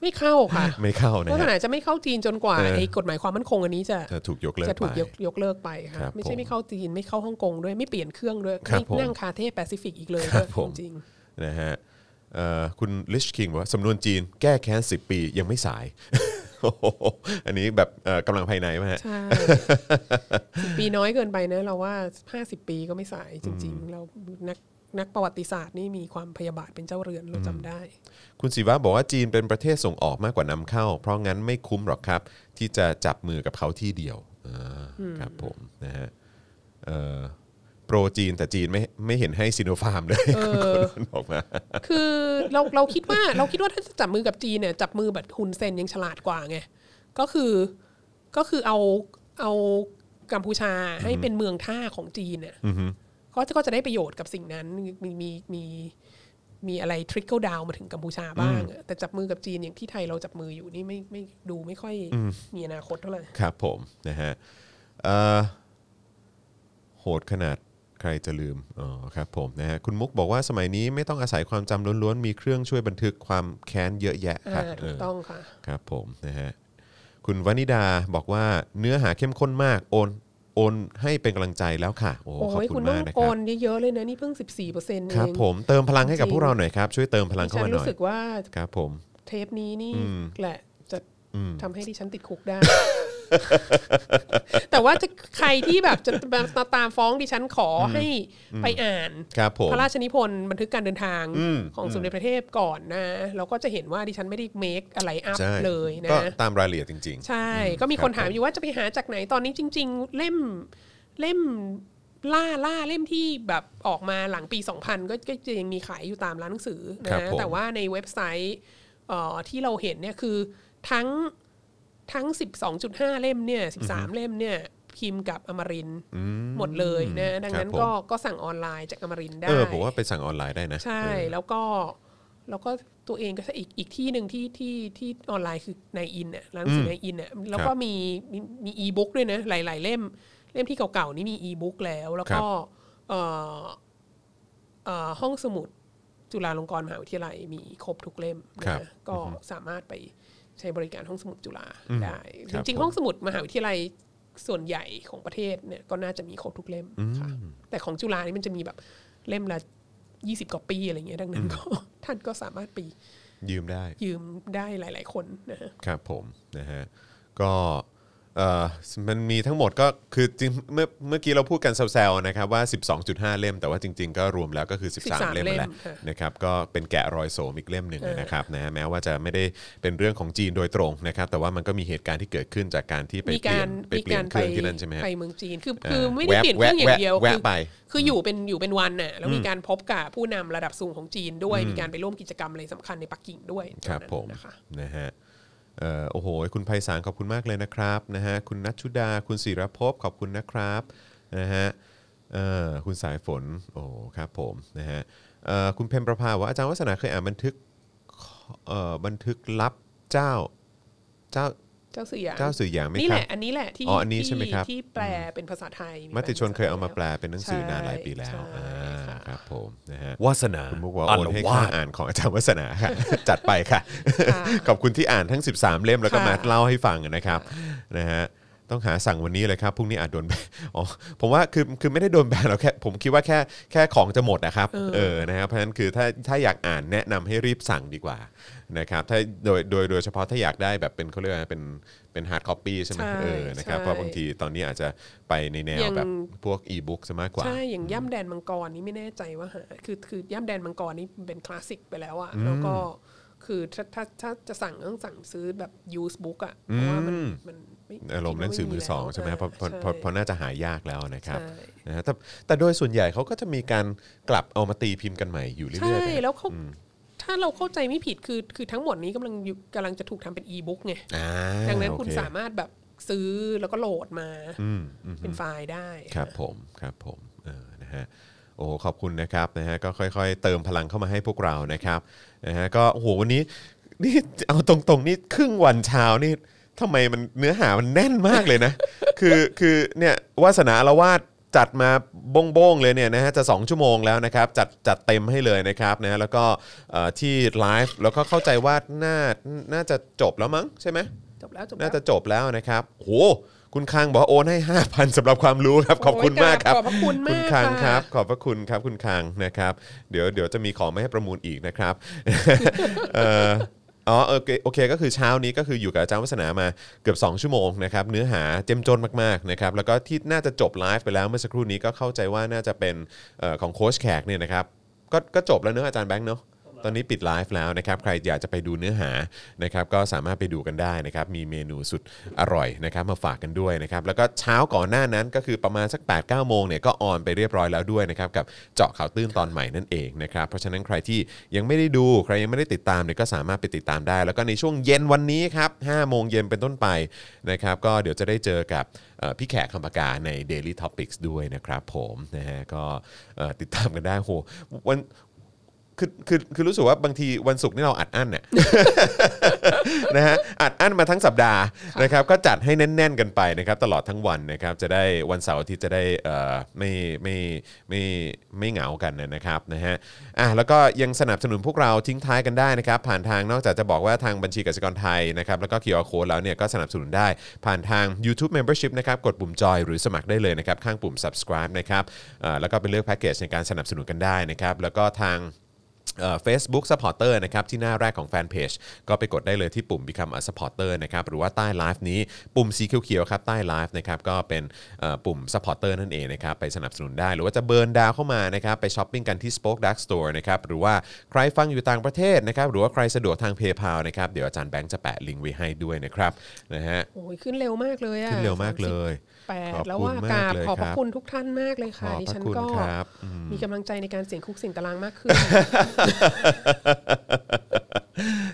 [SPEAKER 3] ไม่เข้าค่ะ
[SPEAKER 2] ไม่เข้านะ
[SPEAKER 3] วัฒ
[SPEAKER 2] ฮะ
[SPEAKER 3] นาจะไม่เข้าจีนจนกว่า
[SPEAKER 2] เออ
[SPEAKER 3] ไอ้กฎหมายความมั่นคงอันนี้จะ
[SPEAKER 2] จะถูกยกเลิก
[SPEAKER 3] จะถูก
[SPEAKER 2] ไป
[SPEAKER 3] ยกยกเลิกไปค่ะ
[SPEAKER 2] ครับ
[SPEAKER 3] ไม่ใช่
[SPEAKER 2] ผม
[SPEAKER 3] ไม่เข้าจีนไม่เข้าฮ่องกงด้วยไม่เปลี่ยนเครื่องด้วย
[SPEAKER 2] ครับ
[SPEAKER 3] ไม่
[SPEAKER 2] ผม
[SPEAKER 3] นั่งคาเทแปซิฟิกอีกเลย
[SPEAKER 2] ครับ
[SPEAKER 3] ด้วย
[SPEAKER 2] ผม
[SPEAKER 3] จริง
[SPEAKER 2] นะฮะเอ่อคุณลิชคิงบอกว่าสำนวนจีนแก้แค้น 10 ปียังไม่สาย โอ้โหอันนี้แบบเอ่อกำลังภายในไหมฮะ
[SPEAKER 3] ใช่ สิบปีน้อยเกินไปนะเราว่าห้าสิบปีก็ไม่สายจริง ๆ เรานักนักประวัติศาสตร์นี่มีความพยาบาทเป็นเจ้าเรือนเราจำได้
[SPEAKER 2] คุณศิวะบอกว่าจีนเป็นประเทศส่งออกมากกว่านำเข้า เพราะงั้นไม่คุ้มหรอกครับ ที่จะจับมือกับเขาที่เดียวอ่าครับผมนะฮะเอ่อโปรจีนแต่จีนไม่ไม่เห็นให้ซีโนฟาร์มเลย
[SPEAKER 3] เอ
[SPEAKER 2] คุณคนนั้น
[SPEAKER 3] อ
[SPEAKER 2] บอกมา
[SPEAKER 3] คือเราเราคิดว่าเราคิดว่าถ้าจะจับมือกับจีนเนี่ยจับมือแบบฮุนเซนยังฉลาดกว่าไงก็คือก็คือเอาเอากัมพูชาให้เป็นเมืองท่าของจีนเนี่ยก็จะก็จะได้ประโยชน์กับสิ่งนั้นมีมีมี มีอะไรทริ c เกิลดาวมาถึงกัมพูชาบ้างอะแต่จับมือกับจีนอย่างที่ไทยเราจับมืออยู่นี่ไม่ไม่ดูไม่ค่อยมีอนาคตเท่าไหร่
[SPEAKER 2] ครับผมนะฮะเอ่อโหดขนาดใครจะลืมอ๋อครับผมนะฮะคุณมุกบอกว่าสมัยนี้ไม่ต้องอาศัยความจำล้วนๆ มีเครื่องช่วยบันทึกความแค้นเยอะแยะครับ
[SPEAKER 3] อ่า
[SPEAKER 2] เอ
[SPEAKER 3] ถูก
[SPEAKER 2] อ
[SPEAKER 3] ต้องค่ะ
[SPEAKER 2] ครับผมนะฮะคุณวนิดาบอกว่าเนื้อหาเข้มข้นมากโอนโอนให้เป็นกำลังใจแล้วค่ะ โอ้ขอบ
[SPEAKER 3] โอ้ย
[SPEAKER 2] คุ
[SPEAKER 3] คุณ ณต้อ
[SPEAKER 2] มาก
[SPEAKER 3] ง
[SPEAKER 2] นะค
[SPEAKER 3] โอ
[SPEAKER 2] รับ
[SPEAKER 3] นเยอะๆเลยนะ นี่เพิ่ง 14เปอร์เซ็นต์เอ
[SPEAKER 2] ครับ
[SPEAKER 3] ง
[SPEAKER 2] ผมเติมพลังให้กับพวกเราหน่อยครับ ช่วยเติมพลังเข้า
[SPEAKER 3] ฉั
[SPEAKER 2] มาน หน่อ
[SPEAKER 3] รู้
[SPEAKER 2] ย
[SPEAKER 3] สึกว่า
[SPEAKER 2] ครับผม
[SPEAKER 3] เทปนี้นี่แหละจะทำให้ดิฉันติดคุกได้ แต่ว่าจะใครที่แบบจะมาตามฟ้องดิฉันขอให้ไปอ่าน
[SPEAKER 2] ครับผม
[SPEAKER 3] พระราชนิพนธ์บันทึกการเดินทางของสมเด็จพระเทพก่อนนะแล้วก็จะเห็นว่าดิฉันไม่ได้เมคอะไรอัพ
[SPEAKER 2] ใช่
[SPEAKER 3] เลยนะ
[SPEAKER 2] ก็ตามรายละเอียดจริง
[SPEAKER 3] ใช่ ก็มีคน
[SPEAKER 2] ครับ
[SPEAKER 3] ถามอยู่ว่าจะไปหาจากไหนตอนนี้จริง ๆ เล่มเล่มล่าล่าเล่มที่แบบออกมาหลังปี 2000 ก็ก็จะยังมีขายอยู่ตามร้านหนังสือนะครับ ฮะ
[SPEAKER 2] ผม
[SPEAKER 3] แต่ว่าในเว็บไซต์เอ่อที่เราเห็นเนี่ยคือทั้งทั้ง 12.5 เล่มเนี่ย 13 เล่มเนี่ยพิมพ์กับอมรินทร์หมดเลยนะดังนั้นก็ก็สั่งออนไลน์จากอมรินทร์
[SPEAKER 2] ๆ
[SPEAKER 3] ได้
[SPEAKER 2] เออผมว่าไปสั่งออนไลน์ได้นะ
[SPEAKER 3] ใช่
[SPEAKER 2] เออ
[SPEAKER 3] แล้วก็แล้วก็ตัวเองก็อีกอีกที่หนึ่งที่ที่ที่ออนไลน์คือในอินเนี่ยร้านหนังสือในอินเนี่ยแล้ว
[SPEAKER 2] ค
[SPEAKER 3] ก็
[SPEAKER 2] รับ
[SPEAKER 3] มีมีมีอีบุ๊กด้วยนะหลาย ๆ เล่ม เล่มที่เก่าๆนี่มีอีบุ๊กแล้ว แล้วก็เอ่อเอ่อห้องสมุดจุฬาลงกรณ์มหาวิทยาลัยมีครบทุกเล่ม
[SPEAKER 2] ครั
[SPEAKER 3] นะ
[SPEAKER 2] บ
[SPEAKER 3] ก็สามารถไปใช้บริการห้องสมุดจุฬาได้
[SPEAKER 2] ค
[SPEAKER 3] จ
[SPEAKER 2] รับ
[SPEAKER 3] ริง
[SPEAKER 2] ผม
[SPEAKER 3] ๆห้องสมุดมหาวิทยาลัยส่วนใหญ่ของประเทศเนี่ยก็น่าจะมีครบทุกเล่มค่ะแต่ของจุฬานี่มันจะมีแบบเล่มละ ยี่สิบกว่าปีอะไรเงี้ยดังนั้นก็ ท่านก็สามารถไป
[SPEAKER 2] ยืมได้
[SPEAKER 3] ยืมได้หลาย ๆ คนนะฮะ
[SPEAKER 2] ครับผมนะฮะก็เอ่อมันมีทั้งหมดก็คือจริงเมื่อเมื่อกี้เราพูดกันแซวๆนะครับว่า 12.5 เล่ม แต่ว่าจริง ๆ ก็รวมแล้วก็คือ 13
[SPEAKER 3] 13
[SPEAKER 2] เล่มแหละ
[SPEAKER 3] เล่มค่ะ
[SPEAKER 2] นะครับก็เป็นแกะรอยโสมอีกเล่มหนึ่งนะครับนะฮะแม้ว่าจะไม่ได้เป็นเรื่องของจีนโดยตรงนะครับแต่ว่ามันก็มีเหตุการณ์ที่เกิดขึ้นจากการที่ไป
[SPEAKER 3] มี
[SPEAKER 2] เป
[SPEAKER 3] กา
[SPEAKER 2] ลี่ย
[SPEAKER 3] ร
[SPEAKER 2] นไปเปลี่ยนเครื่องที่นั่นใช่ไหมฮะ
[SPEAKER 3] ไปเมืองจีนคือ
[SPEAKER 2] อ่า
[SPEAKER 3] คือไม่ได้
[SPEAKER 2] แวะ
[SPEAKER 3] เปลี่ยนเครื่องอย่างเดียว
[SPEAKER 2] แวะ
[SPEAKER 3] คือ
[SPEAKER 2] ไป
[SPEAKER 3] คืออยู่เป็นอยู่เป็นวันน่ะแล้วมีการพบกับผู้นำระดับสูงของจีนด้วย มีการไปร่วมกิจกรรมอะไรสำคัญในปักกิ่งด้วย
[SPEAKER 2] ครับ
[SPEAKER 3] ตอนนั้น
[SPEAKER 2] ผม
[SPEAKER 3] นะคะ
[SPEAKER 2] นะฮะเอ่อโอ้โห คุณไพศาลขอบคุณมากเลยนะครับนะฮะคุณนัชชุดาคุณศิรภพขอบคุณนะครับนะฮะเอ่อคุณสายฝนโอ้โหครับผมนะฮะเอ่อคุณเพมประภาบอกว่าอาจารย์วัฒนาเคยอ่านบันทึกเอ่อบันทึกลับเจ้าเจ้า
[SPEAKER 3] เจ้าสื่อหยาง
[SPEAKER 2] เจ้าสื่ออย่างไหม
[SPEAKER 3] นี่
[SPEAKER 2] ค
[SPEAKER 3] แห
[SPEAKER 2] รับ
[SPEAKER 3] ละอันนี้แหละที่
[SPEAKER 2] อ๋ออันนี้ใช่ไหม
[SPEAKER 3] ที่
[SPEAKER 2] ครับ
[SPEAKER 3] ที่แปลเป็นภาษาไทย
[SPEAKER 2] มติชนเคยเอามาแปลเป็นหนังสือนานหลายปีแล้ว
[SPEAKER 3] ใช่
[SPEAKER 2] อ่า
[SPEAKER 3] ค่ะ
[SPEAKER 2] ครับผมนะฮะ
[SPEAKER 1] วาสนา
[SPEAKER 2] คุณมุกบอกว่า
[SPEAKER 1] อา
[SPEAKER 2] โอน
[SPEAKER 1] ละ
[SPEAKER 2] ให้
[SPEAKER 1] วา
[SPEAKER 2] ค่า
[SPEAKER 1] ด
[SPEAKER 2] อ่านของอาจารย์วัฒนา ค่ะ จัดไปค่ะ
[SPEAKER 3] ค่ะ
[SPEAKER 2] ขอบคุณที่อ่านทั้ง 13 เล่มแล้วก็
[SPEAKER 3] ค่ะ
[SPEAKER 2] มาเล่าให้ฟังนะครับนะฮะต้องหาสั่งวันนี้เลยครับพรุ่งนี้อาจโดน แบนอ๋อผมว่าคือคือไม่ได้โดนแบนหรอกแค่ผมคิดว่าแค่แค่ของจะหมดนะครับเออนะครับเพราะฉะนั้นคือถ้าถ้าอยากอ่านแนะนำให้รีบสั่งดีกว่านะครับถ้าโดยโดยโดยเฉพาะถ้าอยากได้แบบเป็นเขาเรียกว่าเป็นเป็นฮาร์ดคอปปี้ใช่ไหม
[SPEAKER 3] ใช่
[SPEAKER 2] เออนะครับ
[SPEAKER 3] ใช่
[SPEAKER 2] เพราะบางทีตอนนี้อาจจะไปในแนว
[SPEAKER 3] ยัง
[SPEAKER 2] แบบพวกอีบุ๊กซะมากกว่า
[SPEAKER 3] ใช่ อย่างย่ำแดนมังกรนี่ไม่แน่ใจว่าหาคือคือย่ำแดนมังกรนี่เป็นคลาสสิกไปแล้วอะแล้วก็คือถ้าถ้าถ้าจะสั่งต้องสั่งซื้อแบบ use book อะเพราะว่ามันมันไ
[SPEAKER 2] อารมณ์หนังสือมือสองใช่ไหมเพราะเพราะ
[SPEAKER 3] ใช่
[SPEAKER 2] เพราะเพราะน่าจะหายากแล้วนะครับ
[SPEAKER 3] ใช่
[SPEAKER 2] นะฮะแต่แต่โดยส่วนใหญ่เขาก็จะมีการกลับเอามาตีพิมพ์กันใหม่อยู่เรื่
[SPEAKER 3] ใช่
[SPEAKER 2] อยๆนะ
[SPEAKER 3] แล้วเขาถ้าเราเข้าใจไม่ผิดคือคือทั้งหมดนี้กำลังอยู่กำลังจะถูกทำเป็น e-book ไง
[SPEAKER 2] อ่า
[SPEAKER 3] ดังนั้นคุณ
[SPEAKER 2] โอเ
[SPEAKER 3] สามารถแบบซื้อแล้วก็โหลดมา
[SPEAKER 2] อืมอืม
[SPEAKER 3] เป็นไฟล์ได้
[SPEAKER 2] ครับผมครับผมเออนะฮะโอ้โหขอบคุณนะครับนะฮะก็ค่อยๆ เติมพลังเข้ามาให้พวกเรานะครับนะฮะก็โอ้โหวันนี้นี่เอาตรงๆนี่ครึ่งวันเช้านี่ทำไมมันเนื้อหามันแน่นมากเลยนะ คือคือเนี่ยวาสนาละวาด จัดมาโบ้งๆเลยเนี่ยนะฮะจะ 2 ชั่วโมงแล้วนะครับจัดจัดเต็มให้เลยนะครับนะฮะแล้วก็เอ่อที่ไลฟ์แล้วก็เข้าใจว่าน่าน่าจะจบแล้วมั้งใช่ไหม
[SPEAKER 3] จบแล้วจบแล้
[SPEAKER 2] น่าว จะจบแล้วนะครับโหคุณคังบอกว่าโอนให้ 5,000สำหรับความรู้ครับขอบคุณมากครับ
[SPEAKER 3] โอ้ยขอบพะคุณ
[SPEAKER 2] คุ
[SPEAKER 3] มา
[SPEAKER 2] ณ
[SPEAKER 3] ก
[SPEAKER 2] คังครับ
[SPEAKER 3] ะ
[SPEAKER 2] ขอบพระคุณครับคุณคังนะครับ เดี๋ยวเดี๋ยวจะมีของมาให้ประมูลอีก นะครับ เอ่ออ๋อโอเคโอเคก็คือเช้านี้ก็คืออยู่กับอาจารย์วัฒนามาเกือบ 2 ชั่วโมงนะครับเนื้อหาเจ้มจนมากๆนะครับแล้วก็ที่น่าจะจบไลฟ์ไปแล้วเมื่อสักครู่นี้ก็เข้าใจว่าน่าจะเป็นเอ่อของโค้ชแขกเนี่ยนะครับก็ก็จบแล้วเนอะอาจารย์แบงค์เนอะตอนนี้ปิดไลฟ์แล้วนะครับใครอยากจะไปดูเนื้อหานะครับก็สามารถไปดูกันได้นะครับมีเมนูสุดอร่อยนะครับมาฝากกันด้วยนะครับแล้วก็เช้าก่อนหน้านั้นก็คือประมาณสัก8ปดเก้าโมงเนี่ยก็ออนไปเรียบร้อยแล้วด้วยนะครับกับเจาะข่าวตื้นตอนใหม่นั่นเองนะครับเพราะฉะนั้นใครที่ยังไม่ได้ดูใครยังไม่ได้ติดตามเนี่ยก็สามารถไปติดตามได้ แล้วก็ในช่วงเย็นวันนี้ครับห้าโมงเย็นเป็นต้นไปนะครับก็เดี๋ยวจะได้เจอกับเอ่อพี่แขกคำปากาใน Daily Topics ด้วยนะครับผมนะฮะก็เอ่อติดตามกันได้โหวัน คือคือคือรู้สึกว่าบางทีวันศุกร์นี่เราอัดอั้นเนี่ย นะฮะอัดอั้นมาทั้งสัปดาห์นะครับก็จัดให้แน่น ๆ กันไปนะครับตลอดทั้งวันนะครับจะได้วันเสาร์อาที่จะได้เอ่อไม่ไม่ไม่ไม่เหงากันนะครับนะฮะอ่ะแล้วก็ยังสนับสนุนพวกเราทิ้งท้ายกันได้นะครับผ่านทางนอกจากจะบอกว่าทางบัญชีกสิกรไทยนะครับแล้วก็ QR Code แล้วเนี่ยก็สนับสนุนได้ผ่านทาง YouTube Membership นะครับกดปุ่มจอยหรือสมัครได้เลยนะครับข้างปุ่ม subscribe นะครับเอ่อแล้วก็ไปเลือกแพ็กเกจในการสนับสนุนกันได้นะครับแล้วก็ทาง เฟซบุ๊กสปอร์เตอร์นะครับที่หน้าแรกของแฟนเพจก็ไปกดได้เลยที่ปุ่ม Become a supporter นะครับหรือว่าใต้ไลฟ์นี้ปุ่มสีเขียวๆครับใต้ไลฟ์นะครับก็เป็นเอ่อปุ่ม supporter นั่นเองนะครับไปสนับสนุนได้ หรือว่าจะเบิร์นดาวเข้ามานะครับไปช้อปปิ้งกันที่ Spoke Dark Store นะครับหรือว่าใครฟังอยู่ต่างประเทศนะครับหรือว่าใครสะดวกทาง PayPal นะครับเดี๋ยวอาจารย์แบงค์จะแปะลิงก์ไว้ให้ด้วยนะครับนะฮะ
[SPEAKER 3] โอ้ยขึ้นเร็วมากเลยอะ
[SPEAKER 2] ขึ้นเร็วมากเลย
[SPEAKER 3] แปด
[SPEAKER 2] ขอบคุณ
[SPEAKER 3] แล้วว่ากราบ
[SPEAKER 2] มากเลย
[SPEAKER 3] ขอบ
[SPEAKER 2] ค
[SPEAKER 3] พระ
[SPEAKER 2] รับ
[SPEAKER 3] คุณทุกท่านมากเลย
[SPEAKER 2] ข
[SPEAKER 3] ค่ะ
[SPEAKER 2] อบพระ
[SPEAKER 3] ดิฉัน
[SPEAKER 2] คุณ
[SPEAKER 3] ก็
[SPEAKER 2] ครับอืม
[SPEAKER 3] มีกำลังใจในการเสี่ยงคุกเสี่ยงตารางมากขึ้น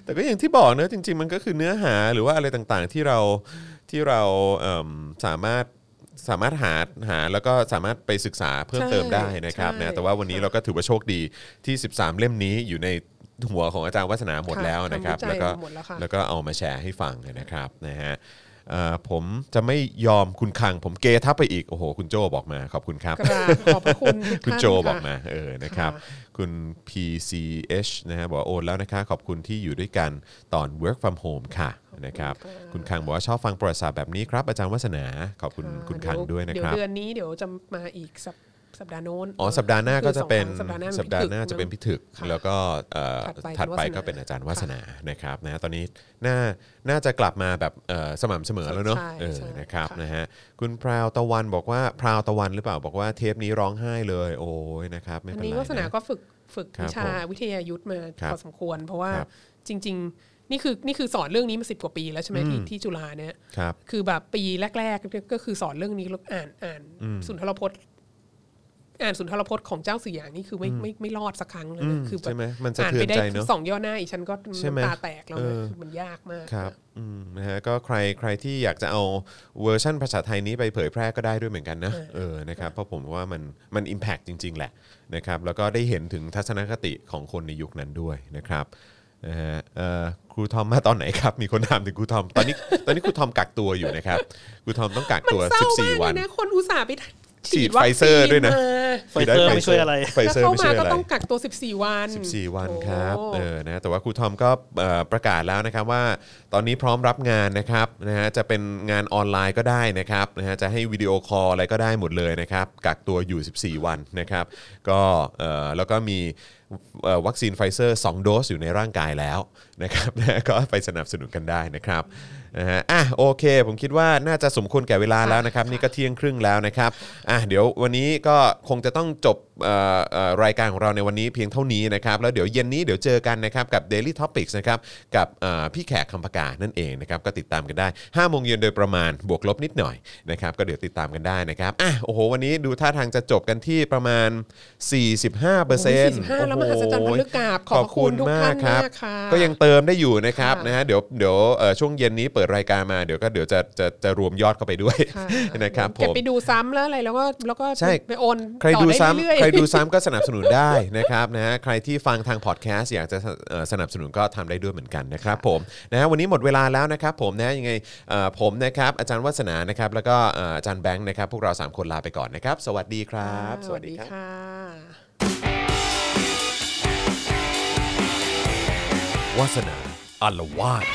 [SPEAKER 2] แต่ก็อย่างที่บอกเนอะจริง ๆ มันก็คือเนื้อหาหรือว่าอะไรต่างๆที่เราที่เราเอิ่มสามารถสามารถหาหาแล้วก็สามารถไปศึกษาเพิ่ม
[SPEAKER 3] ใช่
[SPEAKER 2] เติมได้นะครับ
[SPEAKER 3] ใช่
[SPEAKER 2] นะแต่ว่าวันนี้
[SPEAKER 3] ค่ะ
[SPEAKER 2] เราก็ถือว่าโชคดีที่ 13 เล่มนี้อยู่ในหัวของอาจารย์วัฒนาหมด
[SPEAKER 3] ค่ะ
[SPEAKER 2] แล้วนะครับ
[SPEAKER 3] ทำวิจัย
[SPEAKER 2] แล้วก็
[SPEAKER 3] หมดแล้วค่ะ
[SPEAKER 2] แล้วก็เอามาแชร์ให้ฟังนะครับนะฮะเอ่อผมจะไม่ยอมคุณคัง ผมเกทับไปอีก โอ้โห คุณโจบอกมาขอบคุณครับ
[SPEAKER 3] กราบขอบพระคุณทุก
[SPEAKER 2] คุณ
[SPEAKER 3] ท่าน
[SPEAKER 2] โจบอก
[SPEAKER 3] ค่ะ
[SPEAKER 2] มาเออนะครับ
[SPEAKER 3] ค่ะ
[SPEAKER 2] คุณ PCH นะฮะบอกว่าโอนแล้วนะคะ ขอบคุณที่อยู่ด้วยกันตอน work from home ค่ะนะครับคุณคังบอกว่าชอบฟังประวัติศาสตร์แบบนี้ครับอาจารย์วัฒนา ขอบคุณคุณคังด้วยนะ
[SPEAKER 3] เดี๋
[SPEAKER 2] ค
[SPEAKER 3] ย
[SPEAKER 2] รั
[SPEAKER 3] ว
[SPEAKER 2] บ
[SPEAKER 3] เดือนนี้เดี๋ยวจะมาอีกสัปสัปดาห์โน้น
[SPEAKER 2] อ๋อ สัปดาห์หน้าก็จะเป็น
[SPEAKER 3] คือสองครั้ง
[SPEAKER 2] สั
[SPEAKER 3] สั
[SPEAKER 2] ป
[SPEAKER 3] ป
[SPEAKER 2] ดา
[SPEAKER 3] ดา
[SPEAKER 2] ห์
[SPEAKER 3] ห์
[SPEAKER 2] ห
[SPEAKER 3] ห
[SPEAKER 2] น้า
[SPEAKER 3] น้า
[SPEAKER 2] จะ
[SPEAKER 3] จะ
[SPEAKER 2] เป็
[SPEAKER 3] เป็น น
[SPEAKER 2] พิ
[SPEAKER 3] พิ
[SPEAKER 2] ถึ
[SPEAKER 3] ถึ
[SPEAKER 2] ก
[SPEAKER 3] กค่ะ
[SPEAKER 2] แล้วก็เอ่อ
[SPEAKER 3] ถั
[SPEAKER 2] ถัด
[SPEAKER 3] ด
[SPEAKER 2] ไป
[SPEAKER 3] ไป
[SPEAKER 2] ก็
[SPEAKER 3] ก็
[SPEAKER 2] เป็
[SPEAKER 3] เป็น น
[SPEAKER 2] อา
[SPEAKER 3] อา
[SPEAKER 2] จา
[SPEAKER 3] จาร รย์วาว
[SPEAKER 2] ย์าส
[SPEAKER 3] ส
[SPEAKER 2] นา
[SPEAKER 3] นา
[SPEAKER 2] นะครับนะตอนนี้น่าน่าจะกลับมาแบบเอ่อสม่ำเสมอแล้วเนอะ
[SPEAKER 3] ใช่
[SPEAKER 2] เออ
[SPEAKER 3] ใช่
[SPEAKER 2] นะครับ
[SPEAKER 3] ค่ะ
[SPEAKER 2] นะฮะคุณพราวตะวันบอกว่าพราวตะวันหรือเปล่าบอกว่าเทปนี้ร้องไห้เลย โอ้ยนะครับไม่
[SPEAKER 3] อัน
[SPEAKER 2] เป็น
[SPEAKER 3] นี้
[SPEAKER 2] ไร
[SPEAKER 3] วาสนา
[SPEAKER 2] นะ
[SPEAKER 3] ก็ฝึกฝึก
[SPEAKER 2] ครับ
[SPEAKER 3] วิชา
[SPEAKER 2] ผม
[SPEAKER 3] วิทยายุทธ์มา
[SPEAKER 2] ครับ
[SPEAKER 3] พอสมควร เพราะว่า
[SPEAKER 2] ครับ
[SPEAKER 3] จริง ๆ นี่คือนี่คือสอนเรื่องนี้มาสิบกว่าปีแล้วใช่ไหมที่ที่จุฬาเนี่ย
[SPEAKER 2] ครับ
[SPEAKER 3] คือแบบปีแรกๆเนี่ยก็คือสอนเรื่องนี้แล้วอ่านอ่านสุนทรพจน์ อ่านสุนทรพจน์ของเจ้าสื่ออย่างนี่คือไม่ไม่ไม่รอดสักครั้งเลย
[SPEAKER 2] อื
[SPEAKER 3] นะ
[SPEAKER 2] ม
[SPEAKER 3] คือแบบ
[SPEAKER 2] ใช่ไหมมันสะ
[SPEAKER 3] อ่าน
[SPEAKER 2] เทือ
[SPEAKER 3] ไป
[SPEAKER 2] น
[SPEAKER 3] ได้
[SPEAKER 2] ใจเนอะ
[SPEAKER 3] สองย่อหน้าอีกฉันก็
[SPEAKER 2] ใช่ไหม
[SPEAKER 3] น้ำตาแตกแล้ว
[SPEAKER 2] เอ
[SPEAKER 3] นะ
[SPEAKER 2] อ
[SPEAKER 3] คือมันยากมาก
[SPEAKER 2] ครับอืมนะฮะก็ใครใครที่อยากจะเอาเวอร์ชั่นภาษาไทยนี้ไปเผยแพร่ก็ได้ด้วยเหมือนกันนะ เออนะครับเพราะผมว่ามันมันอิมแพกจริง ๆ แหละนะครับแล้วก็ได้เห็นถึงทัศนคติของคนในยุคนั้นด้วยนะครับนะฮะเอ่อครูทอมมาตอนไหนครับ มีคนถามถึงครูทอมตอนนี้ ตอนนี้ครูทอมกักตัวอยู่นะครับครูทอมต้องกักตัว
[SPEAKER 3] เศร้ามาก
[SPEAKER 2] 14
[SPEAKER 3] เล
[SPEAKER 2] วัน
[SPEAKER 3] ยนะคนอุตส่าห์ไป
[SPEAKER 2] ฉีดไฟเซอร์ด้วยนะ
[SPEAKER 3] มา
[SPEAKER 4] ไฟเซอร์ไม่ช่วยอะไร
[SPEAKER 2] ไฟ
[SPEAKER 3] แล้ว
[SPEAKER 2] เซอร์
[SPEAKER 3] เข้า
[SPEAKER 2] ไม่
[SPEAKER 3] มา
[SPEAKER 2] ช่วย
[SPEAKER 3] ก็
[SPEAKER 2] อะไร
[SPEAKER 3] ต้องกักตัว 14 วัน
[SPEAKER 2] 14 วันครับ
[SPEAKER 3] โอ้
[SPEAKER 2] เออนะแต่ว่าครูทอมก็เอ่อประกาศแล้วนะครับว่าตอนนี้พร้อมรับงานนะครับนะฮะจะเป็นงานออนไลน์ก็ได้นะครับนะฮะจะให้วิดีโอคอลอะไรก็ได้หมดเลยนะครับกักตัวอยู่ 14 วันนะครับก็เอ่อแล้วก็มีเอ่อวัคซีนไฟเซอร์2โดสอยู่ในร่างกายแล้วนะครับนะฮะก็ไปสนับสนุนกันได้นะครับนะฮะอ่ะโอเค ผมคิดว่าน่าจะสมควรแก่เวลาแล้วนะครับนี่ก็เที่ยงครึ่งแล้วนะครับอ่ะเดี๋ยววันนี้ก็คงจะต้องจบ เอ่อเอ่อรายการของเราในวันนี้เพียงเท่านี้นะครับ แล้วเดี๋ยวเย็นนี้เดี๋ยวเจอกันนะครับกับ Daily Topics นะครับกับเอ่อพี่แขกคำปากานั่นเองนะครับก็ติดตามกันได้5โมงเย็นโดยประมาณบวกลบนิดหน่อยนะครับก็เดี๋ยวติดตามกันได้นะครับอ่ะโอ้โหวันนี้ดูท่าทางจะจบกันที่ประมาณ 45เปอร์เซ็นต์
[SPEAKER 3] 45แล้วมหัศจรรย์พันลึกกราบขอบพระคุณทุกท่านมากค่ะ
[SPEAKER 2] ก็ยังเติมได้อยู่นะครับ
[SPEAKER 3] ค่ะ
[SPEAKER 2] นะฮะเดี๋ยวเดี๋ยวเอ่อช่วงเย็นนี้เปิดรายการมาเดี๋ยวก็เดี๋ยวจะจะจะรวมยอดเข้าไปด้วย
[SPEAKER 3] ค่ะ
[SPEAKER 2] นะครับผม
[SPEAKER 3] เก็บไปดูซ้ำแล้วอะไรแล้วก็แล้วก็
[SPEAKER 2] ใช่
[SPEAKER 3] ไปโอน
[SPEAKER 2] ใคร
[SPEAKER 3] ต่อ
[SPEAKER 2] ดู
[SPEAKER 3] ไเอย
[SPEAKER 2] ซ้ำ
[SPEAKER 3] ๆ
[SPEAKER 2] ใครดูซ้ำก็สนับสนุนได้นะครับ นะฮะใครที่ฟังทางพอดแคสต์อยากจะเอ่อสนับสนุนก็ทำได้ด้วยเหมือนกันนะครับผมนะฮะวันนี้หมดเวลาแล้วนะครับผมนะยังไงเอ่อผมนะครับอาจารย์วัฒนานะครับแล้วก็เอ่ออาจารย์แบงค์นะครับพวกเราสามคนลาไปก่อนนะครับ สวัสดีครับ
[SPEAKER 3] สวัสดีค่ะ
[SPEAKER 1] วาสนาอารวาส